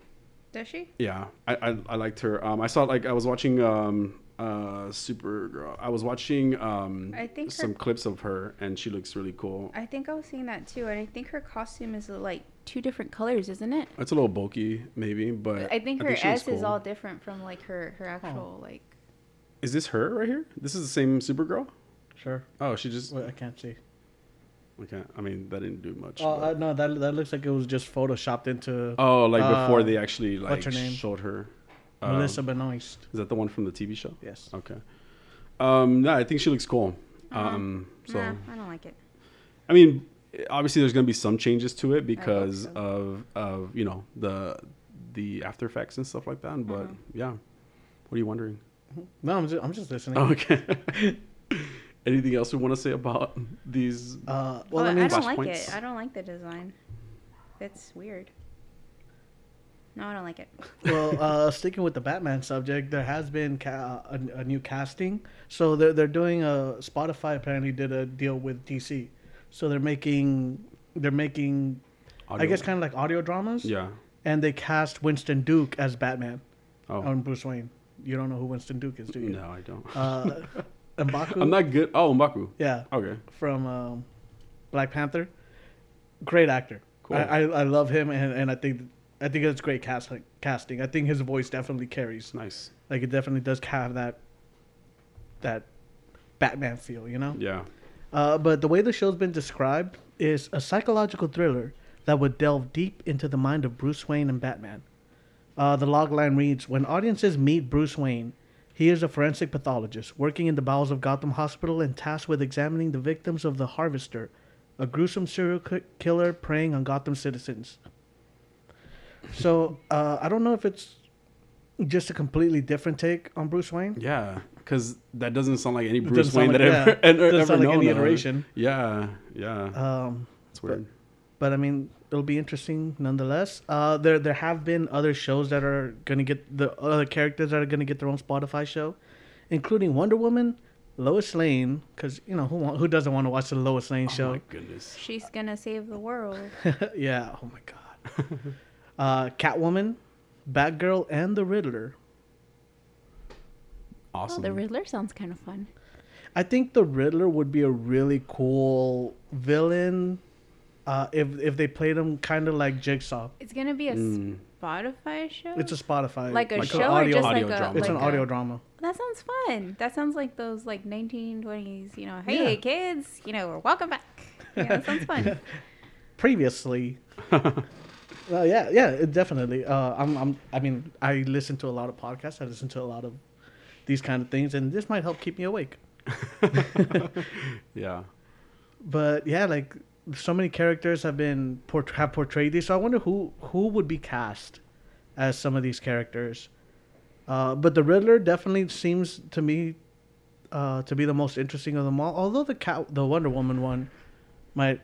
Speaker 3: Does she?
Speaker 2: Yeah, I I, I liked her. Um, I saw like I was watching um uh Supergirl. I was watching um
Speaker 3: I think her-
Speaker 2: some clips of her, and she looks really cool.
Speaker 3: I think I was seeing that too, and I think her costume is like two different colors, isn't it?
Speaker 2: It's a little bulky, maybe, but
Speaker 3: I think her
Speaker 2: Uh, she looks
Speaker 3: S is
Speaker 2: cool. Oh.
Speaker 3: all different from like her her actual like.
Speaker 2: Is this her right here? This is the same Supergirl.
Speaker 1: Sure.
Speaker 2: Oh, she just.
Speaker 1: Wait, I can't see.
Speaker 2: Okay, I mean that didn't do much.
Speaker 1: Oh
Speaker 2: but-
Speaker 1: uh, no, that that looks like it was just photoshopped into
Speaker 2: oh, like before
Speaker 1: uh,
Speaker 2: they actually like
Speaker 1: her name?
Speaker 2: showed her. Um,
Speaker 1: Melissa Benoist.
Speaker 2: Is that the one from the TV show?
Speaker 1: Yes.
Speaker 2: Okay. Um, no, I think she looks cool. Um, so
Speaker 3: Nah, I don't like it.
Speaker 2: I mean, obviously there's going to be some changes to it because
Speaker 3: so.
Speaker 2: of of you know the the after effects and stuff like that. But yeah, what are you wondering?
Speaker 1: No, I'm just, I'm just listening.
Speaker 2: Okay. Anything else we want to say about these?
Speaker 1: Uh, well,
Speaker 3: Well,
Speaker 1: I
Speaker 3: I,
Speaker 1: mean,
Speaker 3: don't
Speaker 2: Flashpoints.
Speaker 3: like it. I don't like the design. That's weird. No, I don't like it.
Speaker 1: well, uh, sticking with the Batman subject, there has been ca- a, a new casting. So they're they're doing a Spotify apparently did a deal with DC, so they're making they're making I
Speaker 2: Audio-
Speaker 1: guess kind of like audio dramas.
Speaker 2: Yeah.
Speaker 1: And they cast Winston Duke as Batman
Speaker 2: Oh
Speaker 1: on Bruce Wayne. You don't know who Winston Duke is, do you?
Speaker 2: no, I don't.
Speaker 1: um, Uh, M'Baku.
Speaker 2: I'm not good. Oh, Mbaku.
Speaker 1: Yeah,
Speaker 2: Okay.
Speaker 1: from um, Black Panther. Great actor.
Speaker 2: Cool.
Speaker 1: I, I, I love him, and, and I think I think it's great cast, casting. I think his voice definitely carries.
Speaker 2: Nice.
Speaker 1: Like it definitely does have that that Batman feel, you know.
Speaker 2: Yeah.
Speaker 1: Uh, but the way the show's been described is a psychological thriller that would delve deep into the mind of Bruce Wayne and Batman. Uh, the logline reads: When audiences meet Bruce Wayne, he is a forensic pathologist working in the bowels of Gotham Hospital and tasked with examining the victims of the Harvester, a gruesome serial ki- killer preying on Gotham citizens. So uh, I don't know if it's just a completely different take on Bruce Wayne.
Speaker 2: Yeah, because that doesn't sound like any Bruce
Speaker 1: doesn't
Speaker 2: Wayne
Speaker 1: sound
Speaker 2: that
Speaker 1: like-
Speaker 2: ever,
Speaker 1: yeah,
Speaker 2: ever,
Speaker 1: doesn't
Speaker 2: ever
Speaker 1: sound like
Speaker 2: known
Speaker 1: any
Speaker 2: of.
Speaker 1: iteration.
Speaker 2: Yeah, yeah,
Speaker 1: Um,
Speaker 2: that's weird. Oh
Speaker 1: but I mean, it'll be interesting nonetheless. Uh, there there have been other shows that are gonna get the other characters that are gonna get their own Spotify show, including Wonder Woman, Lois Lane, because you know who wa- who doesn't want to watch the Lois Lane
Speaker 2: Oh my
Speaker 1: show?
Speaker 2: goodness.
Speaker 3: She's gonna save the world.
Speaker 1: yeah. Oh my god. uh, Catwoman, Batgirl and the Riddler.
Speaker 2: Awesome.
Speaker 3: Oh, the Riddler sounds kind of fun.
Speaker 1: I think the Riddler would be a really cool villain uh, if if they played him kind of like Jigsaw.
Speaker 3: It's gonna be a
Speaker 2: Mm.
Speaker 3: Spotify show.
Speaker 1: It's a Spotify
Speaker 3: like a
Speaker 1: an
Speaker 3: show or
Speaker 1: audio.
Speaker 3: just
Speaker 2: audio
Speaker 3: like a
Speaker 2: drama.
Speaker 1: it's
Speaker 3: like
Speaker 1: an
Speaker 3: a-
Speaker 1: audio drama.
Speaker 3: That sounds fun. That sounds like those like 1920s. You know, hey
Speaker 1: Yeah.
Speaker 3: kids, you know, welcome back. Yeah, that sounds fun.
Speaker 1: Previously, uh, yeah, yeah, it definitely. Uh, I'm, I'm, I mean, I listen to a lot of podcasts. I listen to a lot of these kind of things, and this might help keep me awake.
Speaker 2: yeah.
Speaker 1: But yeah, like so many characters have been port- have portrayed these. So I wonder who who would be cast as some of these characters. Uh, but the Riddler definitely seems to me uh, to be the most interesting of them all. Although the cow- the Wonder Woman one might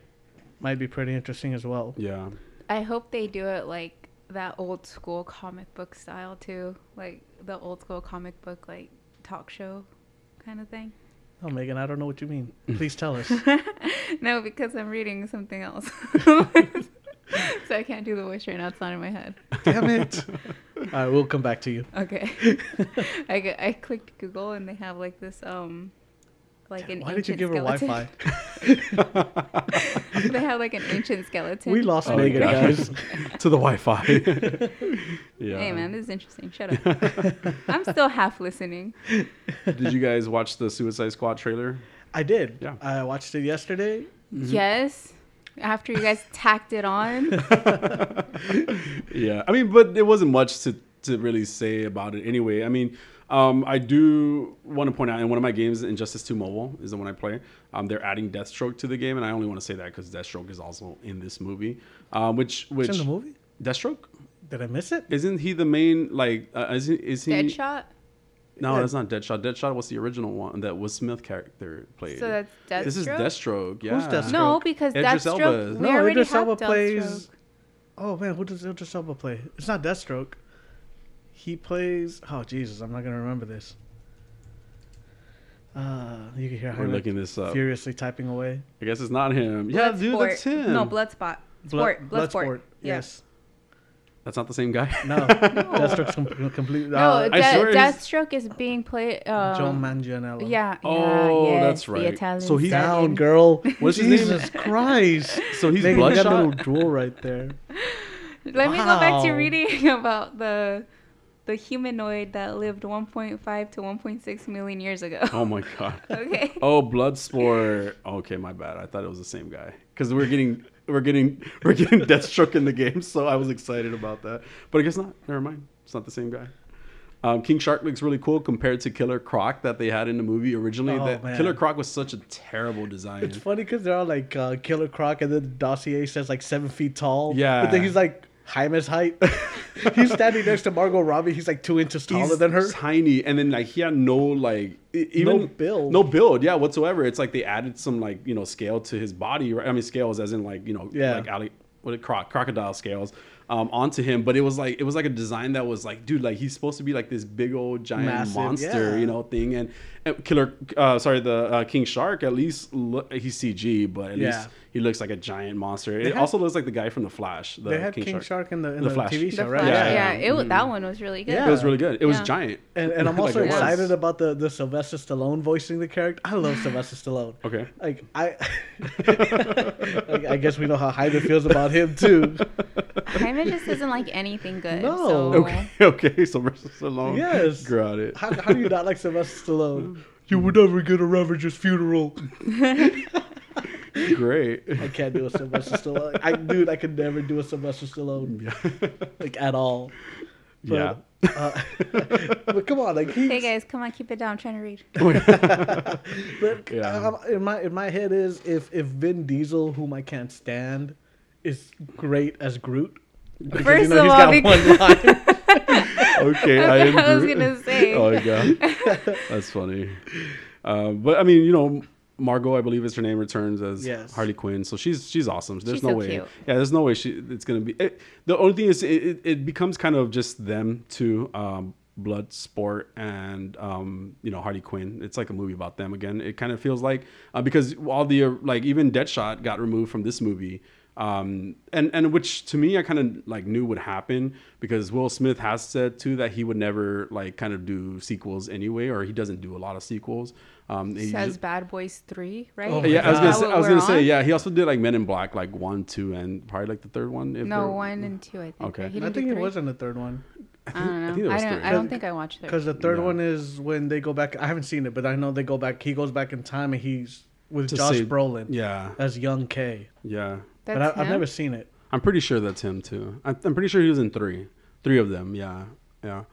Speaker 1: might be pretty interesting as well.
Speaker 2: Yeah.
Speaker 3: I hope they do it like that old school comic book style too, like the old school comic book like talk show kind of thing.
Speaker 1: Oh, Megan, I don't know what you mean. Please tell us.
Speaker 3: No, because I'm reading something else. so I can't do the wish right now. It's not in my head.
Speaker 1: Damn it. All right, we'll come back to you.
Speaker 3: Okay. I, g- I clicked Google and they have like this um like an
Speaker 1: Why did you
Speaker 3: ancient
Speaker 1: give her
Speaker 3: skeleton.
Speaker 1: Wi-Fi?
Speaker 3: they have like an ancient skeleton.
Speaker 1: We lost
Speaker 2: Oh,
Speaker 1: Megan,
Speaker 2: gosh.
Speaker 1: guys.
Speaker 2: to the Wi-Fi. yeah.
Speaker 3: Hey man, this is interesting. Shut up. I'm still half listening.
Speaker 2: Did you guys watch the Suicide Squad trailer?
Speaker 1: I did.
Speaker 2: Yeah.
Speaker 1: I watched it yesterday.
Speaker 2: Mm-hmm.
Speaker 3: Yes. After you guys tacked it on,
Speaker 2: Yeah. I mean, but it wasn't much to to really say about it anyway. I mean, um, I do want to point out in one of my games, Injustice 2 Mobile is the one I play. Um, they're adding Deathstroke to the game, and I only want to say that because Deathstroke is also in this movie. Um, which which
Speaker 1: It's in the movie.
Speaker 2: Deathstroke
Speaker 1: Did I miss it?
Speaker 2: isn't he the main like uh, is he, is he
Speaker 3: Deadshot.
Speaker 2: No, that's not Deadshot. Deadshot was the original one that Will Smith character played.
Speaker 3: So that's
Speaker 2: This is
Speaker 3: Deathstroke?
Speaker 2: Deathstroke. Yeah.
Speaker 1: Deathstroke?
Speaker 3: No, because
Speaker 2: Idris Elba
Speaker 3: Deathstroke.
Speaker 2: is-
Speaker 3: We already
Speaker 1: Idris
Speaker 3: have
Speaker 1: Elba
Speaker 3: Deathstroke.
Speaker 1: Oh man, who does Idris Elba play? It's not Deathstroke. He plays. Oh Jesus, I'm not gonna remember this. Uh, you can hear
Speaker 2: We're
Speaker 1: Jaime
Speaker 2: looking this up.
Speaker 1: furiously typing away.
Speaker 2: I guess it's not him. Yeah, dude,
Speaker 3: Bloodsport.
Speaker 2: that's him.
Speaker 3: No, Bloodspot. Sport.
Speaker 1: Blood-
Speaker 3: Bloodsport.
Speaker 1: Bloodsport,
Speaker 3: Yeah.
Speaker 1: Yes.
Speaker 2: That's not the same guy.
Speaker 1: No. Deathstroke's com- completely.
Speaker 3: No,
Speaker 1: uh,
Speaker 3: De-
Speaker 2: I swear he's-
Speaker 3: Deathstroke is being played. Um,
Speaker 1: Joe Manganiello.
Speaker 3: Yeah. yeah,
Speaker 2: Oh,
Speaker 3: yes,
Speaker 2: that's
Speaker 3: the
Speaker 2: right.
Speaker 3: Italian
Speaker 2: So he's-
Speaker 1: Down,
Speaker 3: stallion.
Speaker 1: girl.
Speaker 2: What's his name?
Speaker 1: Jesus Christ.
Speaker 2: So he's
Speaker 1: Megan, you got a
Speaker 2: Bloodshot.
Speaker 1: little drool right there.
Speaker 3: Let me go back to
Speaker 1: Wow.
Speaker 3: reading about the the humanoid that lived 1.5 to 1.6 million years ago.
Speaker 2: Oh my god.
Speaker 3: okay.
Speaker 2: Oh, Bloodsport. Okay, my bad. I thought it was the same guy because we're getting we're getting we're getting Deathstroke in the game, so I was excited about that. But I guess not. Never mind. It's not the same guy. Um, King Shark looks really cool compared to Killer Croc that they had in the movie originally.
Speaker 1: Oh,
Speaker 2: that
Speaker 1: man.
Speaker 2: Killer Croc was such a terrible design.
Speaker 1: It's funny because they're all like uh, Killer Croc, and then the dossier says like seven feet tall.
Speaker 2: Yeah.
Speaker 1: but then he's like Jaime's height. he's standing next to Margot Robbie. He's like two inches taller
Speaker 2: He's
Speaker 1: than her.
Speaker 2: Tiny, and then like he had no like e- even
Speaker 1: build.
Speaker 2: no build, yeah, whatsoever. It's like they added some like you know scale to his body, right? I mean scales as in like you know
Speaker 1: Yeah.
Speaker 2: like ali- what it, croc crocodile scales um onto him, but it was like it was like a design that was like dude, like he's supposed to be like this big old giant
Speaker 1: Massive,
Speaker 2: monster,
Speaker 1: yeah.
Speaker 2: you know thing, and, and killer uh, sorry the uh, king shark at least look, he's CG, but at
Speaker 1: Yeah.
Speaker 2: least he looks like a giant monster. It
Speaker 1: had-
Speaker 2: also looks like the guy from the Flash. The
Speaker 1: they had King, Shark. in the in
Speaker 2: The
Speaker 1: the,
Speaker 2: Flash.
Speaker 1: TV show,
Speaker 3: The
Speaker 1: right?
Speaker 3: Flash.
Speaker 2: Yeah,
Speaker 3: Yeah,
Speaker 2: yeah. Mm.
Speaker 3: it wa- that one was really good.
Speaker 1: Yeah.
Speaker 2: It was really good. It was
Speaker 3: Yeah.
Speaker 2: giant.
Speaker 1: And, and I'm
Speaker 2: Like,
Speaker 1: also
Speaker 2: it was.
Speaker 1: excited about the, the Sylvester Stallone voicing the character. I love Sylvester Stallone.
Speaker 2: Okay.
Speaker 1: Like I, like, I guess we know how Jaime feels about him too.
Speaker 3: Jaime just doesn't like anything good.
Speaker 1: No.
Speaker 3: So.
Speaker 2: Okay, okay. So versus Stallone.
Speaker 1: Yes.
Speaker 2: Got it.
Speaker 1: How, how do you not like Sylvester Stallone? You would never get a Ravager's funeral.
Speaker 2: Great.
Speaker 1: I can't do a Sylvester Stallone. I dude, I could never do a Sylvester Stallone like at all.
Speaker 2: yeah.
Speaker 1: But, Uh, but come on, like
Speaker 3: Hey
Speaker 1: he.
Speaker 3: guys, come on, keep it down. I'm trying to read.
Speaker 1: But
Speaker 2: Yeah.
Speaker 1: um, in my in my head is if if Vin Diesel, whom I can't stand, is great as Groot. Because,
Speaker 3: First of all, because-
Speaker 1: one line.
Speaker 2: Okay.
Speaker 3: That's what I was
Speaker 2: agree.
Speaker 3: gonna say.
Speaker 2: Oh my god, that's funny. Um, but I mean, you know, Margot, I believe is her name, returns as
Speaker 1: Yes.
Speaker 2: Harley Quinn. So she's she's awesome. There's
Speaker 3: She's
Speaker 2: no
Speaker 3: so
Speaker 2: way.
Speaker 3: cute.
Speaker 2: Yeah, there's no way she it's gonna be. It, the only thing is, it, it, it becomes kind of just them two, um, Bloodsport and um, you know Harley Quinn. It's like a movie about them again. It kind of feels like uh, because all the uh, like even Deadshot got removed from this movie. um, and and which to me I kind of like knew would happen because Will Smith has said too that he would never like kind of do sequels anyway, or he doesn't do a lot of sequels. Um, he
Speaker 3: Says
Speaker 2: just-
Speaker 3: Bad Boys Three, right?
Speaker 1: Oh my
Speaker 2: yeah, I was gonna,
Speaker 1: God.
Speaker 2: say,
Speaker 3: What
Speaker 2: I was
Speaker 3: we're
Speaker 2: gonna say
Speaker 3: on?
Speaker 2: yeah. He also did like Men in Black, like one, two, and probably like the third one. If
Speaker 3: No,
Speaker 2: there-
Speaker 3: one and two. I think.
Speaker 2: Okay.
Speaker 3: right?
Speaker 1: I
Speaker 3: He didn't do
Speaker 1: think it
Speaker 3: three?
Speaker 1: was in the third one
Speaker 3: I don't
Speaker 2: I
Speaker 3: know.
Speaker 2: think there
Speaker 3: I
Speaker 2: was
Speaker 3: don't.
Speaker 2: three.
Speaker 3: I don't think I watched
Speaker 1: because
Speaker 3: it.
Speaker 1: the third
Speaker 2: Yeah.
Speaker 1: one is when they go back. I haven't seen it, but I know they go back. He goes back in time and he's with
Speaker 2: To
Speaker 1: Josh
Speaker 2: save-
Speaker 1: Brolin
Speaker 2: Yeah,
Speaker 1: as young K.
Speaker 2: yeah.
Speaker 3: That's
Speaker 1: but I, I've
Speaker 3: him?
Speaker 1: never seen it.
Speaker 2: I'm pretty sure that's him too. I, I'm pretty sure he was in three, three of them. Yeah, yeah.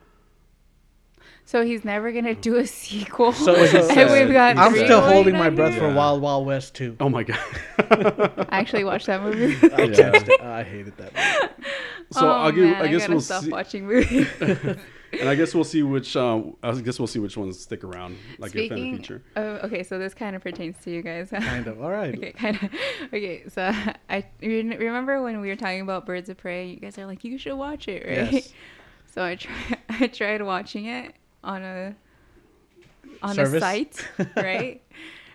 Speaker 3: So he's never gonna do a sequel.
Speaker 1: So-
Speaker 3: and we've got.
Speaker 1: I'm
Speaker 3: three
Speaker 2: Really?
Speaker 1: still
Speaker 3: going
Speaker 1: holding
Speaker 3: on
Speaker 1: my breath
Speaker 3: here?
Speaker 1: for
Speaker 2: Yeah.
Speaker 1: Wild Wild West too.
Speaker 2: Oh my god.
Speaker 3: I actually watched that movie.
Speaker 1: I detest it. I hated that. movie.
Speaker 2: So
Speaker 3: oh,
Speaker 2: I'll give.
Speaker 3: Man,
Speaker 2: I guess
Speaker 3: gotta
Speaker 2: we'll
Speaker 3: stop
Speaker 2: see.
Speaker 3: watching movies.
Speaker 2: And I guess we'll see which. Um, I guess we'll see which ones stick around, like if in the future.
Speaker 3: of- okay, so this kind of pertains to you guys.
Speaker 1: Kind of. All right.
Speaker 3: Okay, kind of. Okay, so I you kn- remember when we were talking about Birds of Prey. You guys are like, you should watch it, right?
Speaker 1: Yes.
Speaker 3: So I tried. I tried watching it on a on a
Speaker 1: Service?
Speaker 3: site, right?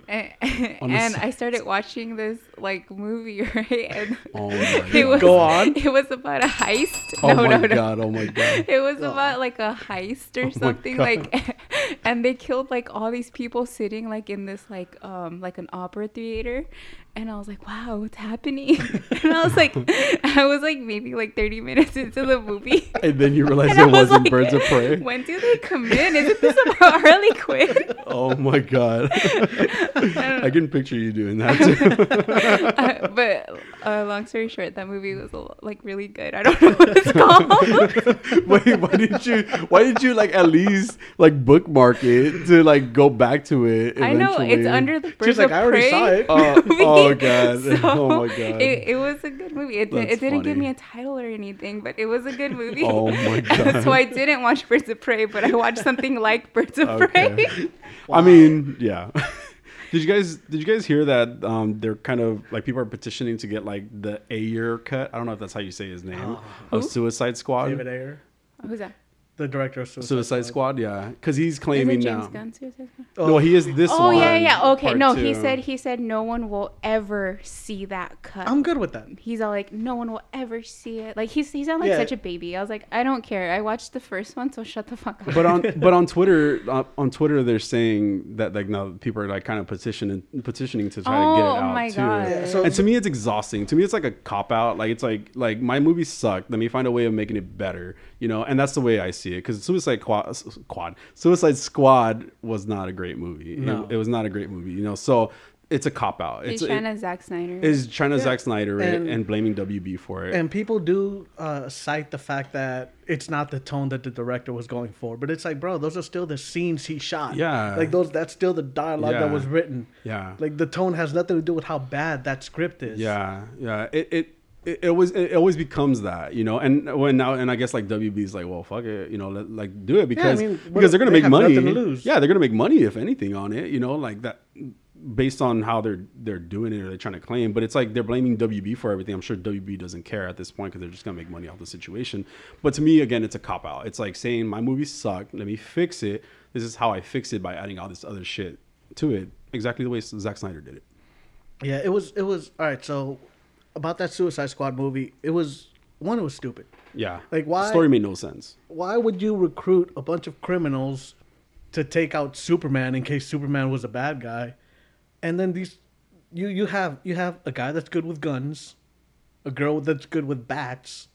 Speaker 3: and
Speaker 2: On a
Speaker 3: and I
Speaker 2: site.
Speaker 3: started watching this like movie, right? And
Speaker 2: Oh my
Speaker 3: it was,
Speaker 2: god.
Speaker 1: Go on.
Speaker 3: It was about a heist.
Speaker 2: Oh
Speaker 3: no,
Speaker 2: my
Speaker 3: no, no.
Speaker 2: god. Oh my god.
Speaker 3: It was about like a heist or
Speaker 2: my
Speaker 3: something
Speaker 2: God.
Speaker 3: like and they killed like all these people sitting like in this like um like an opera theater and I was like wow what's happening and I was like I was like maybe like 30 minutes into the movie
Speaker 2: And then you realize
Speaker 3: And I
Speaker 2: it
Speaker 3: was
Speaker 2: wasn't
Speaker 3: like,
Speaker 2: Birds of Prey.
Speaker 3: when do they come in isn't this about Harley Quinn
Speaker 2: Oh my god. I can picture you doing that
Speaker 3: Uh, but uh, long story short that movie was a lo- like really good I don't know what it's called
Speaker 2: too. Wait, why did you why did you like at least like bookmark it to like go back to it?
Speaker 3: I know it's
Speaker 2: eventually?
Speaker 3: under the Birds
Speaker 1: She's like,
Speaker 3: of
Speaker 1: I already
Speaker 3: Prey.
Speaker 1: saw it.
Speaker 2: Oh,
Speaker 3: movie.
Speaker 2: oh god. oh my
Speaker 3: So,
Speaker 2: god.
Speaker 3: It, it was a good movie. It,
Speaker 2: That's
Speaker 3: it didn't give
Speaker 2: funny.
Speaker 3: me a title or anything, but it was a good movie.
Speaker 2: Oh my
Speaker 3: so
Speaker 2: God.
Speaker 3: I didn't watch Birds of Prey, but I watched something like Birds of
Speaker 2: Okay.
Speaker 3: Prey.
Speaker 2: I mean, yeah. Did you guys did you guys hear that um, they're kind of like people are petitioning to get like the Ayer cut? I don't know if that's how you say his name of Suicide Squad.
Speaker 1: David Ayer,
Speaker 3: Who's that?
Speaker 1: the director of Suicide,
Speaker 2: Suicide Squad, yeah, because he's
Speaker 3: Is
Speaker 2: claiming
Speaker 3: it James
Speaker 2: now.
Speaker 3: Gunn's Suicide Squad?
Speaker 1: Oh.
Speaker 2: No, he is this
Speaker 3: Oh
Speaker 2: one.
Speaker 3: yeah, yeah. Okay,
Speaker 2: part
Speaker 3: no, he
Speaker 2: two.
Speaker 3: said he said no one will ever see that cut.
Speaker 1: I'm good with that.
Speaker 3: He's all like, no one will ever see it. Like he's he's on like
Speaker 1: Yeah.
Speaker 3: such a baby. I was like, I don't care. I watched the first one, so shut the fuck up.
Speaker 2: but on but on Twitter on, on Twitter they're saying that like now people are like kind of petitioning petitioning to try to get
Speaker 3: Oh,
Speaker 2: it out
Speaker 3: my
Speaker 2: too.
Speaker 3: God. Yeah,
Speaker 1: so-
Speaker 2: and to me it's exhausting. To me it's like a cop out. Like it's like like my movie sucked. Let me find a way of making it better. You know, and that's the way I see it. Because Suicide Quad, Quad Suicide Squad was not a great movie. It-
Speaker 1: No.
Speaker 2: It, was not a great movie. You know, so it's a cop out.
Speaker 3: he's
Speaker 2: It's
Speaker 3: trying
Speaker 2: it-
Speaker 3: to Zack Snyder.
Speaker 2: is China Zack Snyder it
Speaker 1: And-
Speaker 2: and, blaming WB for it.
Speaker 1: And people do uh, cite the fact that it's not the tone that the director was going for, but it's like, bro, those are still the scenes he shot.
Speaker 2: Yeah.
Speaker 1: like those. That's still the dialogue that
Speaker 2: Yeah.
Speaker 1: was written.
Speaker 2: Yeah.
Speaker 1: like the tone has nothing to do with how bad that script is.
Speaker 2: Yeah, yeah. It it it, it always it always becomes that you know. And when now and I guess like WB's like, well, fuck it, you know, let, like do it because
Speaker 1: mean, what-
Speaker 2: because they're gonna
Speaker 1: they
Speaker 2: make
Speaker 1: have
Speaker 2: money.
Speaker 1: nothing to lose.
Speaker 2: Yeah, they're gonna make money if anything on it. You know, like that based on how they're they're doing it or they're trying to claim. But it's like they're blaming WB for everything. I'm sure WB doesn't care at this point because they're just gonna make money off the situation. But to me, again, it's a cop out. It's like saying my movie sucked. Let me fix it. This is how I fix it by adding all this other shit to it. Exactly the way Zack Snyder did it.
Speaker 1: yeah. It was. It was all right. So about that Suicide Squad movie, it was one. It was stupid.
Speaker 2: Yeah.
Speaker 1: Like, why-
Speaker 2: Story made no sense.
Speaker 1: Why would you recruit a bunch of criminals to take out Superman in case Superman was a bad guy? And then these, you you have you have a guy that's good with guns, a girl that's good with bats,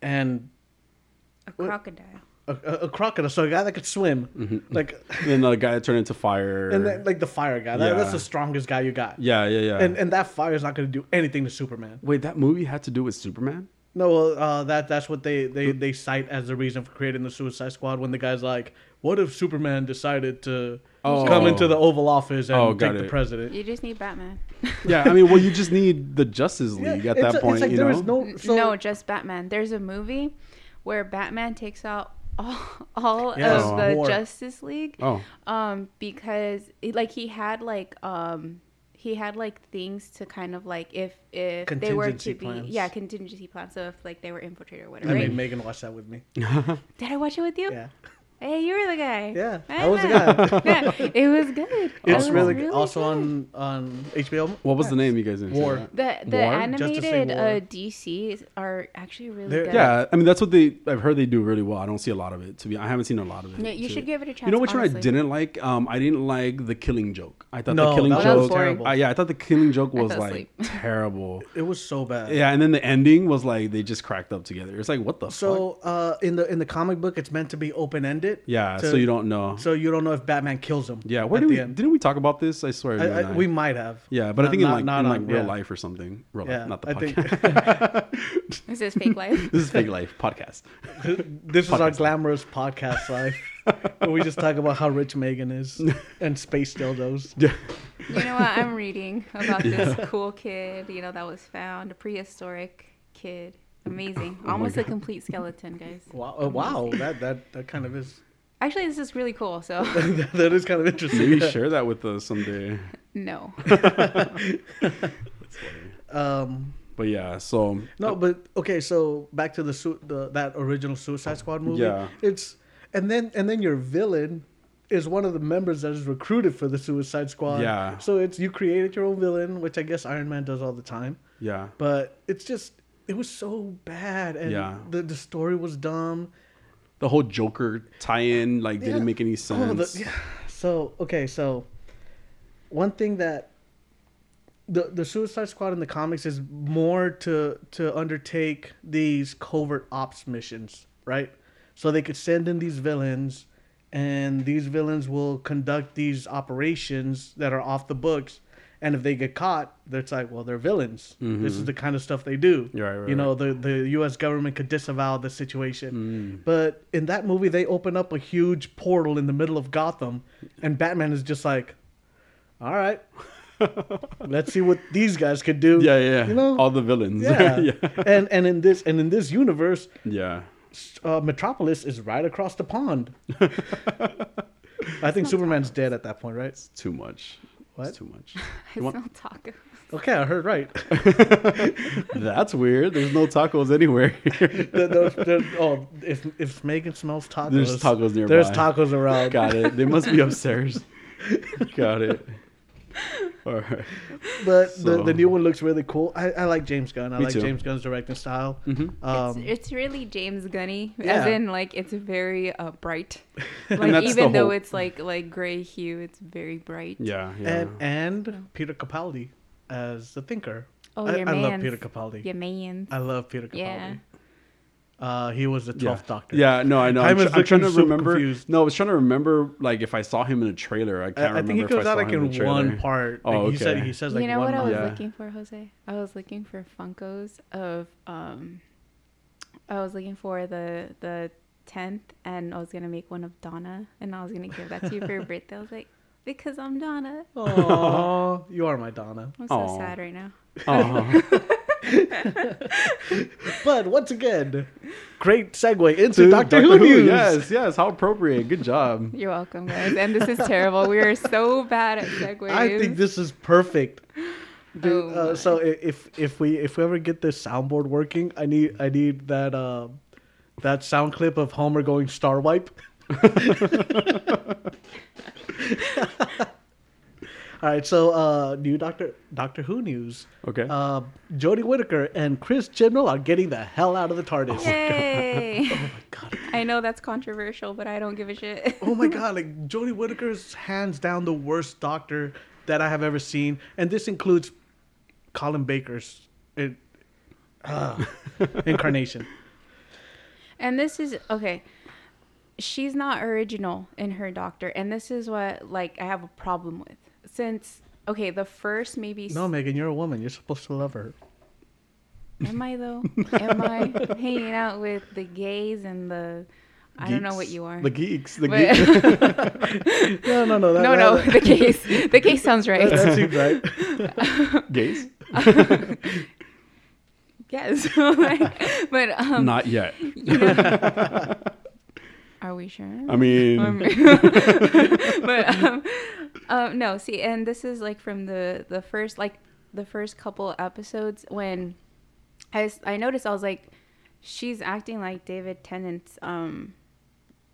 Speaker 1: and
Speaker 3: a crocodile.
Speaker 1: a, a, a crocodile, so a guy that could swim,
Speaker 2: Mm-hmm.
Speaker 1: like,
Speaker 2: And then the guy that turned into fire.
Speaker 1: and then, like the fire guy. That, That's
Speaker 2: Yeah.
Speaker 1: the strongest guy you got.
Speaker 2: yeah, yeah, yeah.
Speaker 1: And and that fire is not going to do anything to Superman.
Speaker 2: wait, that movie had to do with Superman?
Speaker 1: No, well, uh, that that's what they, they, they cite as the reason for creating the Suicide Squad. When the guy's like, "What if Superman decided to
Speaker 2: Oh.
Speaker 1: come into the Oval Office and
Speaker 2: Oh,
Speaker 1: take
Speaker 2: got
Speaker 1: the
Speaker 2: it.
Speaker 1: president?"
Speaker 3: You just need Batman.
Speaker 2: Yeah, I mean, well, you just need the Justice League at
Speaker 1: it's-
Speaker 2: that
Speaker 1: it's
Speaker 2: point,
Speaker 1: like
Speaker 2: you
Speaker 1: there
Speaker 2: know.
Speaker 1: is no, so,
Speaker 3: no, just Batman. There's a movie where Batman takes out all, all
Speaker 1: Yes.
Speaker 3: of the
Speaker 1: War.
Speaker 3: Justice League.
Speaker 2: Oh.
Speaker 3: Um, because it, like he had like um he had like things to kind of like if if they were
Speaker 1: Contingency
Speaker 3: to be
Speaker 1: plans.
Speaker 3: yeah contingency plans so if like they were infiltrated or
Speaker 1: I
Speaker 3: whatever.
Speaker 1: made Megan watch that with me.
Speaker 2: Oh,
Speaker 3: Did I watch it with you?
Speaker 1: Yeah,
Speaker 3: I Hey, you were the guy.
Speaker 1: Yeah,
Speaker 3: I
Speaker 1: I was the
Speaker 3: know.
Speaker 1: guy.
Speaker 3: yeah, it was good. It
Speaker 1: It's
Speaker 3: was
Speaker 2: Awesome.
Speaker 1: really, also
Speaker 3: good.
Speaker 1: on on HBO.
Speaker 2: What was the name you guys didn't say
Speaker 1: War.
Speaker 2: that?
Speaker 3: The the
Speaker 2: War?
Speaker 1: Just to say
Speaker 3: animated
Speaker 1: war.
Speaker 3: uh, DCs are actually really
Speaker 1: They're-
Speaker 3: good.
Speaker 2: Yeah, I mean that's what they. I've heard they do really well. I don't see a lot of it. To be, I haven't seen a lot of it.
Speaker 3: No, you
Speaker 2: to-
Speaker 3: should give it a chance.
Speaker 2: You know which one I
Speaker 3: honestly.
Speaker 2: didn't like? Um, I didn't like the Killing Joke. I thought the
Speaker 1: No,
Speaker 2: Killing
Speaker 1: that
Speaker 3: was
Speaker 2: Joke.
Speaker 3: boring.
Speaker 2: Uh, yeah, I thought the Killing Joke
Speaker 3: I
Speaker 2: was
Speaker 3: fell
Speaker 2: like
Speaker 3: asleep.
Speaker 2: terrible.
Speaker 1: It was so bad.
Speaker 2: Yeah, and then the ending was like they just cracked up together. It's like what the fuck?
Speaker 1: So uh, in the in the comic book, it's meant to be open ended.
Speaker 2: Yeah, so you don't know.
Speaker 1: So you don't know if Batman kills him.
Speaker 2: yeah, where
Speaker 1: at
Speaker 2: did we
Speaker 1: the end.
Speaker 2: didn't we talk about this? I swear. you
Speaker 1: I,
Speaker 2: and
Speaker 1: I,
Speaker 2: I-
Speaker 1: we might have.
Speaker 2: yeah, but I think in like, in like
Speaker 1: on-
Speaker 2: real
Speaker 1: yeah.
Speaker 2: life or something. Real
Speaker 1: Yeah,
Speaker 2: life, not the
Speaker 1: I
Speaker 2: podcast.
Speaker 1: think
Speaker 3: This is fake life.
Speaker 2: this is fake life podcast.
Speaker 1: this is our
Speaker 2: Podcast.
Speaker 1: glamorous podcast life. where we just talk about how rich Megan is and space dildos.
Speaker 2: Yeah.
Speaker 3: you know what? I'm reading about this cool kid. You know that was found a prehistoric kid. Amazing,
Speaker 2: Oh my
Speaker 3: almost a
Speaker 2: God.
Speaker 3: complete skeleton, guys.
Speaker 1: Wow, uh, wow, that that that kind of is
Speaker 3: Actually, this is really cool. So
Speaker 1: that is kind of interesting.
Speaker 2: Maybe
Speaker 1: Yeah.
Speaker 2: share that with us someday.
Speaker 3: no,
Speaker 1: Um,
Speaker 2: But yeah, so
Speaker 1: no, but okay. So back to the, su- the that original Suicide Squad movie.
Speaker 2: Yeah.
Speaker 1: It's and then and then your villain is one of the members that is recruited for the Suicide Squad.
Speaker 2: Yeah.
Speaker 1: So it's you created your own villain, which I guess Iron Man does all the time.
Speaker 2: yeah.
Speaker 1: But it's just it was so bad, and
Speaker 2: Yeah.
Speaker 1: the the story was dumb.
Speaker 2: The whole Joker tie-in like
Speaker 1: Yeah.
Speaker 2: didn't make any sense.
Speaker 1: Oh, the- yeah. So okay, so one thing that the the Suicide Squad in the comics is more to to undertake these covert ops missions, right? So they could send in these villains, and these villains will conduct these operations that are off the books. And if they get caught, it's like, well, they're villains. This is the kind of stuff they do.
Speaker 2: Mm-hmm. Right, right, Mm.
Speaker 1: you know, the the U.S. government could disavow the situation. But in that movie, they open up a huge portal in the middle of Gotham, and Batman is just like, "All right, let's see what these guys could do."
Speaker 2: Yeah, yeah, yeah.
Speaker 1: you know,
Speaker 2: all the villains.
Speaker 1: yeah.
Speaker 2: yeah,
Speaker 1: And and in this and in this universe,
Speaker 2: yeah.
Speaker 1: uh, Metropolis is right across the pond. I think Superman's dead at that point, right?
Speaker 2: It's too much.
Speaker 1: What?
Speaker 2: It's too much.
Speaker 3: I
Speaker 2: You want-
Speaker 3: smell taco.
Speaker 1: Okay, I heard right.
Speaker 2: That's weird. There's no tacos anywhere.
Speaker 1: The- the- the- oh, if if Megan smells tacos,
Speaker 2: There's tacos nearby.
Speaker 1: There's tacos around.
Speaker 2: Got it. They must be upstairs. Got it. All right.
Speaker 1: But the,
Speaker 2: So-
Speaker 1: the new one looks really cool. I, I like James Gunn. I
Speaker 2: Me
Speaker 1: like
Speaker 2: too. Mm-hmm.
Speaker 1: James Gunn's directing style.
Speaker 3: It's,
Speaker 1: Um,
Speaker 3: it's really James Gunny, as
Speaker 1: yeah.
Speaker 3: in like it's very uh, bright. Like
Speaker 2: that's the
Speaker 3: even though
Speaker 2: whole-
Speaker 3: it's like like gray hue, it's very bright.
Speaker 2: Yeah, yeah.
Speaker 1: and and Peter Capaldi as the Thinker.
Speaker 3: Oh,
Speaker 1: I,
Speaker 3: your
Speaker 1: I love
Speaker 3: mans.
Speaker 1: Peter Capaldi.
Speaker 3: Yeah, man.
Speaker 1: I love Peter Capaldi.
Speaker 3: Yeah.
Speaker 1: Uh, he was the
Speaker 2: yeah.
Speaker 1: twelfth Doctor.
Speaker 2: Yeah, no, I know. I'm,
Speaker 1: Hyman's
Speaker 2: tr- I'm trying to
Speaker 1: looking super
Speaker 2: remember.
Speaker 1: confused.
Speaker 2: No, I was trying to remember like if I saw him in a trailer. I can't
Speaker 1: I, I
Speaker 2: remember
Speaker 1: think he
Speaker 2: if
Speaker 1: goes
Speaker 2: I
Speaker 1: out
Speaker 2: saw
Speaker 1: like
Speaker 2: him
Speaker 1: in
Speaker 2: a trailer.
Speaker 1: one part. Like,
Speaker 2: Oh,
Speaker 1: He said
Speaker 2: okay.
Speaker 1: he says like
Speaker 3: you know
Speaker 1: one
Speaker 3: what I was
Speaker 1: line.
Speaker 2: Yeah.
Speaker 3: looking for, Jose? I was looking for Funkos of um I was looking for the the tenth and I was gonna make one of Donna and I was gonna give that to you for your birthday. I was like, Because I'm Donna.
Speaker 1: Aw, you are my Donna.
Speaker 3: I'm so
Speaker 2: Aw.
Speaker 3: sad right now.
Speaker 2: Uh-huh.
Speaker 1: But once again, great segue into
Speaker 2: Dude,
Speaker 1: Doctor, Who news.
Speaker 2: Yes, yes. How appropriate. Good job.
Speaker 3: You're welcome guys. And this is terrible. We are so bad at segues.
Speaker 1: I think this is perfect. Dude,
Speaker 3: Oh
Speaker 1: uh, so i- if if we if we ever get this soundboard working, I need I need that uh, that sound clip of Homer going star wipe. All right, so uh, new Doctor Doctor Who news.
Speaker 2: Okay.
Speaker 1: Uh, Jodie Whittaker and Chris Chibnall are getting the hell out of the TARDIS.
Speaker 3: Yay.
Speaker 1: Oh God.
Speaker 3: I know that's controversial, but I don't give a shit.
Speaker 1: Oh my god, like Jodie Whittaker is hands down the worst doctor that I have ever seen, and this includes Colin Baker's it, ah, incarnation.
Speaker 3: And this is okay. She's not original in her doctor, and this is what like I have a problem with. Since okay, the first maybe
Speaker 1: No, Megan, you're a woman. You're supposed to love her.
Speaker 3: am I though? Am I hanging out with the gays and the I don't know what
Speaker 2: Geeks.
Speaker 3: you are.
Speaker 2: The geeks. The
Speaker 3: But-
Speaker 2: geeks.
Speaker 1: No, no, no. That,
Speaker 3: no, no,
Speaker 1: that-
Speaker 3: the gays. The gays sounds
Speaker 1: That,
Speaker 3: right.
Speaker 1: that seems right.
Speaker 2: Gays?
Speaker 3: yes, Like, but um,
Speaker 2: Not yet.
Speaker 3: are we sure?
Speaker 2: I mean,
Speaker 3: um, but um, um, no, see, and this is like from the the first like the first couple episodes when I s- I noticed I was like, she's acting like David Tennant's um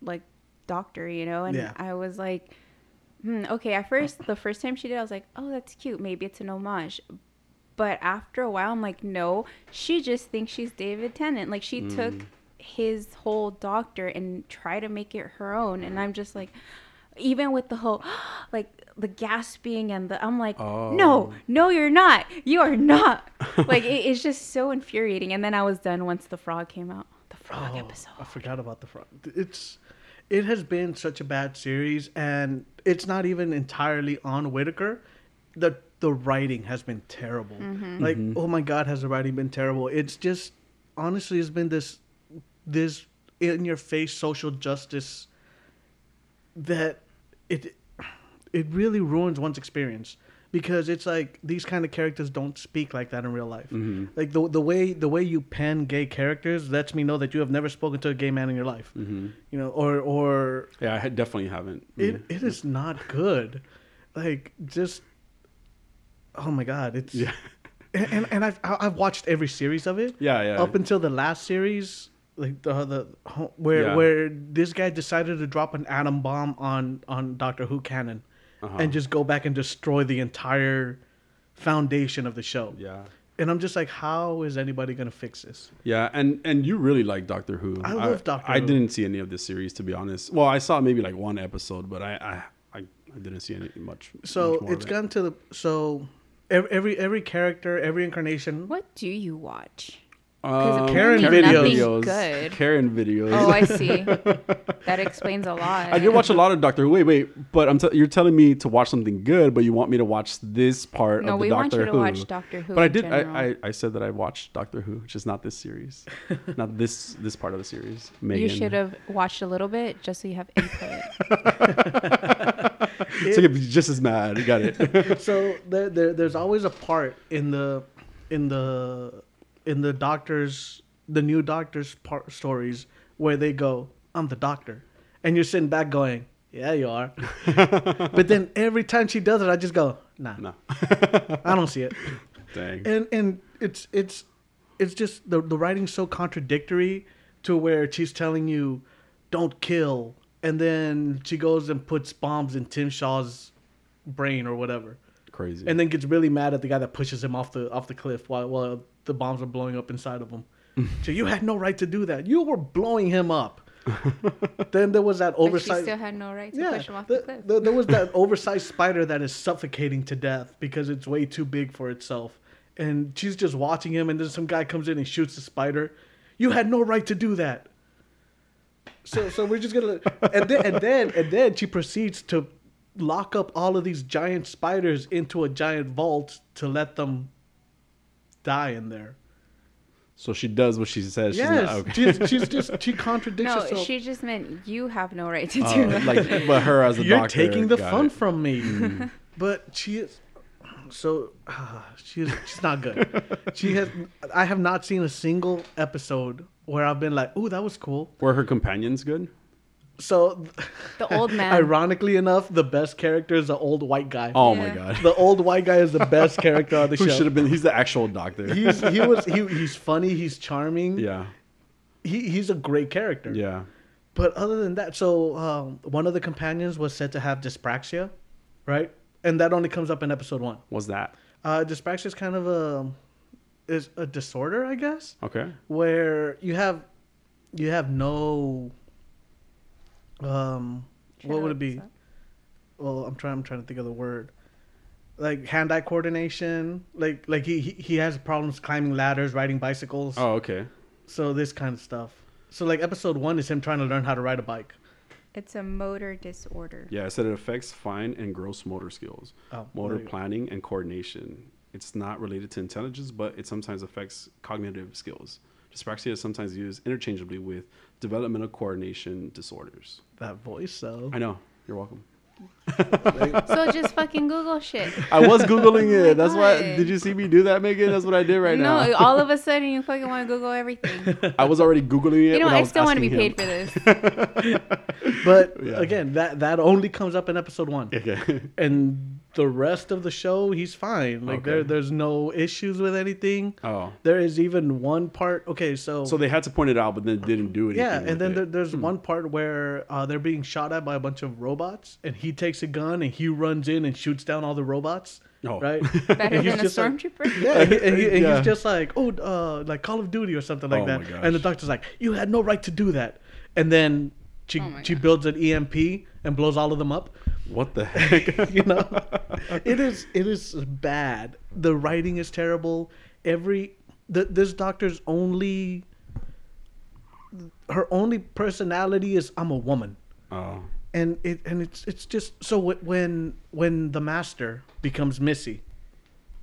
Speaker 3: like doctor, you know, and
Speaker 1: Yeah.
Speaker 3: I was like, hmm, okay. At first, the first time she did, I was like, oh, that's cute. Maybe it's an homage. But after a while, I'm like, no, she just thinks she's David Tennant. Like she took his whole doctor and tried to make it her own, and I'm just like, even with the whole, like the gasping and the, I'm like, no,
Speaker 2: Oh.
Speaker 3: no, you're not, you are not. like it, it's just so infuriating. And then I was done once the frog came out. The frog
Speaker 1: Oh,
Speaker 3: episode.
Speaker 1: I forgot about the frog. It's it has been such a bad series, and it's not even entirely on Whitaker. the The writing has been terrible. Like, oh my god, has the writing been terrible? It's just honestly, it's been this this in your face social justice that it it really ruins one's experience because it's like these kind of characters don't speak like that in real life. Like the the way the way you pen gay characters lets me know that you have never spoken to a gay man in your life. You know, or or
Speaker 2: Yeah, I had- definitely haven't.
Speaker 1: it, it is not good. Like just oh my god, it's
Speaker 2: Yeah.
Speaker 1: and and, and I've I- I've watched every series of it.
Speaker 2: Yeah, yeah.
Speaker 1: Up until the last series, like the the where
Speaker 2: Yeah.
Speaker 1: where this guy decided to drop an atom bomb on on Doctor Who canon,
Speaker 2: Uh-huh.
Speaker 1: and just go back and destroy the entire foundation of the show.
Speaker 2: Yeah.
Speaker 1: And I'm just like, how is anybody gonna fix this?
Speaker 2: Yeah, and and you really like Doctor Who.
Speaker 1: I love Doctor
Speaker 2: I
Speaker 1: Who.
Speaker 2: didn't see any of this series to be honest. Well, I saw maybe like one episode, but I I, I, I didn't see any much.
Speaker 1: So
Speaker 2: much more of
Speaker 1: it's
Speaker 2: it.
Speaker 1: gotten to the so every every, every character, every incarnation.
Speaker 3: What do you watch?
Speaker 2: um,
Speaker 1: Karen
Speaker 2: Karen
Speaker 3: Oh, videos.
Speaker 2: videos.
Speaker 3: Good.
Speaker 2: Karen videos.
Speaker 3: Oh, I see. that explains a lot.
Speaker 2: I did watch a lot of Doctor Who. Wait, wait, but I'm t- you're telling me to watch something good, but you want me to watch this part
Speaker 3: No,
Speaker 2: of the
Speaker 3: we want
Speaker 2: Doctor
Speaker 3: you to
Speaker 2: Who.
Speaker 3: watch Doctor Who
Speaker 2: But I
Speaker 3: in
Speaker 2: did.
Speaker 3: general.
Speaker 2: I, I I said that I watched Doctor Who, which is not this series, not this this part of the series. Megan.
Speaker 3: You should have watched a little bit just so you have input.
Speaker 2: So you'd be just as mad. You got it.
Speaker 1: so there, there there's always a part in the in the in the doctor's the new doctor's part stories where they go i'm the doctor and you're sitting back going yeah you are but then every time she does it i just go nah
Speaker 2: no,
Speaker 1: i don't see it
Speaker 2: dang.
Speaker 1: and and it's it's it's just the the writing's so contradictory to where she's telling you don't kill and then she goes and puts bombs in tim shaw's brain or whatever
Speaker 2: Crazy.
Speaker 1: and then gets really mad at the guy that pushes him off the off the cliff while while the bombs are blowing up inside of him. so you had no right to do that. You were blowing him up. then there was that
Speaker 3: but she
Speaker 1: oversized.
Speaker 3: still had no right to
Speaker 1: yeah,
Speaker 3: push him off the,
Speaker 1: the-
Speaker 3: cliff.
Speaker 1: the- there was that oversized spider that is suffocating to death because it's way too big for itself, and she's just watching him. And then some guy comes in and shoots the spider. You had no right to do that. So so we're just gonna and then and then and then she proceeds to lock up all of these giant spiders into a giant vault to let them die in there.
Speaker 2: So she does what she says.
Speaker 1: yes,
Speaker 2: She's
Speaker 1: she's, she's just she contradicts
Speaker 3: No,
Speaker 1: herself.
Speaker 3: she just meant you have no right to do
Speaker 2: not okay.
Speaker 3: that.
Speaker 2: Uh, like, but her as a
Speaker 1: You're
Speaker 2: doctor.
Speaker 1: taking the
Speaker 2: got
Speaker 1: fun
Speaker 2: it.
Speaker 1: from me. but she is so ah, she is she's not good. she has I have not seen a single episode where I've been like, "Ooh, that was cool."
Speaker 2: Were her companions good?
Speaker 1: So
Speaker 3: the old man.
Speaker 1: ironically enough, the best character is the old white guy.
Speaker 2: Oh
Speaker 3: Yeah.
Speaker 2: my god.
Speaker 1: the old white guy is the best character on the
Speaker 2: Who should
Speaker 1: show.
Speaker 2: have been? He's the actual doctor.
Speaker 1: He's he was he, he's funny, he's charming.
Speaker 2: yeah.
Speaker 1: He he's a great character.
Speaker 2: Yeah.
Speaker 1: But other than that, so um, one of the companions was said to have dyspraxia, right? And that only comes up in episode one.
Speaker 2: Was that
Speaker 1: Uh, dyspraxia is kind of a is a disorder, I guess,
Speaker 2: okay?
Speaker 1: where you have you have no um
Speaker 3: Should I
Speaker 1: what would
Speaker 3: look
Speaker 1: it be?
Speaker 3: this up?
Speaker 1: well i'm trying i'm trying to think of the word like hand-eye coordination like like he he, he has problems climbing ladders riding bicycles
Speaker 2: Oh, okay.
Speaker 1: so this kind of stuff so like episode one is him trying to learn how to ride a bike
Speaker 3: It's a motor disorder.
Speaker 2: Yeah, it said it affects fine and gross motor skills,
Speaker 1: Oh,
Speaker 2: motor
Speaker 1: there you go.
Speaker 2: planning, and coordination. It's not related to intelligence, but it sometimes affects cognitive skills. Dyspraxia is sometimes used interchangeably with developmental coordination disorders.
Speaker 1: that voice so
Speaker 2: I know. You're welcome.
Speaker 3: So just fucking Google shit.
Speaker 2: I was googling
Speaker 3: Oh my
Speaker 2: it. That's why.
Speaker 3: God.
Speaker 2: Did you see me do that, Megan? That's what I did right
Speaker 3: no,
Speaker 2: now.
Speaker 3: all of a sudden you fucking want to Google everything.
Speaker 2: I was already googling it.
Speaker 3: You know,
Speaker 2: when I,
Speaker 3: I
Speaker 2: was
Speaker 3: still want to be
Speaker 2: asking
Speaker 3: paid
Speaker 2: him.
Speaker 3: for this.
Speaker 1: but
Speaker 2: Yeah.
Speaker 1: again that that only comes up in episode one
Speaker 2: Okay.
Speaker 1: and the rest of the show, he's fine. Like there,
Speaker 2: Okay.
Speaker 1: there's no issues with anything.
Speaker 2: Oh,
Speaker 1: There is even one part. Okay, so,
Speaker 2: so they had to point it out, but then didn't do anything.
Speaker 1: yeah,
Speaker 2: with
Speaker 1: and then
Speaker 2: it. Hmm.
Speaker 1: there, there's one part where uh, they're being shot at by a bunch of robots, and he takes a gun and he runs in and shoots down all the robots.
Speaker 2: Oh.
Speaker 1: Right. And
Speaker 3: Better
Speaker 1: he's
Speaker 3: than a
Speaker 1: just like-
Speaker 3: stormtrooper.
Speaker 1: yeah, and, he, and, he, and
Speaker 2: Yeah.
Speaker 1: he's just like, oh, uh, like Call of Duty or something like
Speaker 2: Oh
Speaker 1: that.
Speaker 2: my gosh.
Speaker 1: And the doctor's like, you had no right to do that. And then she
Speaker 3: Oh my
Speaker 1: she
Speaker 3: gosh.
Speaker 1: builds an EMP and blows all of them up.
Speaker 2: what the heck?
Speaker 1: You know, it is it is bad. The writing is terrible. Every th- this doctor's only her only personality is I'm a woman
Speaker 2: oh,
Speaker 1: and it and it's it's just so wh- when when the master becomes Missy,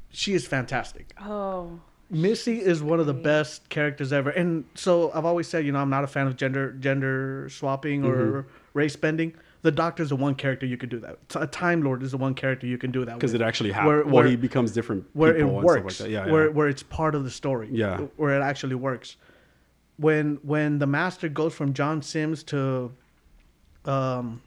Speaker 1: she is fantastic.
Speaker 3: Oh,
Speaker 1: Missy is one of the best characters ever, and so I've always said, you know, I'm not a fan of gender gender swapping or
Speaker 2: Mm-hmm.
Speaker 1: race bending. The Doctor's the one character you could do that. T- A Time Lord is the one character you can do that
Speaker 2: because
Speaker 1: with.
Speaker 2: it actually happened.
Speaker 1: Where-
Speaker 2: well,
Speaker 1: where-
Speaker 2: he becomes different.
Speaker 1: where it
Speaker 2: people and
Speaker 1: works,
Speaker 2: Stuff like that. Yeah, yeah.
Speaker 1: where where it's part of the story,
Speaker 2: Yeah.
Speaker 1: where it actually works. When when the master goes from John Sims to um,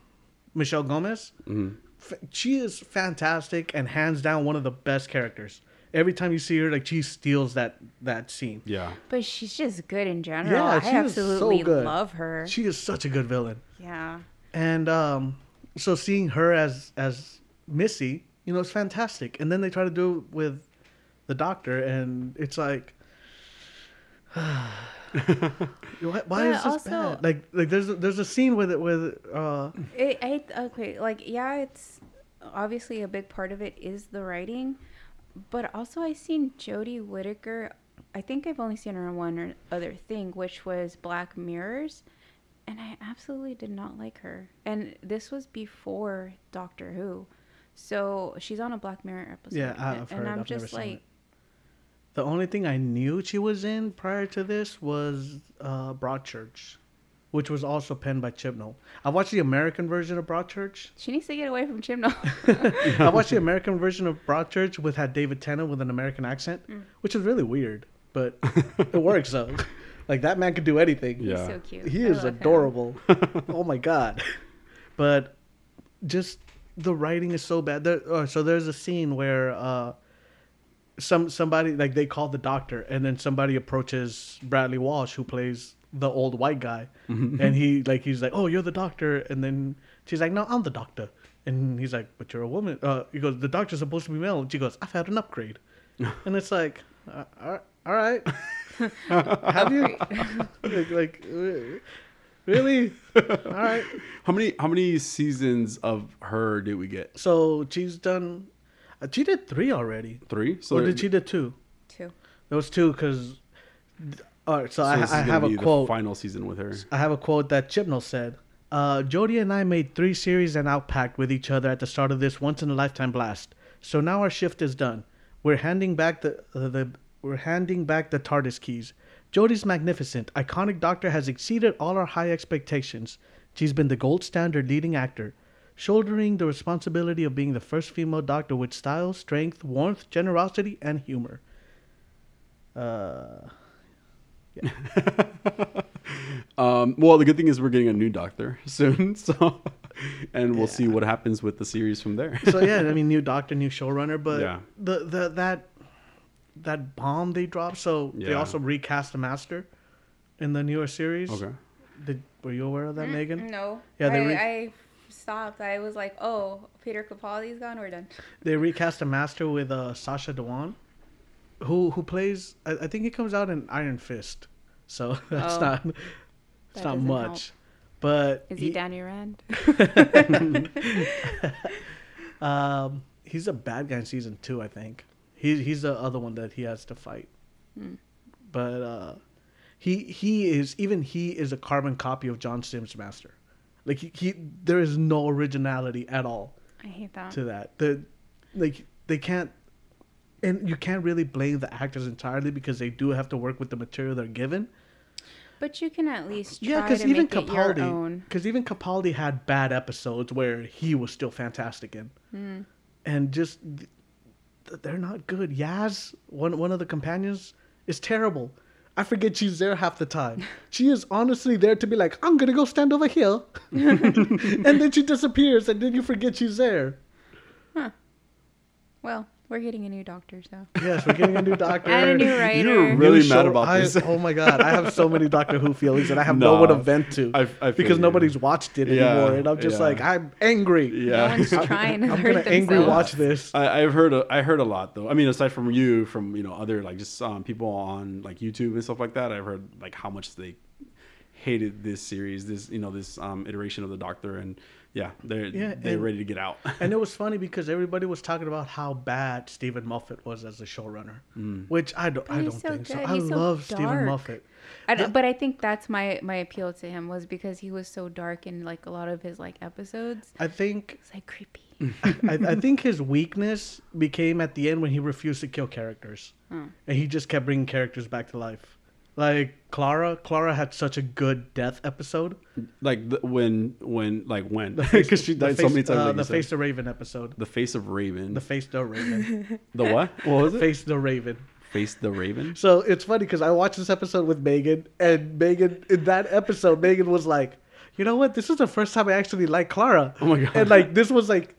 Speaker 1: Michelle Gomez,
Speaker 2: Mm-hmm.
Speaker 1: f- she is fantastic and hands down one of the best characters. Every time you see her, like she steals that that scene.
Speaker 2: yeah.
Speaker 3: but she's just good in general.
Speaker 1: Yeah, she
Speaker 3: Oh, I
Speaker 1: is so
Speaker 3: absolutely
Speaker 1: good.
Speaker 3: love her.
Speaker 1: She is such a good villain,
Speaker 3: yeah.
Speaker 1: and um, so seeing her as as Missy, you know, it's fantastic. And then they try to do it with the Doctor, and it's like. Why, why
Speaker 3: But
Speaker 1: is this
Speaker 3: also-
Speaker 1: bad? Like, like there's a, there's a scene with it with uh,
Speaker 3: It, I okay, like yeah, it's obviously a big part of it is the writing, but also I seen Jodie Whittaker. I think I've only seen her in one or other thing, which was Black Mirrors, and I absolutely did not like her. And this was before Doctor Who, so she's on a Black Mirror episode.
Speaker 1: Yeah, I-
Speaker 3: and-
Speaker 1: I've
Speaker 3: and
Speaker 1: heard.
Speaker 3: I'm
Speaker 1: I've never
Speaker 3: just
Speaker 1: seen
Speaker 3: like,
Speaker 1: it. the only thing I knew she was in prior to this was uh, Broadchurch, which was also penned by Chibnall. I watched the American version of Broadchurch.
Speaker 3: she needs to get away from Chibnall.
Speaker 1: I watched the American version of Broadchurch with had David Tennant with an American accent, which is really weird, but it works though. Like that man could do anything.
Speaker 2: Yeah.
Speaker 3: He's so cute.
Speaker 1: He
Speaker 3: I
Speaker 1: is
Speaker 3: love him.
Speaker 1: adorable. oh my god! But just the writing is so bad. There, uh, so there's a scene where uh, some somebody like they call the doctor, and then somebody approaches Bradley Walsh, who plays the old white guy, and he like he's like, "Oh, you're the doctor," and then she's like, "No, I'm the doctor," and he's like, "But you're a woman." Uh, he goes, "The doctor's supposed to be male," and she goes, "I've had an upgrade," and it's like, uh, all right- all right." Have you like, like uh, really? All right.
Speaker 2: How many how many seasons of her did we get?
Speaker 1: So she's done. uh, She did three already.
Speaker 2: Three. So
Speaker 1: or
Speaker 2: there-
Speaker 1: did she do two?
Speaker 3: too.
Speaker 1: There was two because. All right. So,
Speaker 2: so
Speaker 1: I,
Speaker 2: this is
Speaker 1: I
Speaker 2: gonna
Speaker 1: have
Speaker 2: be
Speaker 1: a
Speaker 2: the
Speaker 1: quote.
Speaker 2: Final season with her.
Speaker 1: I have a quote that Chibnall said. Uh, Jody and I made three series and outpacked with each other at the start of this once in a lifetime blast. So now our shift is done. We're handing back the, uh, the we're handing back the TARDIS keys. Jody's magnificent, iconic doctor has exceeded all our high expectations. She's been the gold standard leading actor, shouldering the responsibility of being the first female doctor with style, strength, warmth, generosity, and humor. Uh,
Speaker 2: Um, well, the good thing is we're getting a new doctor soon, so and we'll see what happens with the series from there.
Speaker 1: so yeah, I mean, new doctor, new showrunner, but
Speaker 2: Yeah.
Speaker 1: the, the that that bomb they dropped. So they
Speaker 2: Yeah.
Speaker 1: also recast the master in the newer series.
Speaker 2: okay.
Speaker 1: Did, were you aware of that, Megan?
Speaker 3: Mm, No.
Speaker 1: Yeah, they
Speaker 3: I,
Speaker 1: re-
Speaker 3: I stopped. I was like, oh, Peter Capaldi's gone. We're done.
Speaker 1: They recast the master with uh, Sasha Dewan, who who plays. I, I think he comes out in Iron Fist. So that's
Speaker 3: Oh.
Speaker 1: not it's
Speaker 3: That
Speaker 1: not
Speaker 3: doesn't
Speaker 1: much. But
Speaker 3: Is he, Danny Rand?
Speaker 1: Um, he's a bad guy in season two, I think. He's he's the other one that he has to fight. But uh, he he is even he is a carbon copy of John Sims Master. Like he, he there is no originality at all
Speaker 3: I hate that.
Speaker 1: to that. The like they can't and you can't really blame the actors entirely because they do have to work with the material they're given.
Speaker 3: But you can at least try
Speaker 1: Yeah, because
Speaker 3: to
Speaker 1: even
Speaker 3: make it your
Speaker 1: Capaldi,
Speaker 3: own.
Speaker 1: because even Capaldi had bad episodes where he was still fantastic in,
Speaker 3: Hmm.
Speaker 1: and just th- they're not good. Yaz, one one of the companions, is terrible. I forget she's there half the time. She is honestly there to be like, I'm gonna go stand over here, and then she disappears, and then you forget she's there.
Speaker 3: Well, we're getting a new doctor, so
Speaker 1: Yes, we're getting a new doctor.
Speaker 3: and a new writer.
Speaker 2: You're really
Speaker 1: New
Speaker 2: mad
Speaker 1: show-
Speaker 2: about
Speaker 1: I-
Speaker 2: this.
Speaker 1: Oh my god, I have so many Doctor Who feelings, and I have no,
Speaker 2: Nah,
Speaker 1: one to vent to
Speaker 2: I- I feel
Speaker 1: because
Speaker 2: you.
Speaker 1: nobody's watched it
Speaker 2: Yeah,
Speaker 1: anymore, and I'm just
Speaker 2: yeah.
Speaker 1: like, I'm angry.
Speaker 3: no
Speaker 2: Yeah.
Speaker 3: one's trying to
Speaker 1: I'm
Speaker 3: hurt
Speaker 1: gonna angry
Speaker 3: themselves.
Speaker 1: watch this.
Speaker 2: I, I've heard a, I heard a lot though. I mean, aside from you, from you know other like just um, people on like YouTube and stuff like that, I've heard like how much they hated this series, this you know this um, iteration of the Doctor, and yeah, they're
Speaker 1: Yeah,
Speaker 2: they're
Speaker 1: and-
Speaker 2: ready to get out.
Speaker 1: And it was funny because everybody was talking about how bad Stephen Moffat was as a showrunner,
Speaker 2: Mm.
Speaker 1: which I don't, I
Speaker 3: he's
Speaker 1: don't
Speaker 3: so
Speaker 1: think so.
Speaker 3: good.
Speaker 1: I
Speaker 3: He's so
Speaker 1: love Stephen
Speaker 3: dark.
Speaker 1: Moffat.
Speaker 3: I don't- but I think that's my my appeal to him was because he was so dark in like a lot of his like episodes.
Speaker 1: I think
Speaker 3: It's like creepy.
Speaker 1: I, I think his weakness became at the end when he refused to kill characters,
Speaker 3: Hmm.
Speaker 1: and he just kept bringing characters back to life. Like Clara, Clara had such a good death episode.
Speaker 2: like the, when when like when
Speaker 1: The face-
Speaker 2: because she
Speaker 1: the
Speaker 2: died so
Speaker 1: face-
Speaker 2: many times.
Speaker 1: uh,
Speaker 2: like you
Speaker 1: the
Speaker 2: said.
Speaker 1: face the Raven episode.
Speaker 2: the face of Raven.
Speaker 1: The
Speaker 2: The,
Speaker 1: face the Raven.
Speaker 2: what? What was it?
Speaker 1: face the Raven.
Speaker 2: Face the Raven.
Speaker 1: So it's funny because I watched this episode with Megan, and Megan in that episode, Megan was like, "You know what? This is the first time I actually like Clara."
Speaker 2: Oh my God.
Speaker 1: And like this was like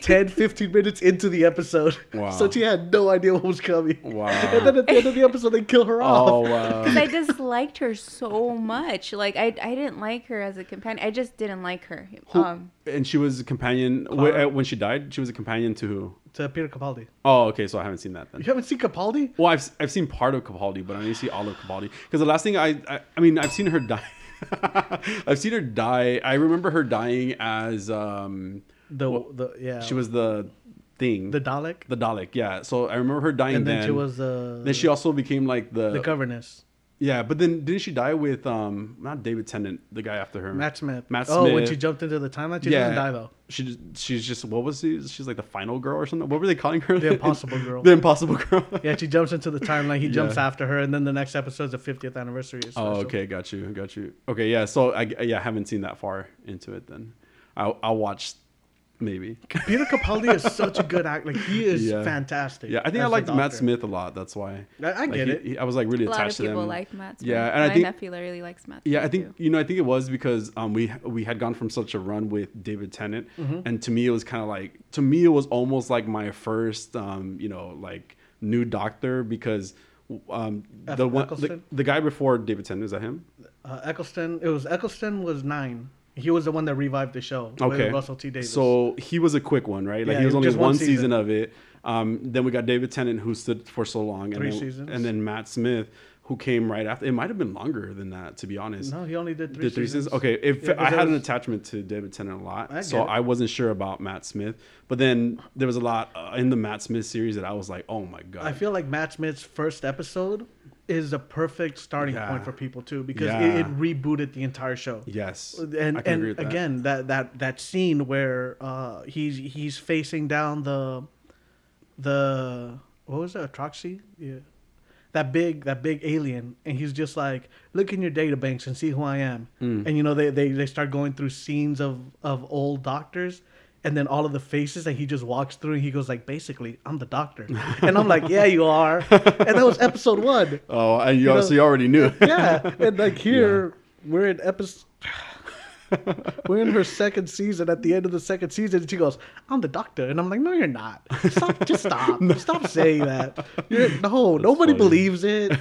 Speaker 1: 10, 15 minutes into the episode,
Speaker 2: Wow.
Speaker 1: so she had no idea what was coming.
Speaker 2: Wow.
Speaker 1: And then at the end of the episode, they kill her
Speaker 2: Oh
Speaker 1: off.
Speaker 2: wow.
Speaker 3: Because I disliked her so much. Like I I didn't like her as a companion. I just didn't like her.
Speaker 2: Who-
Speaker 3: Um,
Speaker 2: and she was a companion wh-
Speaker 1: Clara.
Speaker 2: uh, when she died. She was a companion to who?
Speaker 1: To Peter Capaldi,
Speaker 2: Oh, okay. So I haven't seen that then.
Speaker 1: you haven't seen Capaldi?
Speaker 2: Well, I've, I've seen part of Capaldi, but I didn't see all of Capaldi. Because the last thing I, I I mean I've seen her die. I've seen her die. I remember her dying as um
Speaker 1: The
Speaker 2: wh-
Speaker 1: the yeah,
Speaker 2: she was the thing
Speaker 1: the Dalek,
Speaker 2: the Dalek. Yeah. So I remember her dying.
Speaker 1: and
Speaker 2: then,
Speaker 1: then she was uh,
Speaker 2: Then she also became like the,
Speaker 1: the governess.
Speaker 2: yeah. But then didn't she die with um not David Tennant the guy after her
Speaker 1: Matt Smith.
Speaker 2: Matt
Speaker 1: Oh, when
Speaker 2: Smith.
Speaker 1: she jumped into the timeline, she
Speaker 2: yeah,
Speaker 1: doesn't die though.
Speaker 2: She just, she's just what was she? She's like the final girl or something. What were they calling her?
Speaker 1: The impossible girl.
Speaker 2: the impossible girl.
Speaker 1: Yeah, she jumps into the timeline. He jumps
Speaker 2: Yeah.
Speaker 1: after her, and then the next episode's the 50th anniversary. Special.
Speaker 2: Oh, okay, got you, got you. Okay, yeah. So I yeah I haven't seen that far into it. Then I'll, I'll watch maybe.
Speaker 1: Peter Capaldi is such a good actor. Like he is
Speaker 2: Yeah.
Speaker 1: fantastic.
Speaker 2: Yeah, I think
Speaker 1: as
Speaker 2: I
Speaker 1: the
Speaker 2: liked Matt
Speaker 1: Doctor.
Speaker 2: Smith a lot. That's why.
Speaker 1: I- I
Speaker 2: Like,
Speaker 1: get
Speaker 2: he-
Speaker 1: it.
Speaker 2: he- I was like really
Speaker 3: a lot of
Speaker 2: attached to
Speaker 3: people
Speaker 2: them.
Speaker 3: like Matt. Smith.
Speaker 2: Yeah, and I
Speaker 3: my
Speaker 2: think
Speaker 3: nephew really likes Matt.
Speaker 2: yeah I
Speaker 3: Smith,
Speaker 2: think
Speaker 3: too.
Speaker 2: you know I think it was because um we we had gone from such a run with David Tennant,
Speaker 1: Mm-hmm.
Speaker 2: and to me it was kind of like to me it was almost like my first um you know like new Doctor because um
Speaker 1: F.
Speaker 2: the one the,
Speaker 1: Eccleston?
Speaker 2: the guy before David Tennant is that him?
Speaker 1: Uh, Eccleston. It was Eccleston was nine. He was the one that revived the show.
Speaker 2: Okay.
Speaker 1: With Russell T Davis.
Speaker 2: So he was a quick one, right? Like
Speaker 1: Yeah,
Speaker 2: he was
Speaker 1: he-
Speaker 2: only
Speaker 1: just
Speaker 2: one,
Speaker 1: one
Speaker 2: season.
Speaker 1: season.
Speaker 2: of it. Um, then we got David Tennant, who stood for so long, and
Speaker 1: Three
Speaker 2: then,
Speaker 1: seasons.
Speaker 2: and then Matt Smith, who came right after. It might have been longer than that, to be honest.
Speaker 1: no, he only did three,
Speaker 2: The three seasons. Okay, if
Speaker 1: Yeah, 'cause
Speaker 2: I
Speaker 1: that
Speaker 2: had an
Speaker 1: was-
Speaker 2: attachment to David Tennant a lot,
Speaker 1: I
Speaker 2: so
Speaker 1: get it.
Speaker 2: I wasn't sure about Matt Smith. But then there was a lot uh, in the Matt Smith series that I was like, oh my god,
Speaker 1: I feel like Matt Smith's first episode is a perfect starting
Speaker 2: Yeah.
Speaker 1: point for people too because
Speaker 2: Yeah.
Speaker 1: it, it rebooted the entire show.
Speaker 2: yes,
Speaker 1: and
Speaker 2: I can agree
Speaker 1: and
Speaker 2: with that.
Speaker 1: again that that that scene where uh he's he's facing down the the what was that Atroxy? yeah that big that big alien and he's just like look in your databanks and see who i am
Speaker 2: Mm.
Speaker 1: and you know they, they they start going through scenes of of old doctors and then all of the faces that he just walks through and he goes like basically i'm the doctor and i'm like yeah you are and that was episode one
Speaker 2: oh, and you,
Speaker 1: know-
Speaker 2: also you already knew.
Speaker 1: yeah, and like here we're in episode. We're in her second season. At the end of the second season, and she goes, "I'm the doctor," and I'm like, "No, you're not. Stop! Just stop! Stop saying that. You're, no, nobody
Speaker 2: funny.
Speaker 1: believes it."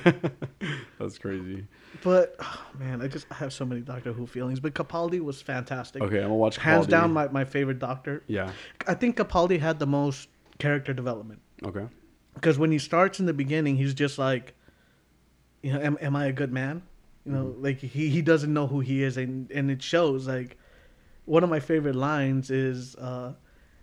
Speaker 2: That's crazy.
Speaker 1: But oh, man, I just I have so many Doctor Who feelings. But Capaldi was fantastic.
Speaker 2: Okay, I'm gonna watch
Speaker 1: hands
Speaker 2: Capaldi.
Speaker 1: down my, my favorite Doctor.
Speaker 2: Yeah.
Speaker 1: I think Capaldi had the most character development
Speaker 2: Okay.
Speaker 1: because when he starts in the beginning, he's just like, you know, am, am I a good man? You know,
Speaker 2: Mm-hmm.
Speaker 1: like he, he doesn't know who he is, and and it shows. Like, one of my favorite lines is, uh,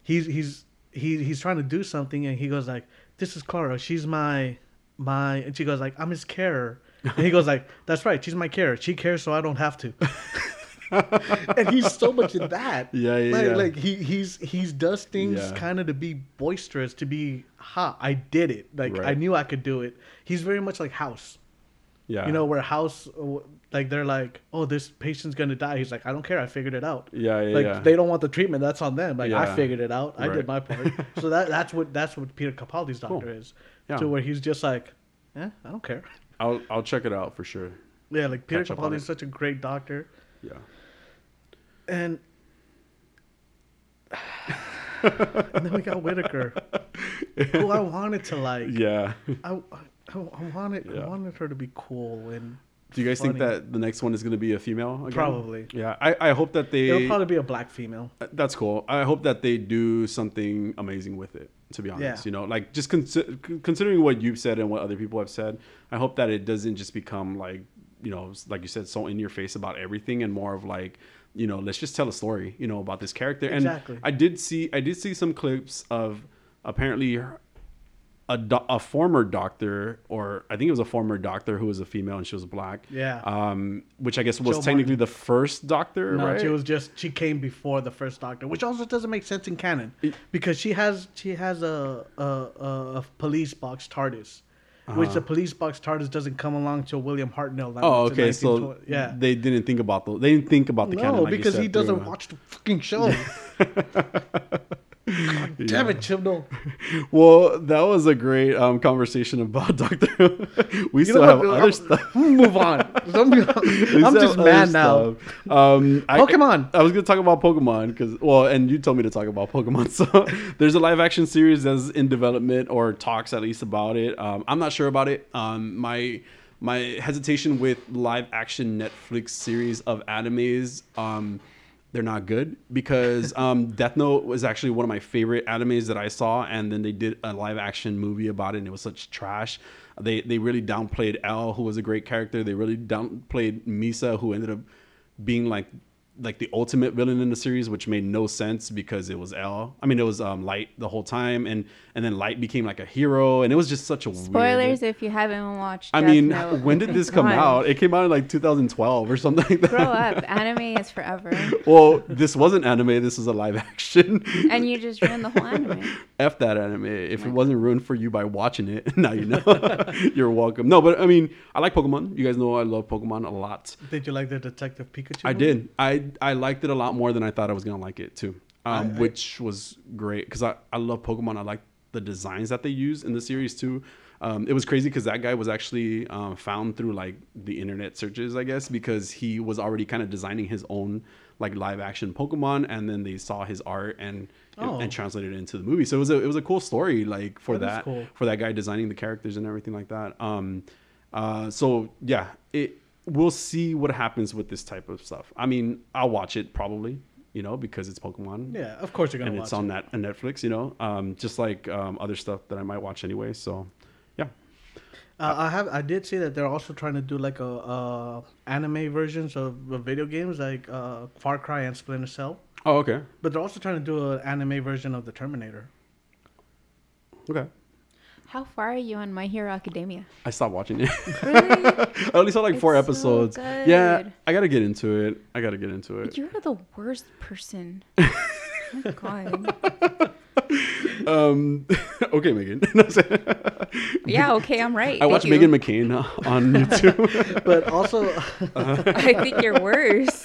Speaker 1: he's he's he, he's trying to do something, and he goes like, "This is Clara. She's my my," and she goes like, "I'm his carer," and he goes like, "That's right. She's my carer. She cares, so I don't have to." and he's so much in that.
Speaker 2: Yeah, yeah,
Speaker 1: like,
Speaker 2: yeah.
Speaker 1: like he he's he's does things
Speaker 2: Yeah.
Speaker 1: kind of to be boisterous, to be ha, I did it. Like I
Speaker 2: Right.
Speaker 1: knew I could do it. He's very much like House,
Speaker 2: Yeah.
Speaker 1: you know, where House uh, like they're like, oh, this patient's gonna die. He's like, I don't care. I figured it out.
Speaker 2: Yeah, yeah,
Speaker 1: Like
Speaker 2: yeah.
Speaker 1: they don't want the treatment. That's on them. Like I
Speaker 2: Yeah.
Speaker 1: figured it out. I
Speaker 2: Right.
Speaker 1: did my part. so that that's what that's what Peter Capaldi's doctor is,
Speaker 2: Yeah.
Speaker 1: to where he's just like, eh, I don't care.
Speaker 2: I'll I'll check it out for sure.
Speaker 1: Yeah, like Peter
Speaker 2: Catch up on
Speaker 1: Capaldi
Speaker 2: it.
Speaker 1: is such a great doctor,
Speaker 2: Yeah.
Speaker 1: and. and then we got Whitaker. who I wanted to like.
Speaker 2: yeah.
Speaker 1: I, I, I wanted
Speaker 2: Yeah.
Speaker 1: I wanted her to be cool and
Speaker 2: Do you guys think
Speaker 1: funny.
Speaker 2: that the next one is going to be a female? Again?
Speaker 1: Probably.
Speaker 2: Yeah. I, I hope that they.
Speaker 1: it'll probably be a black female.
Speaker 2: That's cool. I hope that they do something amazing with it. To be honest,
Speaker 1: Yeah.
Speaker 2: you know, like just consi- con- considering what you've said and what other people have said, I hope that it doesn't just become like you know, s- like you said, so in your face about everything, and more of like you know, let's just tell a story, you know, about this character. And
Speaker 1: Exactly.
Speaker 2: I did see, I did see some clips of apparently her- a, do- a former doctor, or I think it was a former doctor who was a female and she was black.
Speaker 1: Yeah.
Speaker 2: Um, which I guess was
Speaker 1: Joe
Speaker 2: technically the first doctor,
Speaker 1: No,
Speaker 2: right?
Speaker 1: she was just she came before the first Doctor, which also doesn't make sense in canon because she has she has a a, a, a police box TARDIS, which the police box TARDIS doesn't come along till William Hartnell. that
Speaker 2: Uh-huh. Oh,
Speaker 1: was in
Speaker 2: okay. So
Speaker 1: 1920 yeah,
Speaker 2: they didn't think about the they didn't think about the
Speaker 1: no,
Speaker 2: canon. like you
Speaker 1: because
Speaker 2: said,
Speaker 1: he
Speaker 2: uh,
Speaker 1: doesn't
Speaker 2: too.
Speaker 1: watch the fucking show. God damn it, Chibnall.
Speaker 2: Well, that was a great um, conversation about Doctor. Who. we
Speaker 1: You
Speaker 2: still
Speaker 1: know
Speaker 2: have
Speaker 1: what?
Speaker 2: other
Speaker 1: I'm-
Speaker 2: stuff.
Speaker 1: Move on. Don't be-
Speaker 2: We
Speaker 1: I'm
Speaker 2: still
Speaker 1: just
Speaker 2: have other
Speaker 1: mad now.
Speaker 2: stuff. Um, I,
Speaker 1: Pokemon.
Speaker 2: I was gonna talk about Pokemon because well, and you told me to talk about Pokemon. So there's a live action series that's in development or talks at least about it. Um, I'm not sure about it. Um, my my hesitation with live action Netflix series of animes. Um, they're not good because um, Death Note was actually one of my favorite animes that I saw, and then they did a live action movie about it, and it was such trash. They they really downplayed L, who was a great character. They really downplayed Misa, who ended up being like like the ultimate villain in the series, which made no sense because it was L. I mean, it was um, Light the whole time, and and then Light became like a hero, and it was just such a Weird,
Speaker 3: Spoilers if you haven't watched.
Speaker 2: I
Speaker 3: Death
Speaker 2: mean,
Speaker 3: Note.
Speaker 2: when did this come
Speaker 3: Come on.
Speaker 2: out? It came out in like 2012 or something like that.
Speaker 3: Grow up. Anime is forever,
Speaker 2: Well, this wasn't anime. This was a live action.
Speaker 3: and you just ruined the whole anime.
Speaker 2: F that anime. If it wasn't ruined for you by watching it, now you know. You're welcome. No, but I mean, I like Pokemon. You guys know I love Pokemon a lot.
Speaker 1: Did you like the Detective Pikachu?
Speaker 2: I
Speaker 1: movie?
Speaker 2: did. I I liked it a lot more than I thought I was gonna like it too, um,
Speaker 1: I- I-
Speaker 2: which was great because I I love Pokemon. I like the designs that they use in the series too. Um, it was crazy because that guy was actually um, found through like the internet searches, I guess, because he was already kind of designing his own like live action Pokemon, and then they saw his art and
Speaker 1: Oh.
Speaker 2: and translated it into the movie. So it was a it was a cool story like for
Speaker 1: That is
Speaker 2: that
Speaker 1: cool.
Speaker 2: for that guy designing the characters and everything like that. Um, uh, so yeah, it we'll see what happens with this type of stuff. I mean, I'll watch it probably, you know, because it's Pokemon
Speaker 1: Yeah, of course you're gonna
Speaker 2: and
Speaker 1: watch.
Speaker 2: it's on that on Netflix, you know, um, just like um, other stuff that I might watch anyway. So yeah,
Speaker 1: Uh, I have. I did see that they're also trying to do like a uh, anime versions of, of video games, like uh, Far Cry and Splinter Cell.
Speaker 2: oh okay,
Speaker 1: But they're also trying to do an anime version of the Terminator.
Speaker 2: okay.
Speaker 3: How far are you on My Hero Academia?
Speaker 2: I stopped watching it.
Speaker 3: Really?
Speaker 2: I only saw like four
Speaker 3: It's so
Speaker 2: episodes. yeah,
Speaker 3: good.
Speaker 2: I gotta get into it. I gotta get into it.
Speaker 3: You're the worst person. My God.
Speaker 2: Um, okay, Megan. No, I'm saying-
Speaker 3: Yeah. Okay. I'm right.
Speaker 2: I watch Megan McCain uh, on YouTube.
Speaker 1: But also,
Speaker 3: I think you're worse.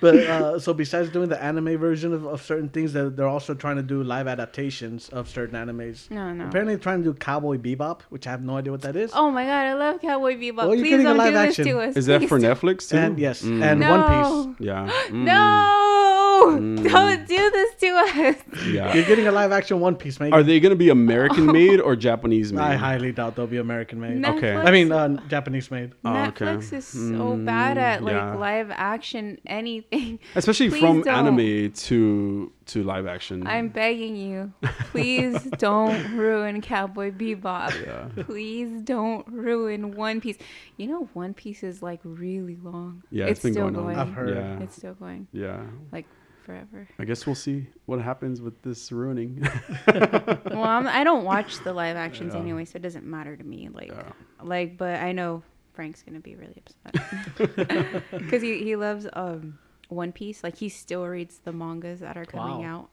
Speaker 1: but uh, so besides doing the anime version of, of certain things, they're, they're also trying to do live adaptations of certain animes.
Speaker 3: No, no.
Speaker 1: Apparently, they're trying to do Cowboy Bebop, which I have no idea what that is.
Speaker 3: Oh my God. I love Cowboy Bebop.
Speaker 1: Well, you're
Speaker 3: Please
Speaker 1: getting a
Speaker 3: don't
Speaker 1: live
Speaker 3: do this
Speaker 1: action.
Speaker 3: to us.
Speaker 2: Is that
Speaker 3: Please
Speaker 2: for
Speaker 3: don't.
Speaker 2: Netflix too?
Speaker 1: And yes,
Speaker 2: Mm.
Speaker 1: and One Piece.
Speaker 2: yeah. Mm.
Speaker 3: No! Don't do this to
Speaker 2: Mm.
Speaker 3: us.
Speaker 2: Yeah.
Speaker 1: You're getting a live action One Piece, mate.
Speaker 2: Are they going to be American made or Japanese made?
Speaker 1: I highly doubt they'll be American made.
Speaker 3: Netflix,
Speaker 2: Okay.
Speaker 1: I mean, uh, Japanese made.
Speaker 2: Oh, okay. Mm,
Speaker 3: Netflix is so bad at like
Speaker 2: yeah.
Speaker 3: live action anything.
Speaker 2: Especially
Speaker 3: Please
Speaker 2: from
Speaker 3: don't.
Speaker 2: anime to to live action.
Speaker 3: I'm begging you, please don't ruin Cowboy Bebop. Please don't ruin One Piece. You know, One Piece is like really long.
Speaker 2: yeah, it's been
Speaker 3: still
Speaker 2: going on.
Speaker 1: I've heard.
Speaker 2: Yeah.
Speaker 3: It's still going
Speaker 2: yeah.
Speaker 3: like forever.
Speaker 2: I guess we'll see what happens with this ruining.
Speaker 3: well, I'm, I don't watch the live actions
Speaker 2: Yeah.
Speaker 3: anyway, so it doesn't matter to me. Like,
Speaker 2: Yeah.
Speaker 3: like, but I know Frank's gonna be really upset because he he loves um One Piece. Like, he still reads the mangas that are coming
Speaker 1: Wow.
Speaker 3: out.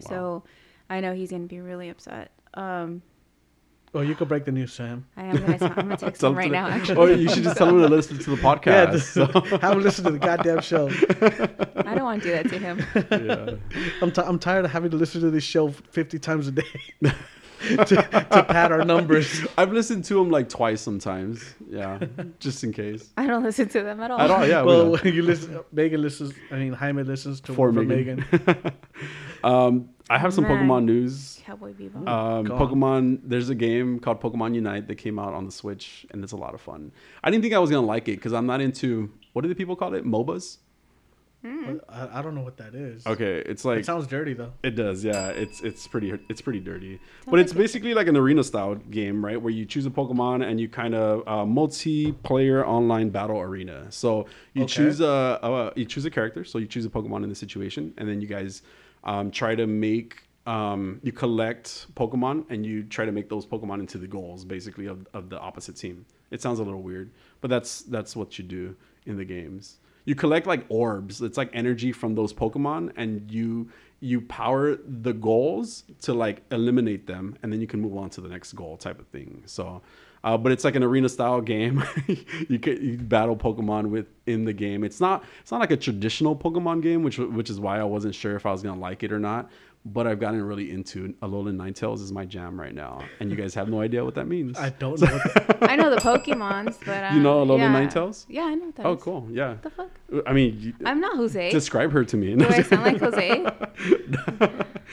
Speaker 3: So, I know he's gonna be really upset. Um,
Speaker 1: Oh, you could break the news, Sam.
Speaker 3: I am gonna, I'm gonna text
Speaker 2: Tell
Speaker 3: him
Speaker 2: him
Speaker 3: right
Speaker 2: to-
Speaker 3: now. Actually,
Speaker 2: or Oh, you should just tell him to listen to the
Speaker 1: Yeah,
Speaker 2: podcast.
Speaker 1: just- have a listen to the goddamn show.
Speaker 3: I don't want to do that to him.
Speaker 2: yeah.
Speaker 1: I'm, t- I'm tired of having to listen to this show 50 times a day to, to pad our numbers.
Speaker 2: I've listened to him like twice sometimes. Yeah. just in case.
Speaker 3: I don't listen to them at all.
Speaker 2: At all, yeah. we
Speaker 1: well,
Speaker 2: know.
Speaker 1: you listen, Megan listens, I mean, Jaime listens to
Speaker 2: For
Speaker 1: one for
Speaker 2: Megan.
Speaker 1: Megan.
Speaker 2: Um, I have some
Speaker 3: Man.
Speaker 2: Pokemon news.
Speaker 3: Cowboy
Speaker 1: Oh
Speaker 3: Bebop.
Speaker 2: Um,
Speaker 1: go on.
Speaker 2: Pokemon, there's a game called Pokemon Unite that came out on the Switch, and it's a lot of fun. I didn't think I was gonna like it because I'm not into what do the people call it? MOBAs.
Speaker 1: I, I don't know what that is.
Speaker 2: Okay, it's like
Speaker 1: It sounds dirty though.
Speaker 2: It does, yeah. It's it's pretty it's pretty dirty, but
Speaker 3: like
Speaker 2: it's basically like an arena style game, right? Where you choose a Pokemon and you kind of uh, multiplayer online battle arena. So you
Speaker 1: Okay.
Speaker 2: choose a, a you choose a character, so you choose a Pokemon in the situation, and then you guys um, try to make um, you collect Pokemon and you try to make those Pokemon into the goals, basically of, of the opposite team. It sounds a little weird, but that's that's what you do in the games you collect like orbs it's like energy from those pokemon and you you power the goals to like eliminate them and then you can move on to the next goal type of thing so uh, but it's like an arena style game you can you battle pokemon within the game it's not it's not like a traditional pokemon game which which is why i wasn't sure if i was gonna like it or not but i've gotten really into alolan ninetales is my jam right now and you guys have no idea what that means
Speaker 1: I don't know. What that,
Speaker 3: I know the Pokemons, but uh,
Speaker 2: You know Alolan
Speaker 3: yeah.
Speaker 2: Ninetales?
Speaker 3: Yeah, I know what that
Speaker 2: oh
Speaker 3: is.
Speaker 2: cool yeah
Speaker 3: What the fuck?
Speaker 2: i mean you,
Speaker 3: I'm not Jose.
Speaker 2: describe her to me
Speaker 3: Do I sound like Jose?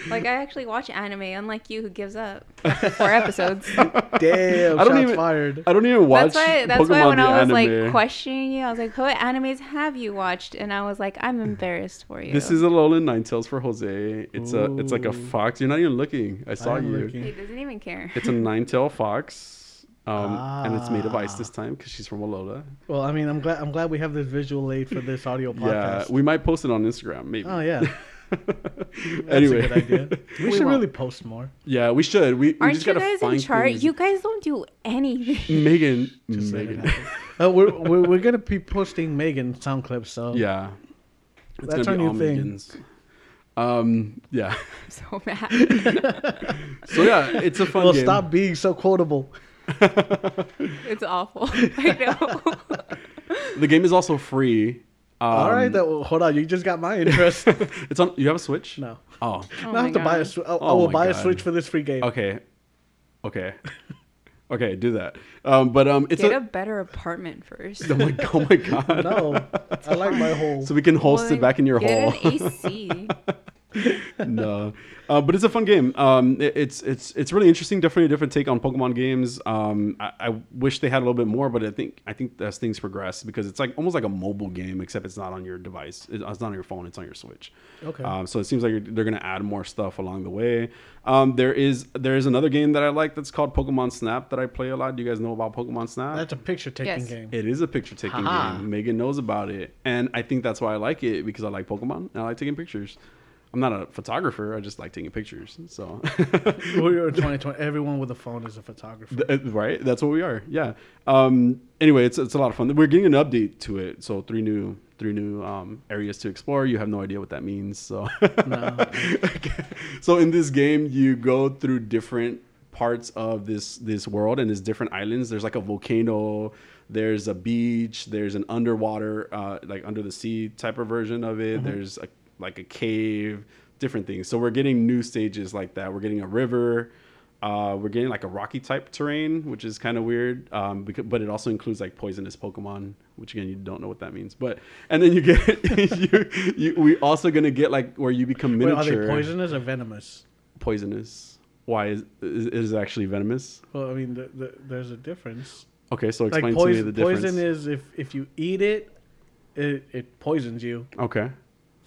Speaker 3: like I actually watch anime, unlike you who gives up after four episodes.
Speaker 1: damn,
Speaker 2: I don't
Speaker 1: shots
Speaker 2: even-
Speaker 1: fired.
Speaker 2: I don't even watch.
Speaker 3: that's why. That's
Speaker 2: Pokemon
Speaker 3: why when
Speaker 2: the
Speaker 3: I was
Speaker 2: anime.
Speaker 3: like questioning you, I was like, "What animes have you watched?" And I was like, "I'm embarrassed for you."
Speaker 2: This is Alolan Ninetales for Jose. It's a it's like a
Speaker 1: Ooh.
Speaker 2: fox. You're not even looking. I saw
Speaker 1: am
Speaker 2: you.
Speaker 1: looking.
Speaker 3: He doesn't even care.
Speaker 2: It's a nine-tailed fox, um, and it's made of ice
Speaker 1: Ah.
Speaker 2: this time because she's from Alola.
Speaker 1: Well, I mean, I'm glad. I'm glad we have this visual aid for this audio
Speaker 2: Yeah,
Speaker 1: podcast.
Speaker 2: we might post it on Instagram maybe.
Speaker 1: oh yeah, that's
Speaker 2: anyway,
Speaker 1: a good idea. We, should
Speaker 3: won't.
Speaker 1: really post more.
Speaker 2: yeah, we should. We, we
Speaker 3: Aren't
Speaker 2: just
Speaker 3: you
Speaker 2: gotta
Speaker 3: guys in
Speaker 2: find
Speaker 3: charge?
Speaker 2: things.
Speaker 3: You guys don't do anything.
Speaker 2: Megan,
Speaker 1: Just let it
Speaker 2: Megan,
Speaker 1: happen. uh, we're, we're we're gonna be posting Megan sound clips. So
Speaker 2: yeah, it's
Speaker 1: That's
Speaker 2: gonna
Speaker 1: our
Speaker 2: be
Speaker 1: new
Speaker 2: all
Speaker 1: thing.
Speaker 2: Megans. Um, yeah.
Speaker 3: I'm so mad.
Speaker 2: So yeah, it's a fun
Speaker 1: well,
Speaker 2: game.
Speaker 1: stop being so quotable.
Speaker 3: It's awful. I know. Oh
Speaker 2: The game is also free. Um,
Speaker 1: All right, that, well, hold on. You just got my interest.
Speaker 2: it's on. You have a Switch?
Speaker 1: no,
Speaker 2: Oh.
Speaker 3: Oh
Speaker 1: I
Speaker 3: my
Speaker 1: have to buy a.
Speaker 3: gosh.
Speaker 1: Sw- I, I
Speaker 2: Oh
Speaker 1: will
Speaker 2: my
Speaker 1: buy
Speaker 2: God.
Speaker 1: a Switch for this free game.
Speaker 2: Okay. Okay. okay. Do that. Um, but um, it's
Speaker 3: Get
Speaker 2: a.
Speaker 3: a better apartment first.
Speaker 2: oh, my, oh my god.
Speaker 1: No, I like my whole.
Speaker 2: So we can host it
Speaker 3: Well,
Speaker 2: back in your hole.
Speaker 3: Get an AC.
Speaker 2: no, uh, but it's a fun game. Um, it- it's it's it's really interesting. Definitely a different take on Pokemon games. Um, I, I wish they had a little bit more, but I think I think as things progress, because it's like almost like a mobile game, except it's not on your device. It- it's not on your phone. It's on your Switch.
Speaker 1: Okay.
Speaker 2: Um, so it seems like you're, they're going to add more stuff along the way. Um, there is there is another game that I like that's called Pokemon Snap that I play a lot. Do you guys know about Pokemon Snap?
Speaker 1: That's a picture taking
Speaker 3: Yes.
Speaker 1: game.
Speaker 2: It is a picture taking
Speaker 1: Ha-ha.
Speaker 2: game. Megan knows about it, and I think that's why I like it because I like Pokemon and I like taking pictures. I'm not a photographer. I just like taking pictures. So,
Speaker 1: we were in 2020. Everyone with a phone is a photographer.
Speaker 2: right, that's what we are. Yeah. Um, anyway, it's it's a lot of fun. We're getting an update to it. So three new three new um, areas to explore. You have no idea what that means. So.
Speaker 1: no.
Speaker 2: so in this game you go through different parts of this this world and there's different islands there's like a volcano there's a beach there's an underwater uh, like under the sea type of version of it
Speaker 1: Mm-hmm.
Speaker 2: there's a, like a cave different things so we're getting new stages like that we're getting a river uh, we're getting like a rocky type terrain which is kind of weird um, because, but it also includes like poisonous pokemon which again you don't know what that means but and then you get you, you we also gonna get like where you become
Speaker 1: Wait,
Speaker 2: miniature
Speaker 1: are they poisonous or venomous?
Speaker 2: poisonous. Why is, is it is actually venomous?
Speaker 1: Well, I mean, the, the, there's a difference.
Speaker 2: Okay, so
Speaker 1: like
Speaker 2: explain
Speaker 1: poison,
Speaker 2: to me the difference.
Speaker 1: poison is if if you eat it, it, it poisons you.
Speaker 2: okay.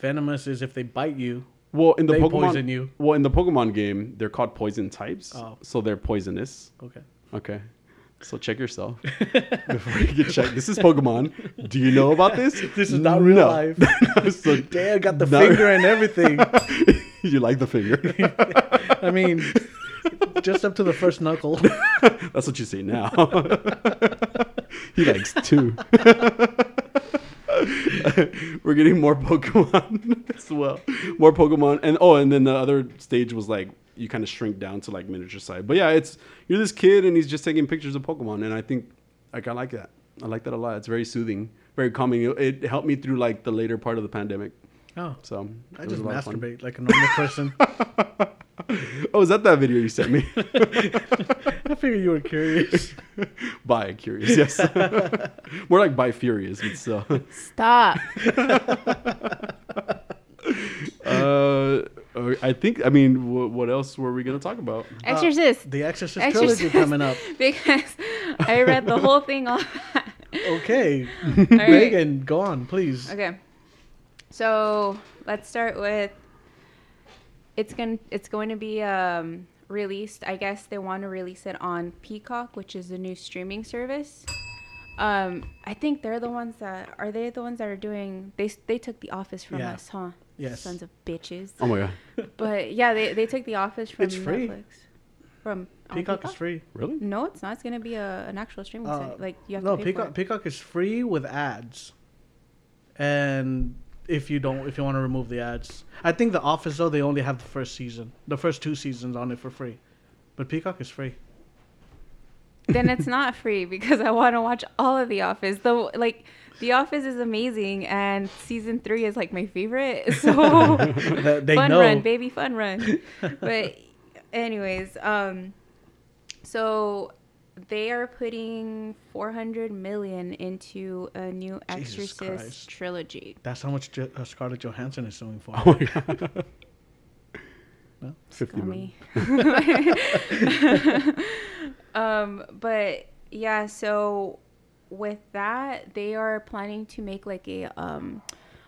Speaker 1: Venomous is if they bite you.
Speaker 2: Well, in the
Speaker 1: They
Speaker 2: Pokemon,
Speaker 1: poison you.
Speaker 2: well in the Pokemon game, they're called poison types,
Speaker 1: Oh.
Speaker 2: so they're poisonous.
Speaker 1: Okay.
Speaker 2: Okay, so check yourself before you get checked. This is Pokemon. Do you know about this?
Speaker 1: This is not real
Speaker 2: No.
Speaker 1: life.
Speaker 2: So-
Speaker 1: Damn, got the
Speaker 2: Not-
Speaker 1: finger and everything.
Speaker 2: you like the finger.
Speaker 1: I mean, just up to the first knuckle.
Speaker 2: That's what you say now. he likes two. We're getting more Pokemon as well. More Pokemon, and oh, and then the other stage was like you kind of shrink down to like miniature size. But yeah, it's you're this kid and he's just taking pictures of Pokemon, and I think like I like that. I like that a lot. It's very soothing, very calming. It, it helped me through like the later part of the pandemic.
Speaker 1: Oh,
Speaker 2: So
Speaker 1: I
Speaker 2: it was
Speaker 1: just
Speaker 2: a lot of fun.
Speaker 1: masturbate like a normal person.
Speaker 2: Oh, is that that video you sent me?
Speaker 1: I figured you were curious.
Speaker 2: by curious, yes. More like by furious. It's uh,
Speaker 3: Stop.
Speaker 2: uh, uh, I think. I mean, wh- what else were we gonna talk about?
Speaker 3: Exorcist.
Speaker 1: The Exorcist, trilogy
Speaker 3: Uh, Exorcist.
Speaker 1: coming up.
Speaker 3: because I read the whole thing all back.
Speaker 1: Okay,
Speaker 3: All right.
Speaker 1: Megan, go on, please.
Speaker 3: Okay. So let's start with it's going it's going to be um, released. I guess they want to release it on Peacock, which is the new streaming service. Um, I think they're the ones that are they the ones that are doing they s- they took the office from
Speaker 1: Yeah.
Speaker 3: us, huh?
Speaker 1: Yes.
Speaker 3: Sons of bitches.
Speaker 2: Oh my god,
Speaker 3: But yeah, they, they took the office from
Speaker 1: It's free.
Speaker 3: Netflix. From on
Speaker 1: Peacock is free.
Speaker 2: really?
Speaker 3: No, it's not. It's gonna be a, an actual streaming
Speaker 1: Uh,
Speaker 3: site. Like you have
Speaker 1: no,
Speaker 3: to pay
Speaker 1: Peacock.
Speaker 3: for it.
Speaker 1: Peacock is free with ads, and if you don't, if you want to remove the ads, I think The Office though they only have the first season, the first two seasons on it for free, but Peacock is free.
Speaker 3: then it's not free because I want to watch all of The Office. Though, like, The Office is amazing, and season three is like my favorite. So,
Speaker 1: They, they
Speaker 3: fun
Speaker 1: know.
Speaker 3: run, baby, fun run. but, anyways, um, so they are putting 400 million into a new
Speaker 1: Jesus
Speaker 3: Exorcist
Speaker 1: Christ.
Speaker 3: trilogy.
Speaker 1: That's how much Jo- uh, Scarlett Johansson is suing for.
Speaker 2: Oh my god.
Speaker 1: No?
Speaker 2: Fifty million.
Speaker 3: Gummy. um, but yeah, so with that, they are planning to make like a um,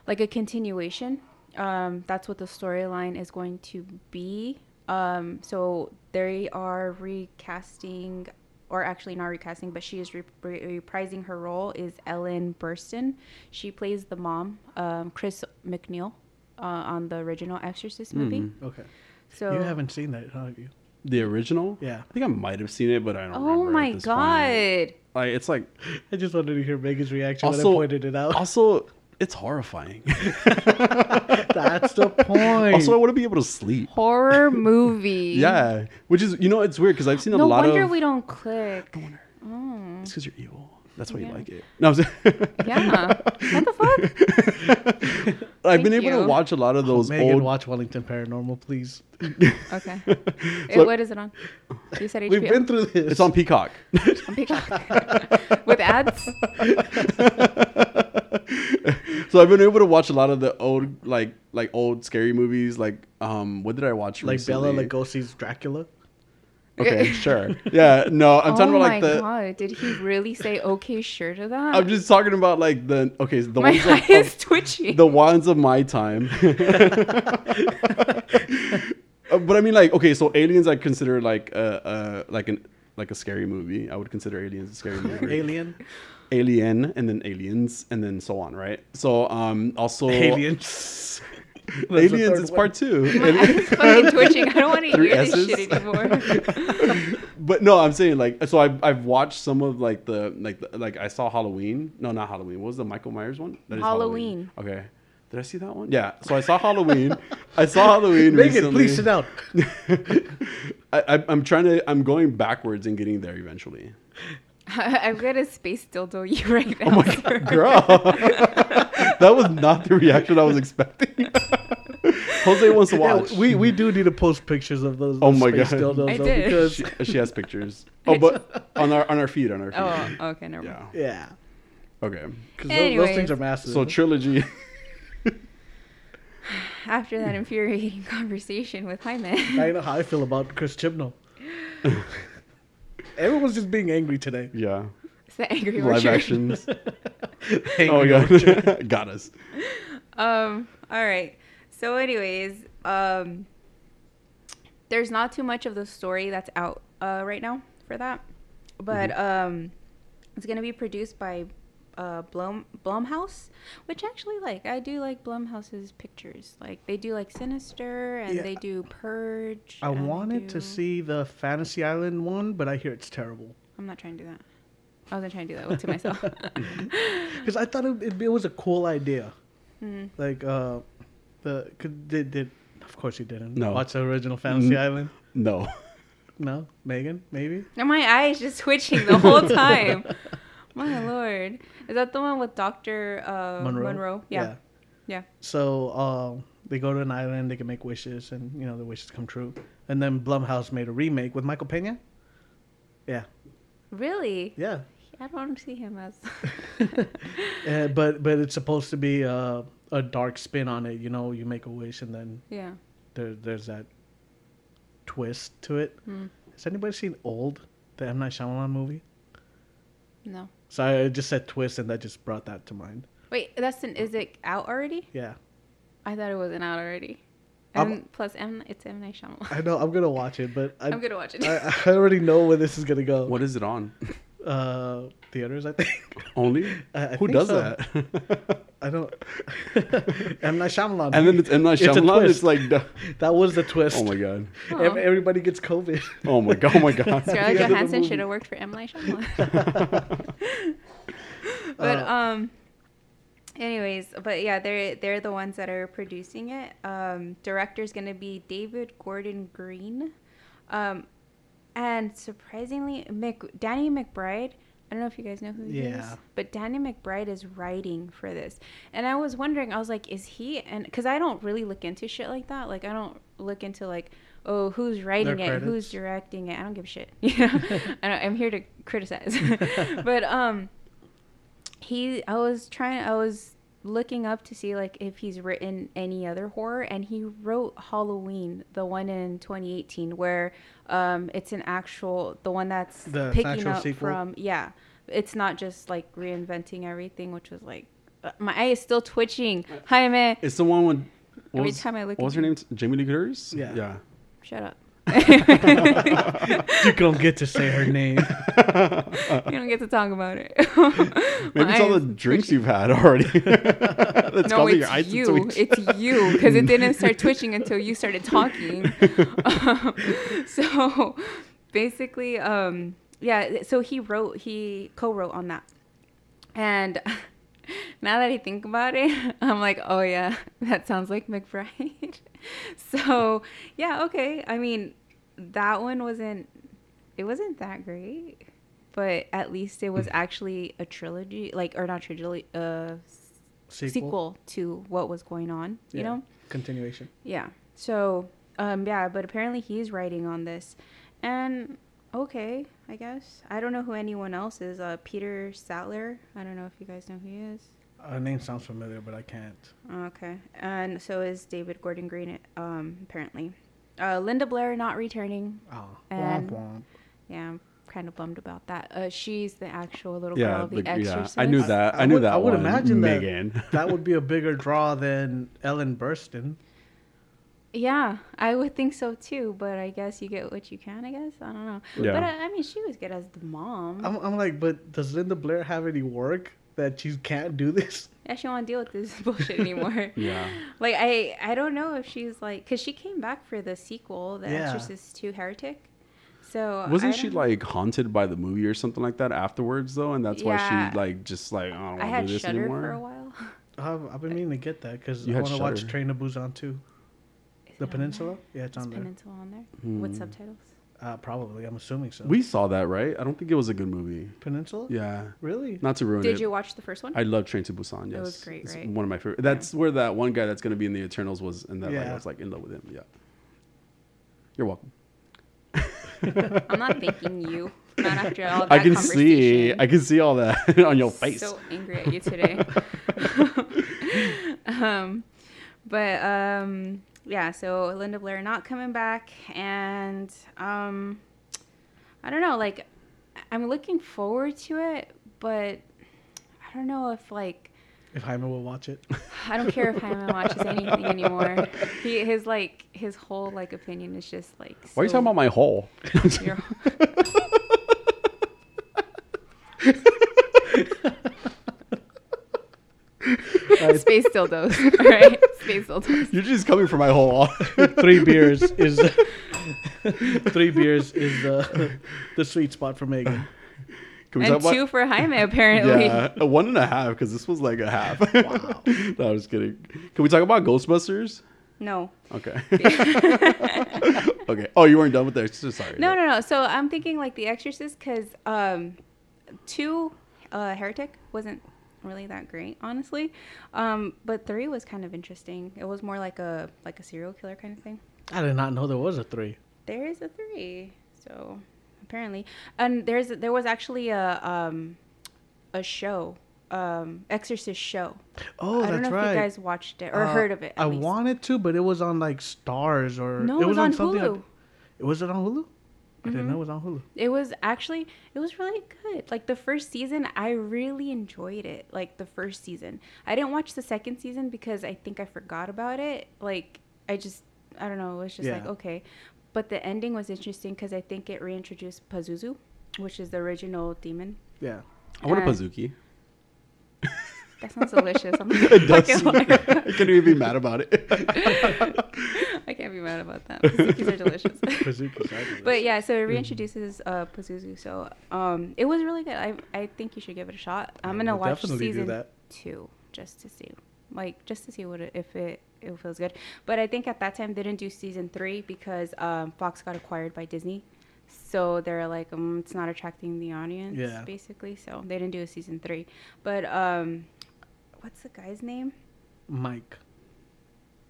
Speaker 3: like a continuation. Um, that's what the storyline is going to be. Um, so they are recasting, or actually not recasting, but she is re- re- reprising her role is Ellen Burstyn. She plays the mom, um, Chris McNeil, uh, on the original Exorcist movie.
Speaker 1: Okay,
Speaker 3: So
Speaker 1: Mm-hmm. you haven't seen that, have you?
Speaker 2: The original?
Speaker 1: Yeah.
Speaker 2: I think I might have seen it, but I don't.
Speaker 3: Oh
Speaker 2: remember at
Speaker 3: my
Speaker 2: this Point.
Speaker 3: god.
Speaker 2: Like it's like
Speaker 1: I just wanted to hear Megan's reaction when
Speaker 2: also
Speaker 1: I pointed it out.
Speaker 2: Also, it's horrifying.
Speaker 1: That's the point.
Speaker 2: also, I want to be able to sleep.
Speaker 3: Horror movie.
Speaker 2: Yeah, which is you know it's weird because I've seen a
Speaker 3: No
Speaker 2: lot
Speaker 3: wonder
Speaker 2: of.
Speaker 3: we don't click.
Speaker 2: it's because you're evil. That's why you
Speaker 3: Yeah.
Speaker 2: like it. No, I'm saying-
Speaker 3: Yeah. what the fuck?
Speaker 2: I've been
Speaker 3: Thank
Speaker 2: able to
Speaker 3: you.
Speaker 2: watch a lot of those
Speaker 1: Oh, Megan,
Speaker 2: old.
Speaker 1: watch Wellington Paranormal, please.
Speaker 3: Okay.
Speaker 2: So-
Speaker 3: It- what is it on? You said HBO.
Speaker 1: We've been through this.
Speaker 2: It's on Peacock.
Speaker 3: on Peacock. With ads?
Speaker 2: so I've been able to watch a lot of the old, like, like old scary movies. Like, um, what did I watch
Speaker 1: like
Speaker 2: recently?
Speaker 1: Bella Lugosi's Dracula.
Speaker 2: Okay, sure. Yeah, no, I'm talking
Speaker 3: oh
Speaker 2: about
Speaker 3: my
Speaker 2: like the.
Speaker 3: god. Did he really say okay sure to that?
Speaker 2: I'm just talking about like the okay, so the
Speaker 3: my
Speaker 2: ones
Speaker 3: eye
Speaker 2: of,
Speaker 3: is
Speaker 2: of
Speaker 3: twitching.
Speaker 2: the ones of my time. Uh, but I mean, like, okay, so Aliens, I consider like a, a like an like a scary movie. I would consider Aliens a scary movie.
Speaker 1: Alien.
Speaker 2: Alien, and then Aliens, and then so on, right? So, um, also
Speaker 1: Aliens. That's the
Speaker 2: Aliens,
Speaker 1: third
Speaker 2: it's
Speaker 1: one.
Speaker 2: part two.
Speaker 3: my eye is fucking twitching. I don't want to
Speaker 2: Three
Speaker 3: hear
Speaker 2: S's?
Speaker 3: this shit anymore.
Speaker 2: but no, I'm saying like, so I've I've watched some of like the like the, like I saw Halloween. No, not Halloween. What was the Michael Myers one? That is
Speaker 3: Halloween.
Speaker 2: Okay. Did I see that one? Yeah. So I saw Halloween. I saw Halloween.
Speaker 1: Megan,
Speaker 2: recently.
Speaker 1: please sit down.
Speaker 2: I, I, I'm trying to. I'm going backwards and getting there eventually.
Speaker 3: I've got a space dildo you right now. sir.
Speaker 2: Oh Girl, that was not the reaction I was expecting. Jose wants to
Speaker 1: Yeah,
Speaker 2: watch.
Speaker 1: we we do need to post pictures of those.
Speaker 2: Oh
Speaker 1: those
Speaker 2: my
Speaker 1: space
Speaker 2: God.
Speaker 1: dildos,
Speaker 3: I
Speaker 1: though,
Speaker 3: did.
Speaker 1: Because
Speaker 2: she, she has pictures. Oh, but on our on our feed, on our feed.
Speaker 3: Oh, okay, never mind.
Speaker 2: Yeah.
Speaker 1: yeah,
Speaker 2: Okay.
Speaker 1: because those, those things
Speaker 3: Anyways.
Speaker 1: are massive.
Speaker 2: So trilogy.
Speaker 3: After that infuriating conversation with Hyman.
Speaker 1: I know how I feel about Chris Chibnall. Everyone's just being angry today.
Speaker 2: Yeah.
Speaker 3: It's the angry
Speaker 2: Live
Speaker 3: orchard.
Speaker 2: actions. oh
Speaker 1: Angry
Speaker 2: yeah. Got us.
Speaker 3: Um. All right. So, anyways, um, there's not too much of the story that's out uh, right now for that, but
Speaker 1: Mm-hmm.
Speaker 3: um, it's gonna be produced by uh, Blum Blumhouse, which actually like I do like Blumhouse's pictures. Like they do like Sinister and
Speaker 1: Yeah.
Speaker 3: they do Purge.
Speaker 1: I
Speaker 3: and they
Speaker 1: wanted
Speaker 3: do-
Speaker 1: to see the Fantasy Island one, but I hear it's terrible.
Speaker 3: I'm not trying to do that. I wasn't trying to do that to myself.
Speaker 1: Because I thought it, it, it was a cool idea.
Speaker 3: Hmm.
Speaker 1: Like, uh, the could, did did of course you didn't
Speaker 2: No.
Speaker 1: watch the original Fantasy Island.
Speaker 2: No.
Speaker 1: No, Megan, maybe.
Speaker 3: Now my eye is just twitching the whole time. my lord, is that the one with Doctor uh, Monroe? Yeah. yeah,
Speaker 1: So um, they go to an island, they can make wishes, and you know the wishes come true. And then Blumhouse made a remake with Michael Pena. Yeah,
Speaker 3: Really?
Speaker 1: yeah.
Speaker 3: I don't see him as.
Speaker 1: Uh, but but it's supposed to be uh, a dark spin on it. You know, you make a wish, and then
Speaker 3: yeah.
Speaker 1: there, there's that twist to it.
Speaker 3: Hmm.
Speaker 1: Has anybody seen Old, the M Night Shyamalan movie?
Speaker 3: No.
Speaker 1: So I just said twist, and that just brought that to mind.
Speaker 3: Wait, that's an. Is it out already?
Speaker 1: Yeah,
Speaker 3: I thought it wasn't out already.
Speaker 1: I'm-
Speaker 3: And plus, M. It's M Night Shyamalan.
Speaker 1: I know. I'm gonna watch it, but I,
Speaker 3: I'm gonna watch it.
Speaker 1: I, I already know where this is gonna go.
Speaker 2: What is it on?
Speaker 1: Uh, theaters, I think.
Speaker 2: Only?
Speaker 1: I- I
Speaker 2: Who
Speaker 1: think
Speaker 2: does
Speaker 1: so.
Speaker 2: that?
Speaker 1: I don't. M Night Shyamalan.
Speaker 2: and then it's M Night
Speaker 1: It's a
Speaker 2: Shyamalan. It's,
Speaker 1: twist.
Speaker 2: like, duh.
Speaker 1: that was the twist.
Speaker 2: oh my god,
Speaker 3: Aw.
Speaker 1: Ev- Everybody gets COVID.
Speaker 2: oh my god, oh my god.
Speaker 3: Scarlett
Speaker 2: Yeah, the
Speaker 3: Johansson
Speaker 2: movie.
Speaker 3: should have worked for M. Night Shyamalan. but
Speaker 1: Oh.
Speaker 3: um, anyways, but yeah, they're they're the ones that are producing it. Um, director's gonna be David Gordon Green, um, and surprisingly, Mc, Danny McBride. I don't know if you guys know who he
Speaker 1: Yeah.
Speaker 3: is, but Danny McBride is writing for this, and I was wondering, I was like, is he? And because I don't really look into shit like that. Like I don't look into like, oh, who's writing it,
Speaker 1: credits.
Speaker 3: who's directing it. I don't give a shit. You know, I don't, I'm here to criticize. but um, he, I was trying, I was looking up to see like if he's written any other horror, and he wrote Halloween, the one in 2018, where um, it's an actual, the one that's
Speaker 1: The- it's
Speaker 3: picking
Speaker 1: actual
Speaker 3: up
Speaker 1: sequel.
Speaker 3: from, yeah, it's not just like reinventing everything, which was like. uh, My eye is still twitching. Jaime,
Speaker 2: It's the one with. what
Speaker 3: Every
Speaker 2: was-
Speaker 3: time I look
Speaker 2: what
Speaker 3: at
Speaker 2: was her
Speaker 3: you.
Speaker 2: name? Jamie Lee Curtis.
Speaker 1: Yeah.
Speaker 2: yeah.
Speaker 3: shut up.
Speaker 1: you don't get to say her name.
Speaker 3: You don't get to talk about it.
Speaker 2: Maybe it's all the drinks you've had already. That's
Speaker 3: No,
Speaker 2: causing
Speaker 3: it's
Speaker 2: your eyes to
Speaker 3: you.
Speaker 2: twitch.
Speaker 3: It's you because it didn't start twitching until you started talking. so basically, um, yeah. So he wrote, he co-wrote on that, and now that I think about it, I'm like, oh yeah, that sounds like McBride. so yeah, okay. I mean, that one wasn't. It wasn't that great. But at least it was
Speaker 1: Hmm.
Speaker 3: actually a trilogy, like or not trilogy, uh,
Speaker 1: Sequel.
Speaker 3: sequel to what was going on, you
Speaker 1: Yeah.
Speaker 3: know?
Speaker 1: Continuation.
Speaker 3: Yeah. So, um, yeah, but apparently he's writing on this. And okay, I guess. I don't know who anyone else is. Uh, Peter Sattler. I don't know if you guys know who he is.
Speaker 1: Her name sounds familiar, but I can't.
Speaker 3: Okay. And so is David Gordon Green, um, apparently. Uh, Linda Blair not returning.
Speaker 1: Oh.
Speaker 3: And-
Speaker 1: womp
Speaker 3: Yeah, I'm kind of bummed about that. Uh, she's the actual little
Speaker 2: yeah,
Speaker 3: girl, the,
Speaker 2: the- yeah.
Speaker 3: exorcist.
Speaker 2: I knew that. Uh, I,
Speaker 1: I
Speaker 2: knew
Speaker 1: would-
Speaker 2: that.
Speaker 1: I would
Speaker 2: one.
Speaker 1: imagine that-
Speaker 2: Megan.
Speaker 1: womp. that would be a bigger draw than Ellen Burstyn.
Speaker 3: Yeah, I would think so too, but I guess you get what you can, I guess. I don't know.
Speaker 2: Yeah.
Speaker 3: But uh, I, I mean, she was good as the mom.
Speaker 1: I'm, I'm like, but does Linda Blair have any work that she can't do this?
Speaker 3: yeah, she don't want to deal with this bullshit anymore.
Speaker 2: Yeah.
Speaker 3: Like, I, I don't know if she's like, because she came back for the sequel, The
Speaker 1: Yeah.
Speaker 3: Exorcist 2 Heretic. So,
Speaker 2: Wasn't
Speaker 3: I
Speaker 2: she
Speaker 3: don't-
Speaker 2: like haunted by the movie or something like that afterwards though, and that's why
Speaker 3: Yeah.
Speaker 2: she like just like I don't
Speaker 3: I
Speaker 2: want to
Speaker 3: had
Speaker 2: do this
Speaker 3: Shudder
Speaker 2: anymore.
Speaker 3: for a while.
Speaker 1: I've, Um, I've been meaning to get that because
Speaker 2: You
Speaker 1: I
Speaker 2: had
Speaker 1: want to watch
Speaker 2: Shudder.
Speaker 1: Train to Busan too.
Speaker 3: Is
Speaker 1: The
Speaker 3: it on there?
Speaker 1: Peninsula? Yeah, it's
Speaker 3: Is
Speaker 1: on there.
Speaker 3: Peninsula on there
Speaker 2: Hmm.
Speaker 3: with subtitles.
Speaker 1: Uh, probably. I'm assuming so.
Speaker 2: We saw that, right? I don't think it was a good movie.
Speaker 1: Peninsula?
Speaker 2: Yeah,
Speaker 1: Really?
Speaker 2: not to ruin it.
Speaker 3: Did you watch the first one?
Speaker 2: I love Train to Busan. Yes,
Speaker 3: was great,
Speaker 2: It's
Speaker 3: right?
Speaker 2: One of my favorite. That's where that one guy that's gonna be in the Eternals was, and that like,
Speaker 1: Yeah.
Speaker 2: I was like in love with him. Yeah. You're welcome.
Speaker 3: I'm not thanking you. Not after all that
Speaker 2: I can see,
Speaker 3: conversation.
Speaker 2: I can see all that on your face.
Speaker 3: So angry at you today. um, but um, yeah, so Linda Blair not coming back, and um, I don't know. Like, I'm looking forward to it, but I don't know if like
Speaker 1: If Jaime will watch it.
Speaker 3: I don't care if Hyman watches anything anymore. He his like his whole like opinion is just like.
Speaker 2: Why are you
Speaker 3: so-
Speaker 2: talking about my hole?
Speaker 3: your- Space dildos, all right? Space dildos.
Speaker 2: You're just coming for my hole.
Speaker 1: three beers is three beers is the the sweet spot for Megan.
Speaker 2: Can we
Speaker 3: And
Speaker 2: talk about-
Speaker 3: two for Jaime, apparently.
Speaker 2: Yeah, a one and a half because this was like a half.
Speaker 1: Wow.
Speaker 2: no, I'm just kidding. Can we talk about Ghostbusters?
Speaker 3: No.
Speaker 2: Okay. okay. Oh, you weren't done with that. So sorry.
Speaker 3: No, no, no. So I'm thinking like The Exorcist because um, two uh, Heretic wasn't really that great, honestly. Um, but three was kind of interesting. It was more like a like a serial killer kind of thing.
Speaker 1: I did not know there was a three.
Speaker 3: There is a three. So apparently, and there's there was actually a um, a show um, Exorcist show.
Speaker 1: Oh,
Speaker 3: I don't
Speaker 1: that's
Speaker 3: know if
Speaker 1: right.
Speaker 3: you guys watched it or
Speaker 1: Uh,
Speaker 3: heard of it. at
Speaker 1: I
Speaker 3: least.
Speaker 1: wanted to, but it was on like Stars or
Speaker 3: No, it was on Hulu. Mm-hmm.
Speaker 1: I, was it on Hulu? I didn't know it was on Hulu.
Speaker 3: It was actually it was really good. Like the first season, I really enjoyed it. Like the first season, I didn't watch the second season because I think I forgot about it. Like I just I don't know. It was just like
Speaker 1: Yeah.
Speaker 3: okay, but the ending was interesting because I think it reintroduced Pazuzu, which is the original demon.
Speaker 1: Yeah.
Speaker 2: I want a
Speaker 3: Uh,
Speaker 2: Pazuki.
Speaker 3: That sounds delicious. I'm not
Speaker 2: It does.
Speaker 3: fucking liar.
Speaker 2: I can't even be mad about Oh, it.
Speaker 3: I can't be mad about that. These are delicious.
Speaker 1: Bazookas, I do
Speaker 3: But
Speaker 1: this.
Speaker 3: yeah, so it reintroduces uh, Pazuzu. So um, it was really good. I I think you should give it a shot. I'm
Speaker 1: Yeah,
Speaker 3: gonna
Speaker 1: we'll
Speaker 3: watch
Speaker 1: definitely do
Speaker 3: season
Speaker 1: that.
Speaker 3: two just to see, like just to see what it, if it it feels good. But I think at that time they didn't do season three because um, Fox got acquired by Disney, so they're like mm, it's not attracting the audience
Speaker 1: Yeah.
Speaker 3: basically. So they didn't do a season three. But um, what's the guy's name?
Speaker 1: Mike.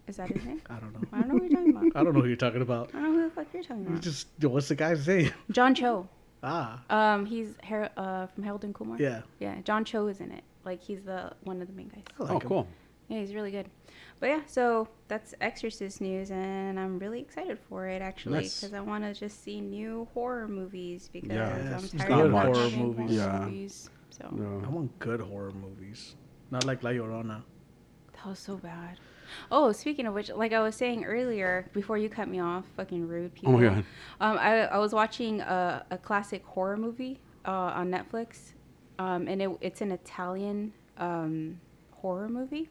Speaker 3: Is that his name?
Speaker 1: I don't know.
Speaker 3: I don't know what you're talking about.
Speaker 1: I don't know who you're talking about.
Speaker 3: I don't know who the fuck you're talking
Speaker 1: You
Speaker 3: about.
Speaker 1: Just what's the guy's name?
Speaker 3: John Cho.
Speaker 1: Ah,
Speaker 3: Um, he's Har- uh, from Harold and Kumar.
Speaker 1: yeah.
Speaker 3: Yeah, John Cho is in it. Like he's the one of the main guys.
Speaker 1: I like
Speaker 2: oh,
Speaker 1: him.
Speaker 2: cool.
Speaker 3: Yeah, he's really good. But yeah, so that's Exorcist news, and I'm really excited for it actually
Speaker 2: Nice.
Speaker 3: because I want to just see new horror movies because
Speaker 2: Yeah.
Speaker 1: Yes,
Speaker 3: I'm
Speaker 1: it's
Speaker 3: tired
Speaker 2: not
Speaker 3: of
Speaker 2: much.
Speaker 3: watching
Speaker 2: horror
Speaker 3: horror
Speaker 1: movies.
Speaker 3: movies.
Speaker 2: Yeah.
Speaker 3: So
Speaker 1: I
Speaker 2: No.
Speaker 1: want good horror movies, not like La Llorona.
Speaker 3: that was so bad. Oh, speaking of which, like I was saying earlier, before you cut me off, fucking rude
Speaker 2: Oh
Speaker 3: people.
Speaker 2: my god.
Speaker 3: Um, I, I was watching a, a classic horror movie uh, on Netflix, um, and it, it's an Italian um, horror movie.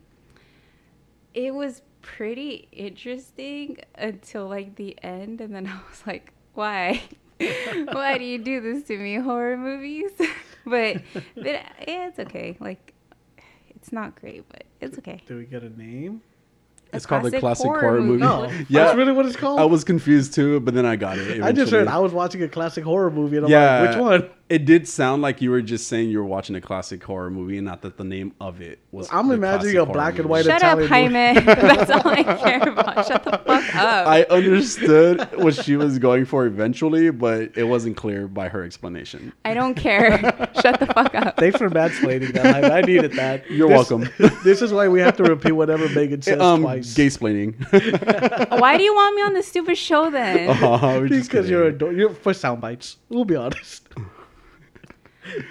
Speaker 3: It was pretty interesting until like the end, and then I was like, why? why do you do this to me, horror movies? but then, yeah, it's okay. Like, it's not great, but it's okay.
Speaker 1: Do we get a name?
Speaker 3: A
Speaker 2: It's called the classic horror, movie.
Speaker 1: No,
Speaker 3: Oh.
Speaker 2: Yeah.
Speaker 1: that's really what it's called.
Speaker 2: I was confused too, but then I got it.
Speaker 1: I just
Speaker 2: eventually.
Speaker 1: heard I was watching a classic horror movie, and I'm
Speaker 2: yeah.
Speaker 1: like, which one?
Speaker 2: It did sound like you were just saying you were watching a classic horror movie, and not that the name of it was.
Speaker 1: I'm
Speaker 2: the
Speaker 1: imagining
Speaker 2: classic
Speaker 1: a
Speaker 2: horror
Speaker 1: black and
Speaker 2: movie.
Speaker 1: white-
Speaker 3: Shut up,
Speaker 1: Italian
Speaker 3: Jaime. That's all I care about. Shut the fuck up.
Speaker 2: I understood what she was going for eventually, but it wasn't clear by her explanation.
Speaker 3: I don't care. Shut the fuck up.
Speaker 1: Thanks for mansplaining that. Hyman. I needed that.
Speaker 2: You're
Speaker 1: This-
Speaker 2: welcome.
Speaker 1: This is why we have to repeat whatever Megan says
Speaker 2: um,
Speaker 1: twice.
Speaker 2: gay splaining.
Speaker 3: Why do you want me on this stupid show then?
Speaker 1: because you're a do- you're for sound bites. We'll be honest.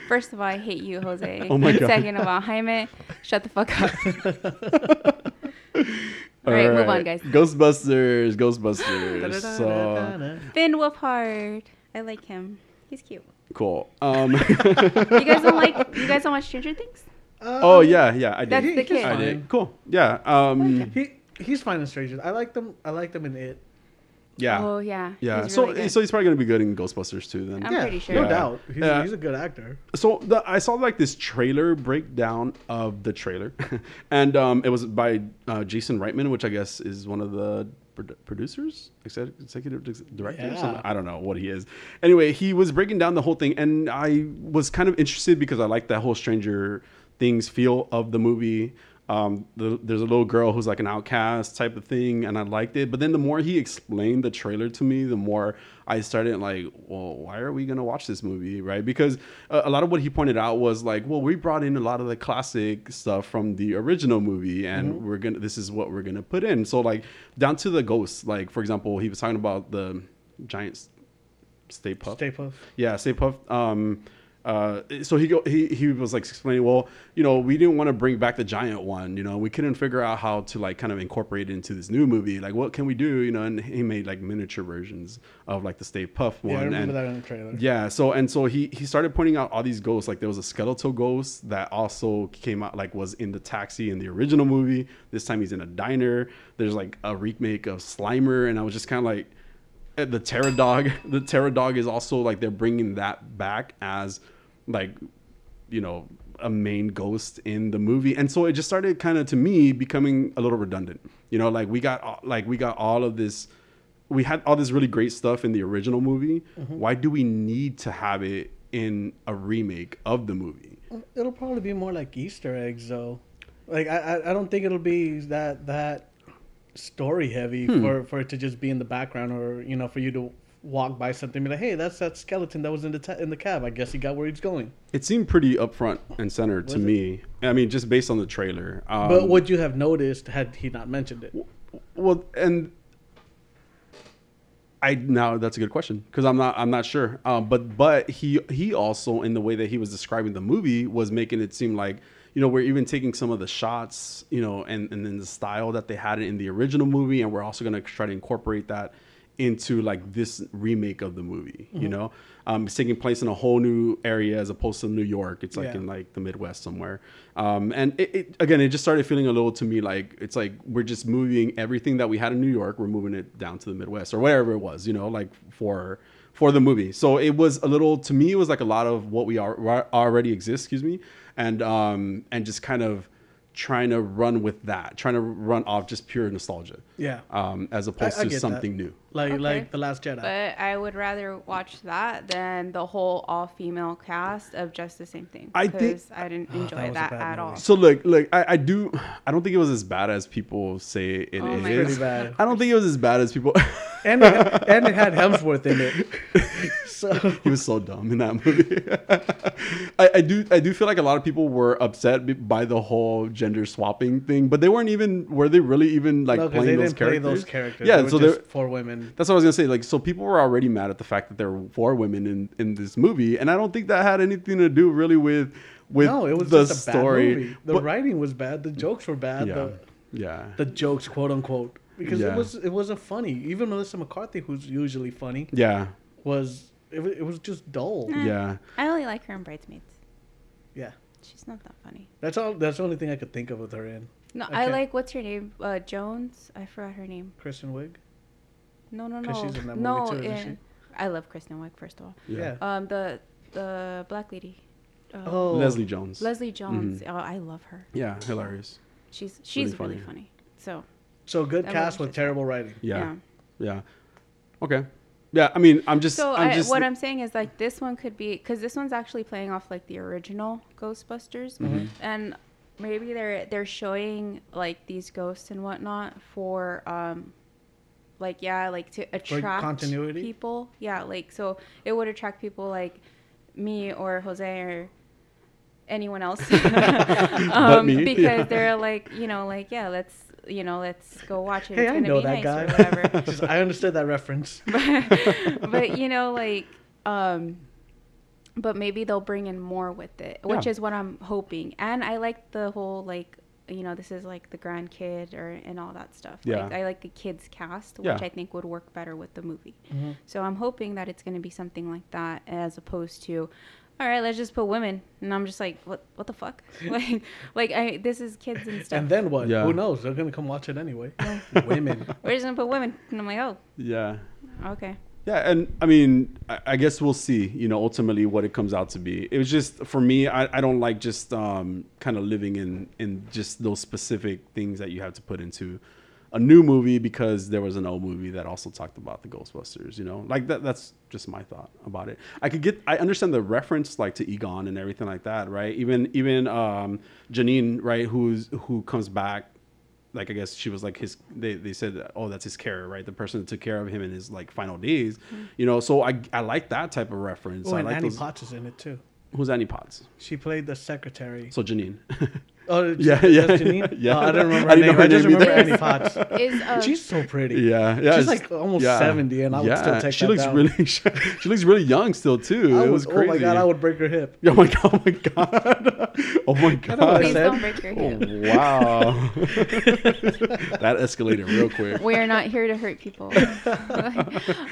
Speaker 3: First of all, I hate you, Jose.
Speaker 2: Oh my God.
Speaker 3: Second of all, Jaime, shut the fuck up. all
Speaker 2: All
Speaker 3: right, move on,
Speaker 2: right.
Speaker 3: guys.
Speaker 2: Ghostbusters, Ghostbusters. so
Speaker 3: Finn Wolfhard. I like him. He's cute.
Speaker 2: cool. Um,
Speaker 3: You guys don't like? You guys don't watch Stranger Things?
Speaker 2: oh yeah, yeah, I did.
Speaker 3: That's Oh, the kid.
Speaker 2: I
Speaker 1: fine.
Speaker 2: did. Cool. Yeah. Um,
Speaker 1: He he's fine in Strangers. I like them. I like them in it.
Speaker 2: yeah.
Speaker 3: Oh yeah.
Speaker 2: yeah.
Speaker 3: He's
Speaker 2: so
Speaker 3: really good.
Speaker 2: so he's probably gonna be good in Ghostbusters too. Then.
Speaker 3: I'm
Speaker 1: yeah,
Speaker 3: pretty sure.
Speaker 1: No
Speaker 2: Yeah.
Speaker 1: doubt. He's,
Speaker 2: Yeah.
Speaker 1: he's a good actor.
Speaker 2: so the, I saw like this trailer breakdown of the trailer, and um, it was by uh, Jason Reitman, which I guess is one of the produ- producers, exec- executive dis- director. or
Speaker 1: Yeah.
Speaker 2: something. I don't know what he is. Anyway, he was breaking down the whole thing, and I was kind of interested because I like that whole Stranger Things feel of the movie. Um, the, there's a little girl who's like an outcast type of thing, and I liked it. But then the more he explained the trailer to me, the more I started like, well, why are we gonna watch this movie, right? Because a, a lot of what he pointed out was like, well, we brought in a lot of the classic stuff from the original movie, and we're gonna this is what we're gonna put in. So like down to the ghosts, like for example, he was talking about the giant Stay Puft.
Speaker 1: Stay puff.
Speaker 2: Yeah, Stay Puft. Um, uh, so he go he he was like explaining, well, you know, we didn't want to bring back the giant one. You know, we couldn't figure out how to like kind of incorporate it into this new movie. Like, what can we do? You know, and he made like miniature versions of like the Stay Puft one.
Speaker 1: Yeah, I remember
Speaker 2: and,
Speaker 1: that in the trailer.
Speaker 2: yeah. So and so he he started pointing out all these ghosts. Like there was a skeletal ghost that also came out like was in the taxi in the original movie. This time he's in a diner. There's like a remake of Slimer, and I was just kind of like, eh, the Terror Dog. The Terror Dog is also like they're bringing that back as like you know a main ghost in the movie and so it just started kind of to me becoming a little redundant you know like we got all- like we got all of this we had all this really great stuff in the original movie
Speaker 1: Mm-hmm.
Speaker 2: why do we need to have it in a remake of the movie
Speaker 1: Um, It'll probably be more like Easter eggs, though. Like I, I- I don't think it'll be
Speaker 2: Hmm.
Speaker 1: that that story heavy for for it to just be in the background, or you know, for you to walk by something and be like, "Hey, that's that skeleton that was in the ta- in the cab. I guess he got where he's going."
Speaker 2: It seemed pretty upfront and center to
Speaker 1: Was it?
Speaker 2: me. I mean, just based on the trailer. Um,
Speaker 1: But would you have noticed had he not mentioned it?
Speaker 2: Well, and I now that's a good question because I'm not I'm not sure. Um, but but he he also in the way that he was describing the movie was making it seem like you know we're even taking some of the shots you know and and then the style that they had in the original movie and we're also gonna try to incorporate that into like this remake of the movie. You know, um, it's taking place in a whole new area as opposed to New York. It's like
Speaker 1: Yeah.
Speaker 2: in like the Midwest somewhere. Um, and it, it again, it just started feeling a little to me like it's like we're just moving everything that we had in New York, we're moving it down to the Midwest or whatever it was, you know, like for for the movie. So it was a little to me, it was like a lot of what we are wa- already exist, excuse me, and um, and just kind of trying to run with that, trying to run off just pure nostalgia.
Speaker 1: Yeah.
Speaker 2: Um, as opposed
Speaker 1: I get
Speaker 2: to
Speaker 1: that.
Speaker 2: something new.
Speaker 1: Like
Speaker 3: Okay.
Speaker 1: like the Last Jedi.
Speaker 3: But I would rather watch that than the whole all-female cast of just the same thing.
Speaker 2: I think-
Speaker 3: 'cause I didn't
Speaker 1: Ah, that
Speaker 3: enjoy
Speaker 1: was a
Speaker 3: that,
Speaker 1: bad
Speaker 3: at
Speaker 1: movie.
Speaker 3: all.
Speaker 2: So look, look, I, I do. I don't think it was as bad as people say it is.
Speaker 3: Oh my
Speaker 1: Pretty bad.
Speaker 2: I don't think it was as bad as people.
Speaker 1: and it, and it had Hemsworth in it. So
Speaker 2: he was so dumb in that movie. I, I do. I do feel like a lot of people were upset b- by the whole gender swapping thing, but they weren't even. Were they really even like
Speaker 1: no, because
Speaker 2: playing
Speaker 1: they
Speaker 2: those
Speaker 1: didn't play
Speaker 2: characters?
Speaker 1: those characters.
Speaker 2: Yeah.
Speaker 1: they were
Speaker 2: so
Speaker 1: just
Speaker 2: they're-
Speaker 1: four women.
Speaker 2: That's what I was gonna say. Like, so people were already mad at the fact that there were four women in in this movie, and I don't think that had anything to do really with with
Speaker 1: No, it was
Speaker 2: the
Speaker 1: just a
Speaker 2: story.
Speaker 1: bad movie. The
Speaker 2: But-
Speaker 1: writing was bad. The jokes were bad.
Speaker 2: yeah,
Speaker 1: The,
Speaker 2: yeah.
Speaker 1: the jokes, quote unquote, because
Speaker 2: Yeah.
Speaker 1: it was it wasn't funny. Even Melissa McCarthy, who's usually funny,
Speaker 2: yeah.
Speaker 1: was it, wa- it was just dull.
Speaker 3: Nah.
Speaker 2: Yeah.
Speaker 3: I only like her in Bridesmaids.
Speaker 1: Yeah,
Speaker 3: She's not that funny.
Speaker 1: that's all. That's the only thing I could think of with her in
Speaker 3: No, I
Speaker 1: Okay.
Speaker 3: like what's her name? Uh, Jones. I forgot her name.
Speaker 1: Kristen Wiig.
Speaker 3: No, no, no.
Speaker 1: 'Cause she's in that movie
Speaker 3: no,
Speaker 1: too, isn't
Speaker 3: in- I love Kristen Wiig first of all.
Speaker 2: Yeah.
Speaker 1: Yeah.
Speaker 3: Um, the the black lady. Uh,
Speaker 1: Oh. mm-hmm.
Speaker 2: Leslie Jones.
Speaker 3: Leslie Jones. Oh, I love her.
Speaker 2: yeah, hilarious.
Speaker 3: She's she's
Speaker 2: Really
Speaker 3: really, funny. So
Speaker 1: So good
Speaker 3: That
Speaker 1: cast
Speaker 3: was
Speaker 1: with
Speaker 3: just-
Speaker 1: terrible writing.
Speaker 2: Yeah,
Speaker 3: yeah.
Speaker 2: yeah. Okay. Yeah, I mean, I'm just.
Speaker 3: So
Speaker 2: I'm
Speaker 3: I,
Speaker 2: just,
Speaker 3: what I'm saying is like this one could be because this one's actually playing off like the original Ghostbusters, and maybe they're they're showing like these ghosts and whatnot for um, like yeah, like to attract
Speaker 1: continuity?
Speaker 3: people. Yeah, like so it would attract people like me or Jose or anyone else um,
Speaker 2: me,
Speaker 3: because
Speaker 2: yeah.
Speaker 3: they're like you know like yeah let's you know let's go watch it
Speaker 1: Hey,
Speaker 3: it's
Speaker 1: I
Speaker 3: gonna
Speaker 1: know
Speaker 3: be
Speaker 1: that
Speaker 3: nice
Speaker 1: guy.
Speaker 3: or whatever
Speaker 1: Just- I understood that reference.
Speaker 3: but, but you know like um but maybe they'll bring in more with it which
Speaker 2: Yeah.
Speaker 3: is what i'm hoping and i like the whole like you know this is like the grand kid or and all that stuff like
Speaker 2: Yeah.
Speaker 3: i like the kids cast which
Speaker 2: Yeah. Mm-hmm.
Speaker 3: i think would work better with the movie so i'm hoping that it's going to be something like that as opposed to all right let's just put women and i'm just like what what the fuck like like i this is kids and stuff
Speaker 1: And then what?
Speaker 2: Yeah.
Speaker 1: Who knows? They're gonna come watch it anyway. Women.
Speaker 3: we're just gonna put women and i'm like oh
Speaker 2: Yeah.
Speaker 3: okay
Speaker 2: Yeah, and I mean, I, I guess we'll see. You know, ultimately, what it comes out to be. It was just for me. I, I don't like just um, kind of living in in just those specific things that you have to put into a new movie because there was an old movie that also talked about the Ghostbusters. You know, like that. That's just my thought about it. I could get. I understand the reference like to Egon and everything like that, right? Even even um, Janine, right? Who's who comes back like I guess she was like his they, they said that, oh that's his carer right the person that took care of him in his like final days you know so I I like that type of reference
Speaker 1: Oh,
Speaker 2: I
Speaker 1: and
Speaker 2: like
Speaker 1: Annie
Speaker 2: those-
Speaker 1: Potts is in it too.
Speaker 2: who's Annie Potts
Speaker 1: She played the secretary.
Speaker 2: so Janine
Speaker 1: Oh,
Speaker 2: Yeah,
Speaker 1: yeah, yeah,
Speaker 2: yeah,
Speaker 1: Janine?
Speaker 2: yeah.
Speaker 1: Oh, I don't remember
Speaker 2: I
Speaker 1: her name. I
Speaker 2: didn't know her
Speaker 1: just
Speaker 2: name
Speaker 1: remember
Speaker 3: either.
Speaker 1: Annie Potts.
Speaker 3: is uh,
Speaker 1: She's so pretty.
Speaker 2: yeah yeah
Speaker 1: She's
Speaker 2: it's-
Speaker 1: like almost 70, and I would still take
Speaker 2: she
Speaker 1: that
Speaker 2: looks
Speaker 1: down.
Speaker 2: really she, looks really young still too
Speaker 1: I
Speaker 2: it
Speaker 1: would-
Speaker 2: was crazy
Speaker 1: Oh my god, I would break her hip.
Speaker 2: oh my god oh my god oh my god
Speaker 3: please
Speaker 1: said-
Speaker 3: don't break your hip
Speaker 2: Oh, wow that escalated real quick
Speaker 3: we are not here to hurt people.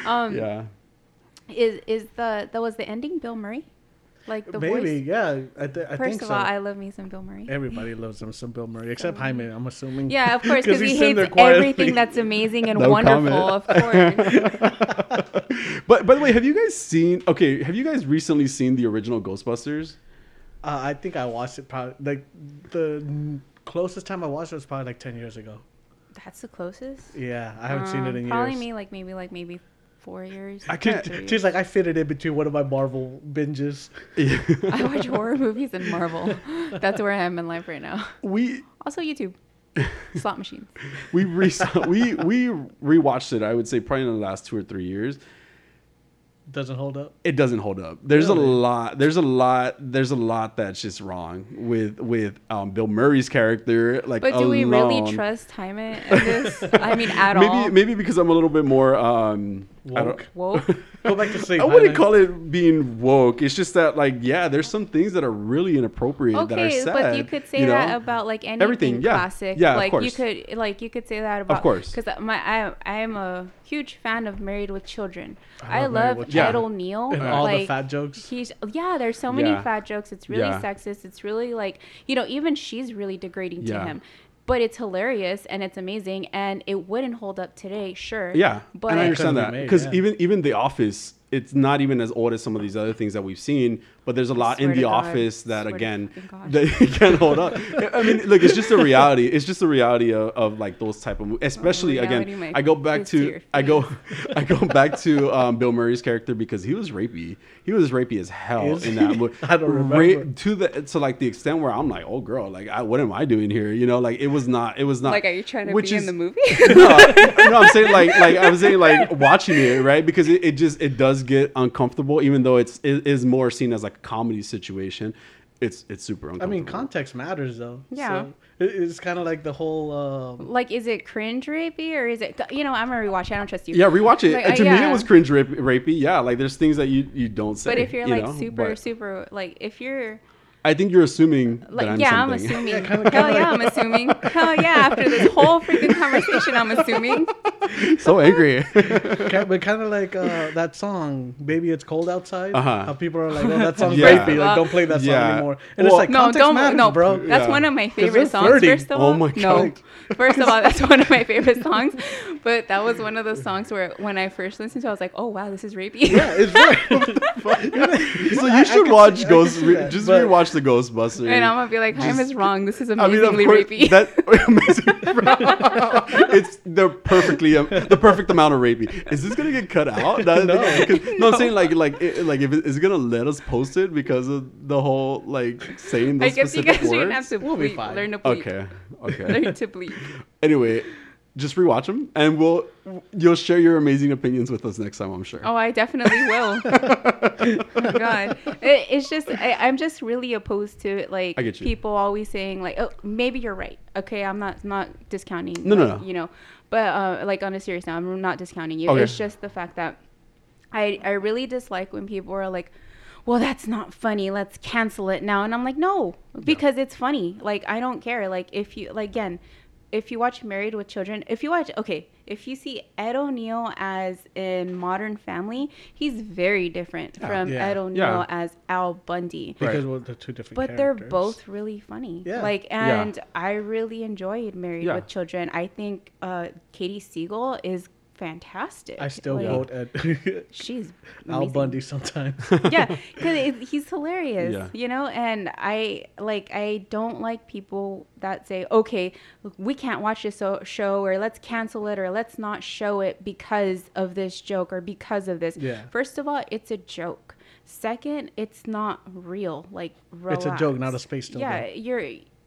Speaker 3: um,
Speaker 2: yeah
Speaker 3: Is is the that was the ending Bill Murray, like the
Speaker 1: Maybe,
Speaker 3: voice?
Speaker 1: yeah. I, th- I
Speaker 3: First
Speaker 1: think
Speaker 3: of
Speaker 1: so.
Speaker 3: all, I love me some Bill Murray.
Speaker 1: Everybody loves him some Bill Murray, except Jaime. I'm assuming.
Speaker 3: yeah, of course, because he
Speaker 1: he's sitting
Speaker 3: hates
Speaker 1: there quietly.
Speaker 3: everything that's amazing and
Speaker 2: No
Speaker 3: wonderful. Of course,
Speaker 2: but by the way have you guys seen okay have you guys recently seen the original Ghostbusters
Speaker 1: Uh, I think I watched it probably like the closest time I watched it was probably like ten years ago.
Speaker 3: that's the closest.
Speaker 1: Yeah, I haven't seen it
Speaker 3: Um,
Speaker 1: in
Speaker 3: probably
Speaker 1: years.
Speaker 3: me, like maybe like maybe four years.
Speaker 2: I
Speaker 3: or
Speaker 2: can't-
Speaker 3: three years.
Speaker 1: She's like, I fitted in between one of my Marvel binges.
Speaker 3: I watch horror movies and Marvel. That's where I am in life right now.
Speaker 2: we
Speaker 3: Also, YouTube, slot machines.
Speaker 2: we re- we we rewatched it. I would say probably in the last two or three years,
Speaker 1: doesn't hold up.
Speaker 2: it doesn't hold up. There's a
Speaker 1: Really?
Speaker 2: lot. There's a lot. There's a lot that's just wrong with with um, Bill Murray's character. Like,
Speaker 3: But do we really
Speaker 2: alone.
Speaker 3: trust Hyman in this? I mean, at
Speaker 2: Maybe
Speaker 3: all.
Speaker 2: maybe because I'm a little bit more. Um, I don't-
Speaker 1: Woke.
Speaker 3: Woke.
Speaker 1: Go back to sleep.
Speaker 2: I wouldn't
Speaker 1: Hyman.
Speaker 2: call it being woke. It's just that, like, yeah, there's some things that are really inappropriate that are
Speaker 3: Okay,
Speaker 2: said.
Speaker 3: but you could say
Speaker 2: know?
Speaker 3: that about like anything
Speaker 2: Everything, yeah.
Speaker 3: classic.
Speaker 2: Yeah, of
Speaker 3: like you
Speaker 2: course.
Speaker 3: could like you could say that about
Speaker 2: course.
Speaker 3: because my I I am a huge fan of Married with Children. I,
Speaker 1: love Married
Speaker 3: love
Speaker 1: with
Speaker 2: Children.
Speaker 3: Ed O'Neill.
Speaker 1: And
Speaker 3: like,
Speaker 1: all the fat jokes.
Speaker 3: He's yeah. There's so many
Speaker 2: Yeah.
Speaker 3: fat jokes. It's really
Speaker 2: Yeah.
Speaker 3: sexist. It's really like you know even she's really degrading
Speaker 2: Yeah.
Speaker 3: to him. But it's hilarious and it's amazing and it wouldn't hold up today, sure.
Speaker 2: Yeah,
Speaker 3: but
Speaker 2: and I
Speaker 1: Could've
Speaker 2: understand that
Speaker 1: been made,
Speaker 2: because
Speaker 1: yeah.
Speaker 2: even even The Office, it's not even as old as some of these other things that we've seen. But there's a lot in
Speaker 3: swear
Speaker 2: The
Speaker 3: to God.
Speaker 2: Office that
Speaker 3: Swear to
Speaker 2: again
Speaker 3: fucking God.
Speaker 2: that you can't hold up. I mean, look, it's just a reality. It's just a reality of, of like those type of movies. Especially
Speaker 3: reality,
Speaker 2: again,
Speaker 3: Oh my
Speaker 2: I go back
Speaker 3: fist to
Speaker 2: to
Speaker 3: your
Speaker 2: I go I go back to um, Bill Murray's character because he was rapey. He was rapey as hell
Speaker 1: Is
Speaker 2: in that
Speaker 1: he?
Speaker 2: movie.
Speaker 1: I don't
Speaker 2: Ra-
Speaker 1: remember.
Speaker 2: to the to like the extent where I'm like, oh girl, like I, what am I doing here? You know, like it was not it was not
Speaker 3: Like, are you trying to
Speaker 2: which
Speaker 3: be in
Speaker 2: is-
Speaker 3: the movie?
Speaker 2: no, no, I'm saying like like I'm saying like watching it right because it, it just it does get uncomfortable even though it's it is more seen as like a comedy situation. It's it's super
Speaker 1: I
Speaker 2: uncomfortable.
Speaker 1: mean, context matters though.
Speaker 3: Yeah.
Speaker 1: So it, it's kind of like the whole. Um,
Speaker 3: like, is it cringe rapey or is it? You know, I'm gonna rewatch. it. I don't trust you.
Speaker 2: yeah, rewatch it.
Speaker 3: Like,
Speaker 2: Uh,
Speaker 3: uh,
Speaker 2: to me,
Speaker 3: yeah.
Speaker 2: it was cringe rape, rapey. Yeah, like there's things that you you don't say.
Speaker 3: But if you're
Speaker 2: you
Speaker 3: like
Speaker 2: know,
Speaker 3: super,
Speaker 2: but
Speaker 3: super, like if you're
Speaker 2: I think you're assuming
Speaker 3: like,
Speaker 2: that I'm
Speaker 3: yeah,
Speaker 2: something.
Speaker 3: I'm assuming.
Speaker 1: Yeah, kinda-
Speaker 3: Hell
Speaker 1: kinda
Speaker 3: yeah, I'm assuming. Hell yeah, after this whole freaking conversation, I'm assuming.
Speaker 2: so angry.
Speaker 1: ki- but kind of like uh, that song, "Baby It's Cold Outside."
Speaker 2: Uh-huh.
Speaker 1: How people are like, "Oh, that song's
Speaker 2: Yeah.
Speaker 1: rapey. Like, don't play that song
Speaker 2: Yeah.
Speaker 1: anymore." And it's
Speaker 2: Well-
Speaker 1: like,
Speaker 3: No,
Speaker 1: context
Speaker 3: don't.
Speaker 1: matters,
Speaker 3: no,
Speaker 1: bro.
Speaker 3: that's
Speaker 2: Yeah.
Speaker 3: one of my
Speaker 1: they're
Speaker 3: favorite songs.
Speaker 1: flirting.
Speaker 3: First of
Speaker 2: Oh
Speaker 3: all,
Speaker 2: my
Speaker 3: no.
Speaker 2: God.
Speaker 3: First of all, that's one of my favorite songs. But that was one of those songs where, when I first listened to, it, I was like, oh wow, this is rapey.
Speaker 2: yeah, it's right. so you should
Speaker 1: could see- I
Speaker 2: watch
Speaker 1: could
Speaker 2: Ghost.
Speaker 1: see
Speaker 2: Re-
Speaker 1: that,
Speaker 2: just
Speaker 1: but-
Speaker 2: rewatch the Ghostbusters.
Speaker 3: and I'm gonna be like, I'm
Speaker 2: Just-
Speaker 3: is wrong. This is
Speaker 2: I mean, of
Speaker 3: amazingly
Speaker 2: course,
Speaker 3: rapey.
Speaker 2: that amazing- it's the perfectly um, the perfect amount of rapey. Is this gonna get cut out? That-
Speaker 1: No.
Speaker 2: because- no, I'm saying like like it, like if it, is it gonna let us post it because of the whole like saying the
Speaker 3: I guess you
Speaker 2: specific
Speaker 3: guys are gonna have
Speaker 2: words?
Speaker 3: to
Speaker 1: We'll be
Speaker 3: bleep.
Speaker 1: fine.
Speaker 3: learn to bleep.
Speaker 2: Okay, okay.
Speaker 3: learn to bleep.
Speaker 2: anyway, just rewatch them, and we'll you'll share your amazing opinions with us next time. I'm sure.
Speaker 3: Oh, I definitely will. oh my God, it, it's just I, I'm just really opposed to it. Like
Speaker 2: I get you.
Speaker 3: people always saying like, oh, maybe you're right. Okay, I'm not not discounting.
Speaker 2: No, no,
Speaker 3: like,
Speaker 2: no.
Speaker 3: You know, but uh, like on a serious note, I'm not discounting you.
Speaker 2: Okay.
Speaker 3: It's just the fact that I I really dislike when people are like. Well, that's not funny. Let's cancel it now. And I'm like, no, because it's funny. Like, I don't care. Like, if you, like, again, if you watch Married with Children, if you watch, okay, if you see Ed O'Neill as in Modern Family, he's very different from
Speaker 1: Ah, Yeah.
Speaker 3: Ed O'Neill
Speaker 2: Yeah.
Speaker 3: as Al Bundy.
Speaker 1: because
Speaker 2: Right.
Speaker 1: well, they're two different.
Speaker 3: But they're
Speaker 1: characters.
Speaker 3: both really funny.
Speaker 1: Yeah.
Speaker 3: Like,
Speaker 2: Yeah.
Speaker 3: and I really enjoyed Married
Speaker 2: Yeah.
Speaker 3: with Children. I think uh, Katie Siegel is fantastic.
Speaker 1: I still
Speaker 3: like,
Speaker 1: vote at
Speaker 3: She's
Speaker 1: Al
Speaker 3: amazing
Speaker 1: Bundy sometimes.
Speaker 3: yeah, because he's hilarious,
Speaker 2: Yeah.
Speaker 3: you know. And I like I don't like people that say, "Okay, we can't watch this so- show, or let's cancel it, or let's not show it because of this joke, or because of this."
Speaker 1: Yeah.
Speaker 3: First of all, it's a joke. Second, it's not real. Like,
Speaker 1: It's a joke, not a
Speaker 3: relax.
Speaker 1: space dildo.
Speaker 3: Yeah, you're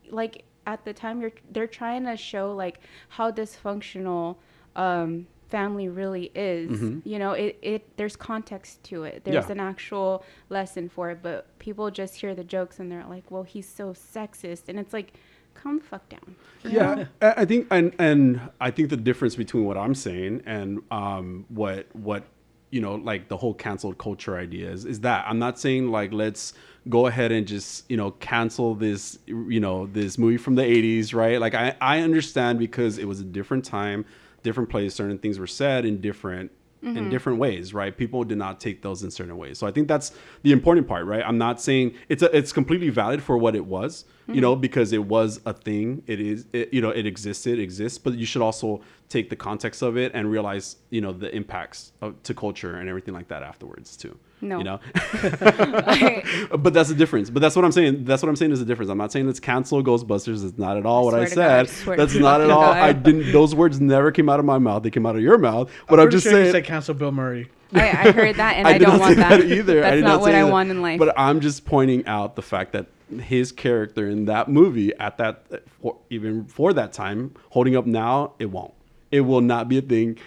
Speaker 3: like at the time you're they're trying to show like how dysfunctional um family really is you know it, it there's context to it there's
Speaker 2: Mm-hmm. Yeah.
Speaker 3: an actual lesson for it but people just hear the jokes and they're like well he's so sexist and it's like come the fuck down
Speaker 2: yeah I I think and and i think the difference between what i'm saying and um what what you know like the whole canceled culture idea is is that i'm not saying like let's go ahead and just you know cancel this you know this movie from the 80s right like i i understand because it was a different time different place certain things were said in different in different ways, right? People did not take those in certain ways. So I think that's the important part, right? I'm not saying it's a, it's completely valid for what it was, you know, because it was a thing. It is, it, you know, it existed, it exists, but you should also take the context of it and realize, you know, the impacts of, to culture and everything like that afterwards too.
Speaker 3: No.
Speaker 2: You know, but that's the difference. But that's what I'm saying. That's what I'm saying is the difference. I'm not saying let's cancel Ghostbusters. It's not at all what I,
Speaker 3: Swear to
Speaker 2: said.
Speaker 3: God, swear to
Speaker 2: that's not at
Speaker 3: fucking
Speaker 2: all.
Speaker 3: God.
Speaker 2: I didn't. Those words never came out of my mouth. They came out of your mouth. But I'm,
Speaker 1: Pretty
Speaker 2: just
Speaker 1: sure You
Speaker 2: saying.
Speaker 1: said cancel Bill Murray.
Speaker 3: I, I heard that and i,
Speaker 2: did
Speaker 3: don't
Speaker 2: not
Speaker 3: want
Speaker 2: say
Speaker 3: that,
Speaker 2: either. I
Speaker 3: that's
Speaker 2: did
Speaker 3: not what
Speaker 2: say
Speaker 3: i
Speaker 2: that.
Speaker 3: want in life
Speaker 2: But I'm just pointing out the fact that his character in that movie at that for, even for that time holding up now it won't. It will not be a thing.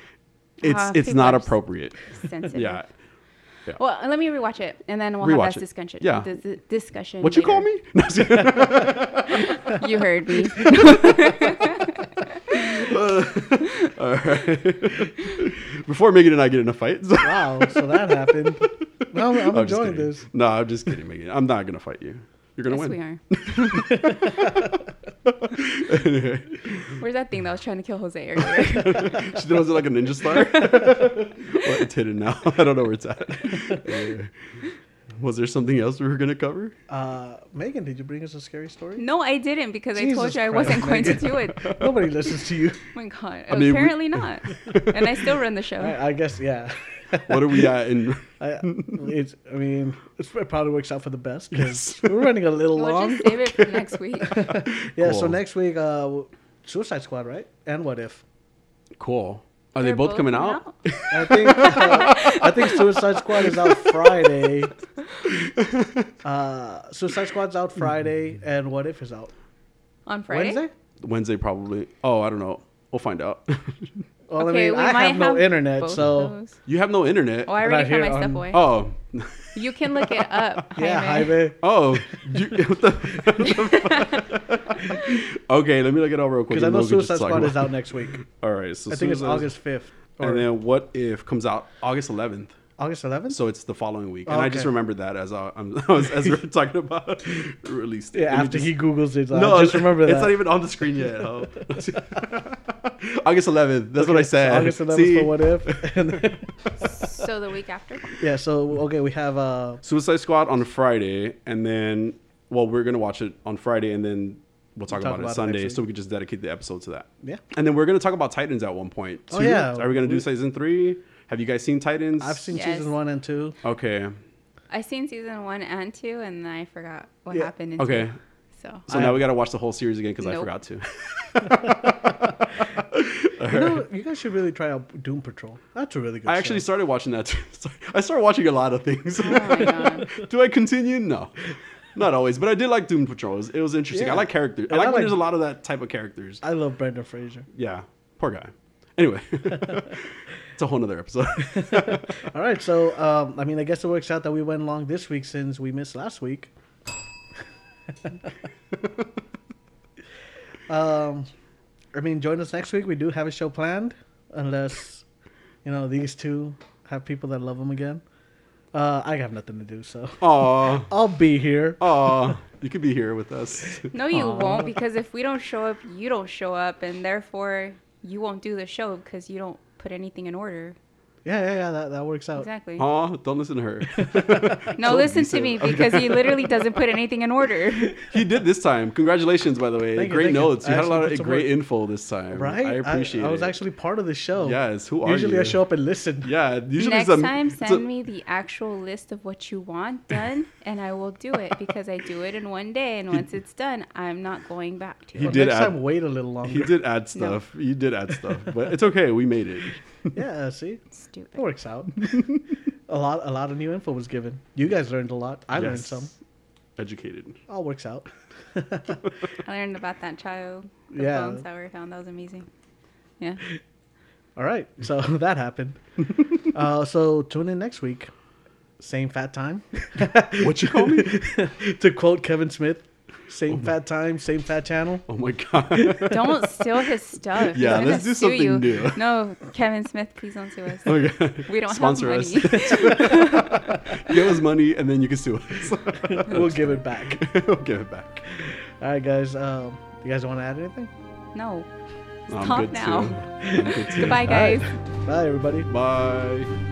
Speaker 2: It's
Speaker 3: Ah,
Speaker 2: it's
Speaker 3: people
Speaker 2: not
Speaker 3: are just
Speaker 2: appropriate.
Speaker 3: sensitive.
Speaker 2: Yeah. Yeah.
Speaker 3: Well, let me rewatch it, and then we'll
Speaker 2: Rewatch
Speaker 3: have
Speaker 2: it.
Speaker 3: that discussion.
Speaker 2: Yeah.
Speaker 3: the- the discussion.
Speaker 2: What you call
Speaker 3: later.
Speaker 2: me? No, I'm just kidding.
Speaker 3: You heard me.
Speaker 2: All right. Before Megan and I get in a fight. so-
Speaker 1: Wow, so that happened. No, I'm, I'm
Speaker 2: I'm just
Speaker 1: enjoying
Speaker 2: kidding.
Speaker 1: this.
Speaker 2: No, I'm just kidding, Megan. I'm not gonna fight you. You're gonna
Speaker 3: yes, we
Speaker 2: win.
Speaker 3: are. Where's that thing that was trying to kill Jose earlier?
Speaker 2: she does it like a ninja star. well, it's hidden now. I don't know where it's at. Anyway. was there something else we were gonna cover?
Speaker 1: Uh, Megan, did you bring us a scary story?
Speaker 3: no, I didn't because I told
Speaker 1: Jesus
Speaker 3: you I
Speaker 1: Christ,
Speaker 3: wasn't going to
Speaker 1: Megan.
Speaker 3: do it.
Speaker 1: Nobody listens to you.
Speaker 3: Oh my god.
Speaker 2: I mean, we-
Speaker 3: Apparently not. And I still run the show.
Speaker 1: I, I guess, yeah.
Speaker 2: What are we at? In
Speaker 1: I, it's, I mean, it's, it probably works out for the best. 'cause
Speaker 2: Yes.
Speaker 1: We're running a little
Speaker 3: We'll
Speaker 1: long.
Speaker 3: just save it for next week.
Speaker 1: Yeah, so
Speaker 2: Cool.
Speaker 1: next week, uh, Suicide Squad, right? And What If?
Speaker 2: cool. Are they
Speaker 3: They're
Speaker 2: both, coming, out?
Speaker 1: I think, uh, I think Suicide Squad is out Friday. Uh, Suicide Squad's out Friday, and What If is out
Speaker 3: on Friday.
Speaker 1: Wednesday?
Speaker 2: Wednesday probably. Oh, I don't know. We'll find out.
Speaker 1: Well,
Speaker 3: Okay,
Speaker 1: I mean,
Speaker 3: we
Speaker 1: I
Speaker 3: might
Speaker 1: have no
Speaker 3: have
Speaker 1: internet,
Speaker 3: Both
Speaker 1: so.
Speaker 3: of those.
Speaker 2: you have no internet.
Speaker 3: Oh, I
Speaker 1: Right
Speaker 3: already put
Speaker 1: here
Speaker 3: my stuff
Speaker 1: on-
Speaker 3: away.
Speaker 2: oh.
Speaker 3: You can look it up.
Speaker 1: Yeah,
Speaker 3: Jaime.
Speaker 1: Jaime.
Speaker 2: Oh, you, what the, what the fuck? okay. Let me look it up real quick.
Speaker 1: Because I
Speaker 2: and
Speaker 1: know
Speaker 2: then we can just
Speaker 1: Suicide
Speaker 2: talk
Speaker 1: Squad
Speaker 2: about
Speaker 1: is out next week.
Speaker 2: it. All right, so
Speaker 1: I think it's
Speaker 2: Suicide-
Speaker 1: August 5th. Or
Speaker 2: And then what if comes out August 11th?
Speaker 1: August 11th?
Speaker 2: So it's the following week, and I just
Speaker 1: Okay.
Speaker 2: remembered that as I, I'm, I was as we were talking about release date.
Speaker 1: yeah,
Speaker 2: Let me
Speaker 1: after
Speaker 2: just-
Speaker 1: he Googles it. No, just remember that.
Speaker 2: It's not even on the screen yet. Ho. August 11th. That's what I said.
Speaker 1: August 11th
Speaker 2: See?
Speaker 1: for What If. And then-
Speaker 3: So the week after.
Speaker 1: yeah, so, okay, we have. Uh,
Speaker 2: Suicide Squad on Friday, and then well, we're gonna watch it on Friday, and then we'll talk, about, it
Speaker 1: next
Speaker 2: Sunday,
Speaker 1: week.
Speaker 2: so we can just dedicate the episode to that.
Speaker 1: Yeah.
Speaker 2: And then we're gonna talk about Titans at one point.
Speaker 1: Oh,
Speaker 2: too.
Speaker 1: yeah.
Speaker 2: Are we gonna do
Speaker 1: We-
Speaker 2: season three? Have you guys seen Titans?
Speaker 1: I've seen
Speaker 3: Yes.
Speaker 1: season one and two.
Speaker 2: Okay.
Speaker 3: I seen season one and two, and then I forgot what
Speaker 1: Yeah.
Speaker 3: happened. In
Speaker 2: Okay.
Speaker 3: two. So
Speaker 2: So
Speaker 1: I-
Speaker 2: now we gotta watch the whole series again because I
Speaker 3: Nope.
Speaker 2: forgot to.
Speaker 1: You know, you guys should really try out Doom Patrol. That's a really good
Speaker 2: I actually
Speaker 1: show.
Speaker 2: started watching that. Too. Sorry. I started watching a lot of things.
Speaker 3: Oh my god.
Speaker 2: Do I continue? No. Not always, but I did like Doom Patrol. It was, it was interesting.
Speaker 1: Yeah.
Speaker 2: I like characters. I
Speaker 1: And
Speaker 2: like,
Speaker 1: I
Speaker 2: when
Speaker 1: like-
Speaker 2: there's a lot of that type of characters.
Speaker 1: I love Brendan Fraser.
Speaker 2: Yeah. Poor guy. Anyway, it's a whole nother episode.
Speaker 1: All right, so, um, I mean, I guess it works out that we went long this week since we missed last week. um, I mean, join us next week. We do have a show planned, unless you know these two have people that love them again. Uh, I have nothing to do, so
Speaker 2: Aw.
Speaker 1: I'll be here.
Speaker 2: Aw. You could be here with us.
Speaker 3: No, you
Speaker 1: Aw.
Speaker 3: won't because if we don't show up, you don't show up, and therefore you won't do the show because you don't put anything in order.
Speaker 1: Yeah, yeah, yeah. That, that
Speaker 2: Uh,
Speaker 1: works out.
Speaker 3: Exactly.
Speaker 2: Aw. Don't listen to her.
Speaker 3: No, listen to
Speaker 2: said-
Speaker 3: me because he literally doesn't put anything in order.
Speaker 2: He did this time. Congratulations, by the way.
Speaker 1: Thank you,
Speaker 2: great
Speaker 1: thank you.
Speaker 2: notes. You,
Speaker 1: I
Speaker 2: had a
Speaker 1: actually
Speaker 2: lot
Speaker 1: put
Speaker 2: of
Speaker 1: some
Speaker 2: great
Speaker 1: work.
Speaker 2: info this time.
Speaker 1: Right?
Speaker 2: I appreciate
Speaker 1: I, was
Speaker 2: it.
Speaker 1: actually part of the show.
Speaker 2: Yes, who are
Speaker 1: Usually I
Speaker 2: you?
Speaker 1: show up and listen.
Speaker 2: Yeah. Usually
Speaker 3: Next
Speaker 2: it's a,
Speaker 3: time,
Speaker 2: it's a-
Speaker 3: send me the actual list of what you want done, and I will do it because I do it in one day, and once it's done, I'm not going back
Speaker 2: He
Speaker 3: to it.
Speaker 1: Well,
Speaker 2: did
Speaker 1: next
Speaker 2: add-
Speaker 1: time, wait a little
Speaker 2: He
Speaker 1: longer.
Speaker 2: did add stuff. You did add stuff, but it's okay. We made it.
Speaker 1: yeah, see, it
Speaker 2: Oh.
Speaker 3: Stupid.
Speaker 1: works out. a lot, a lot of new info was given. You guys learned a lot. I learned
Speaker 2: Yes.
Speaker 1: some.
Speaker 2: Educated.
Speaker 1: All works out.
Speaker 3: I learned about that child. The
Speaker 1: Yeah.
Speaker 3: bones that were found. That was amazing. Yeah.
Speaker 1: All right, so that happened. uh, so tune in next week, same fat time.
Speaker 2: What you call me?
Speaker 1: to quote Kevin Smith, same fat time, same fat channel.
Speaker 2: Oh my god.
Speaker 3: Don't steal his stuff. He's
Speaker 2: Yeah,
Speaker 3: gonna
Speaker 2: let's do
Speaker 3: sue
Speaker 2: something
Speaker 3: you.
Speaker 2: new.
Speaker 3: No, Kevin Smith, please don't sue us.
Speaker 2: Oh my god.
Speaker 3: We don't
Speaker 2: Sponsor
Speaker 3: have
Speaker 2: us.
Speaker 3: money.
Speaker 2: Give us money and then you can sue us.
Speaker 1: we'll give it back.
Speaker 2: we'll give it back.
Speaker 1: All right, guys. Um, you guys want to add anything?
Speaker 3: no.
Speaker 2: I'm
Speaker 3: Stop
Speaker 2: good
Speaker 3: now.
Speaker 2: too. I'm good too.
Speaker 1: All
Speaker 3: Goodbye,
Speaker 1: right.
Speaker 3: guys.
Speaker 1: Bye, everybody.
Speaker 2: Bye.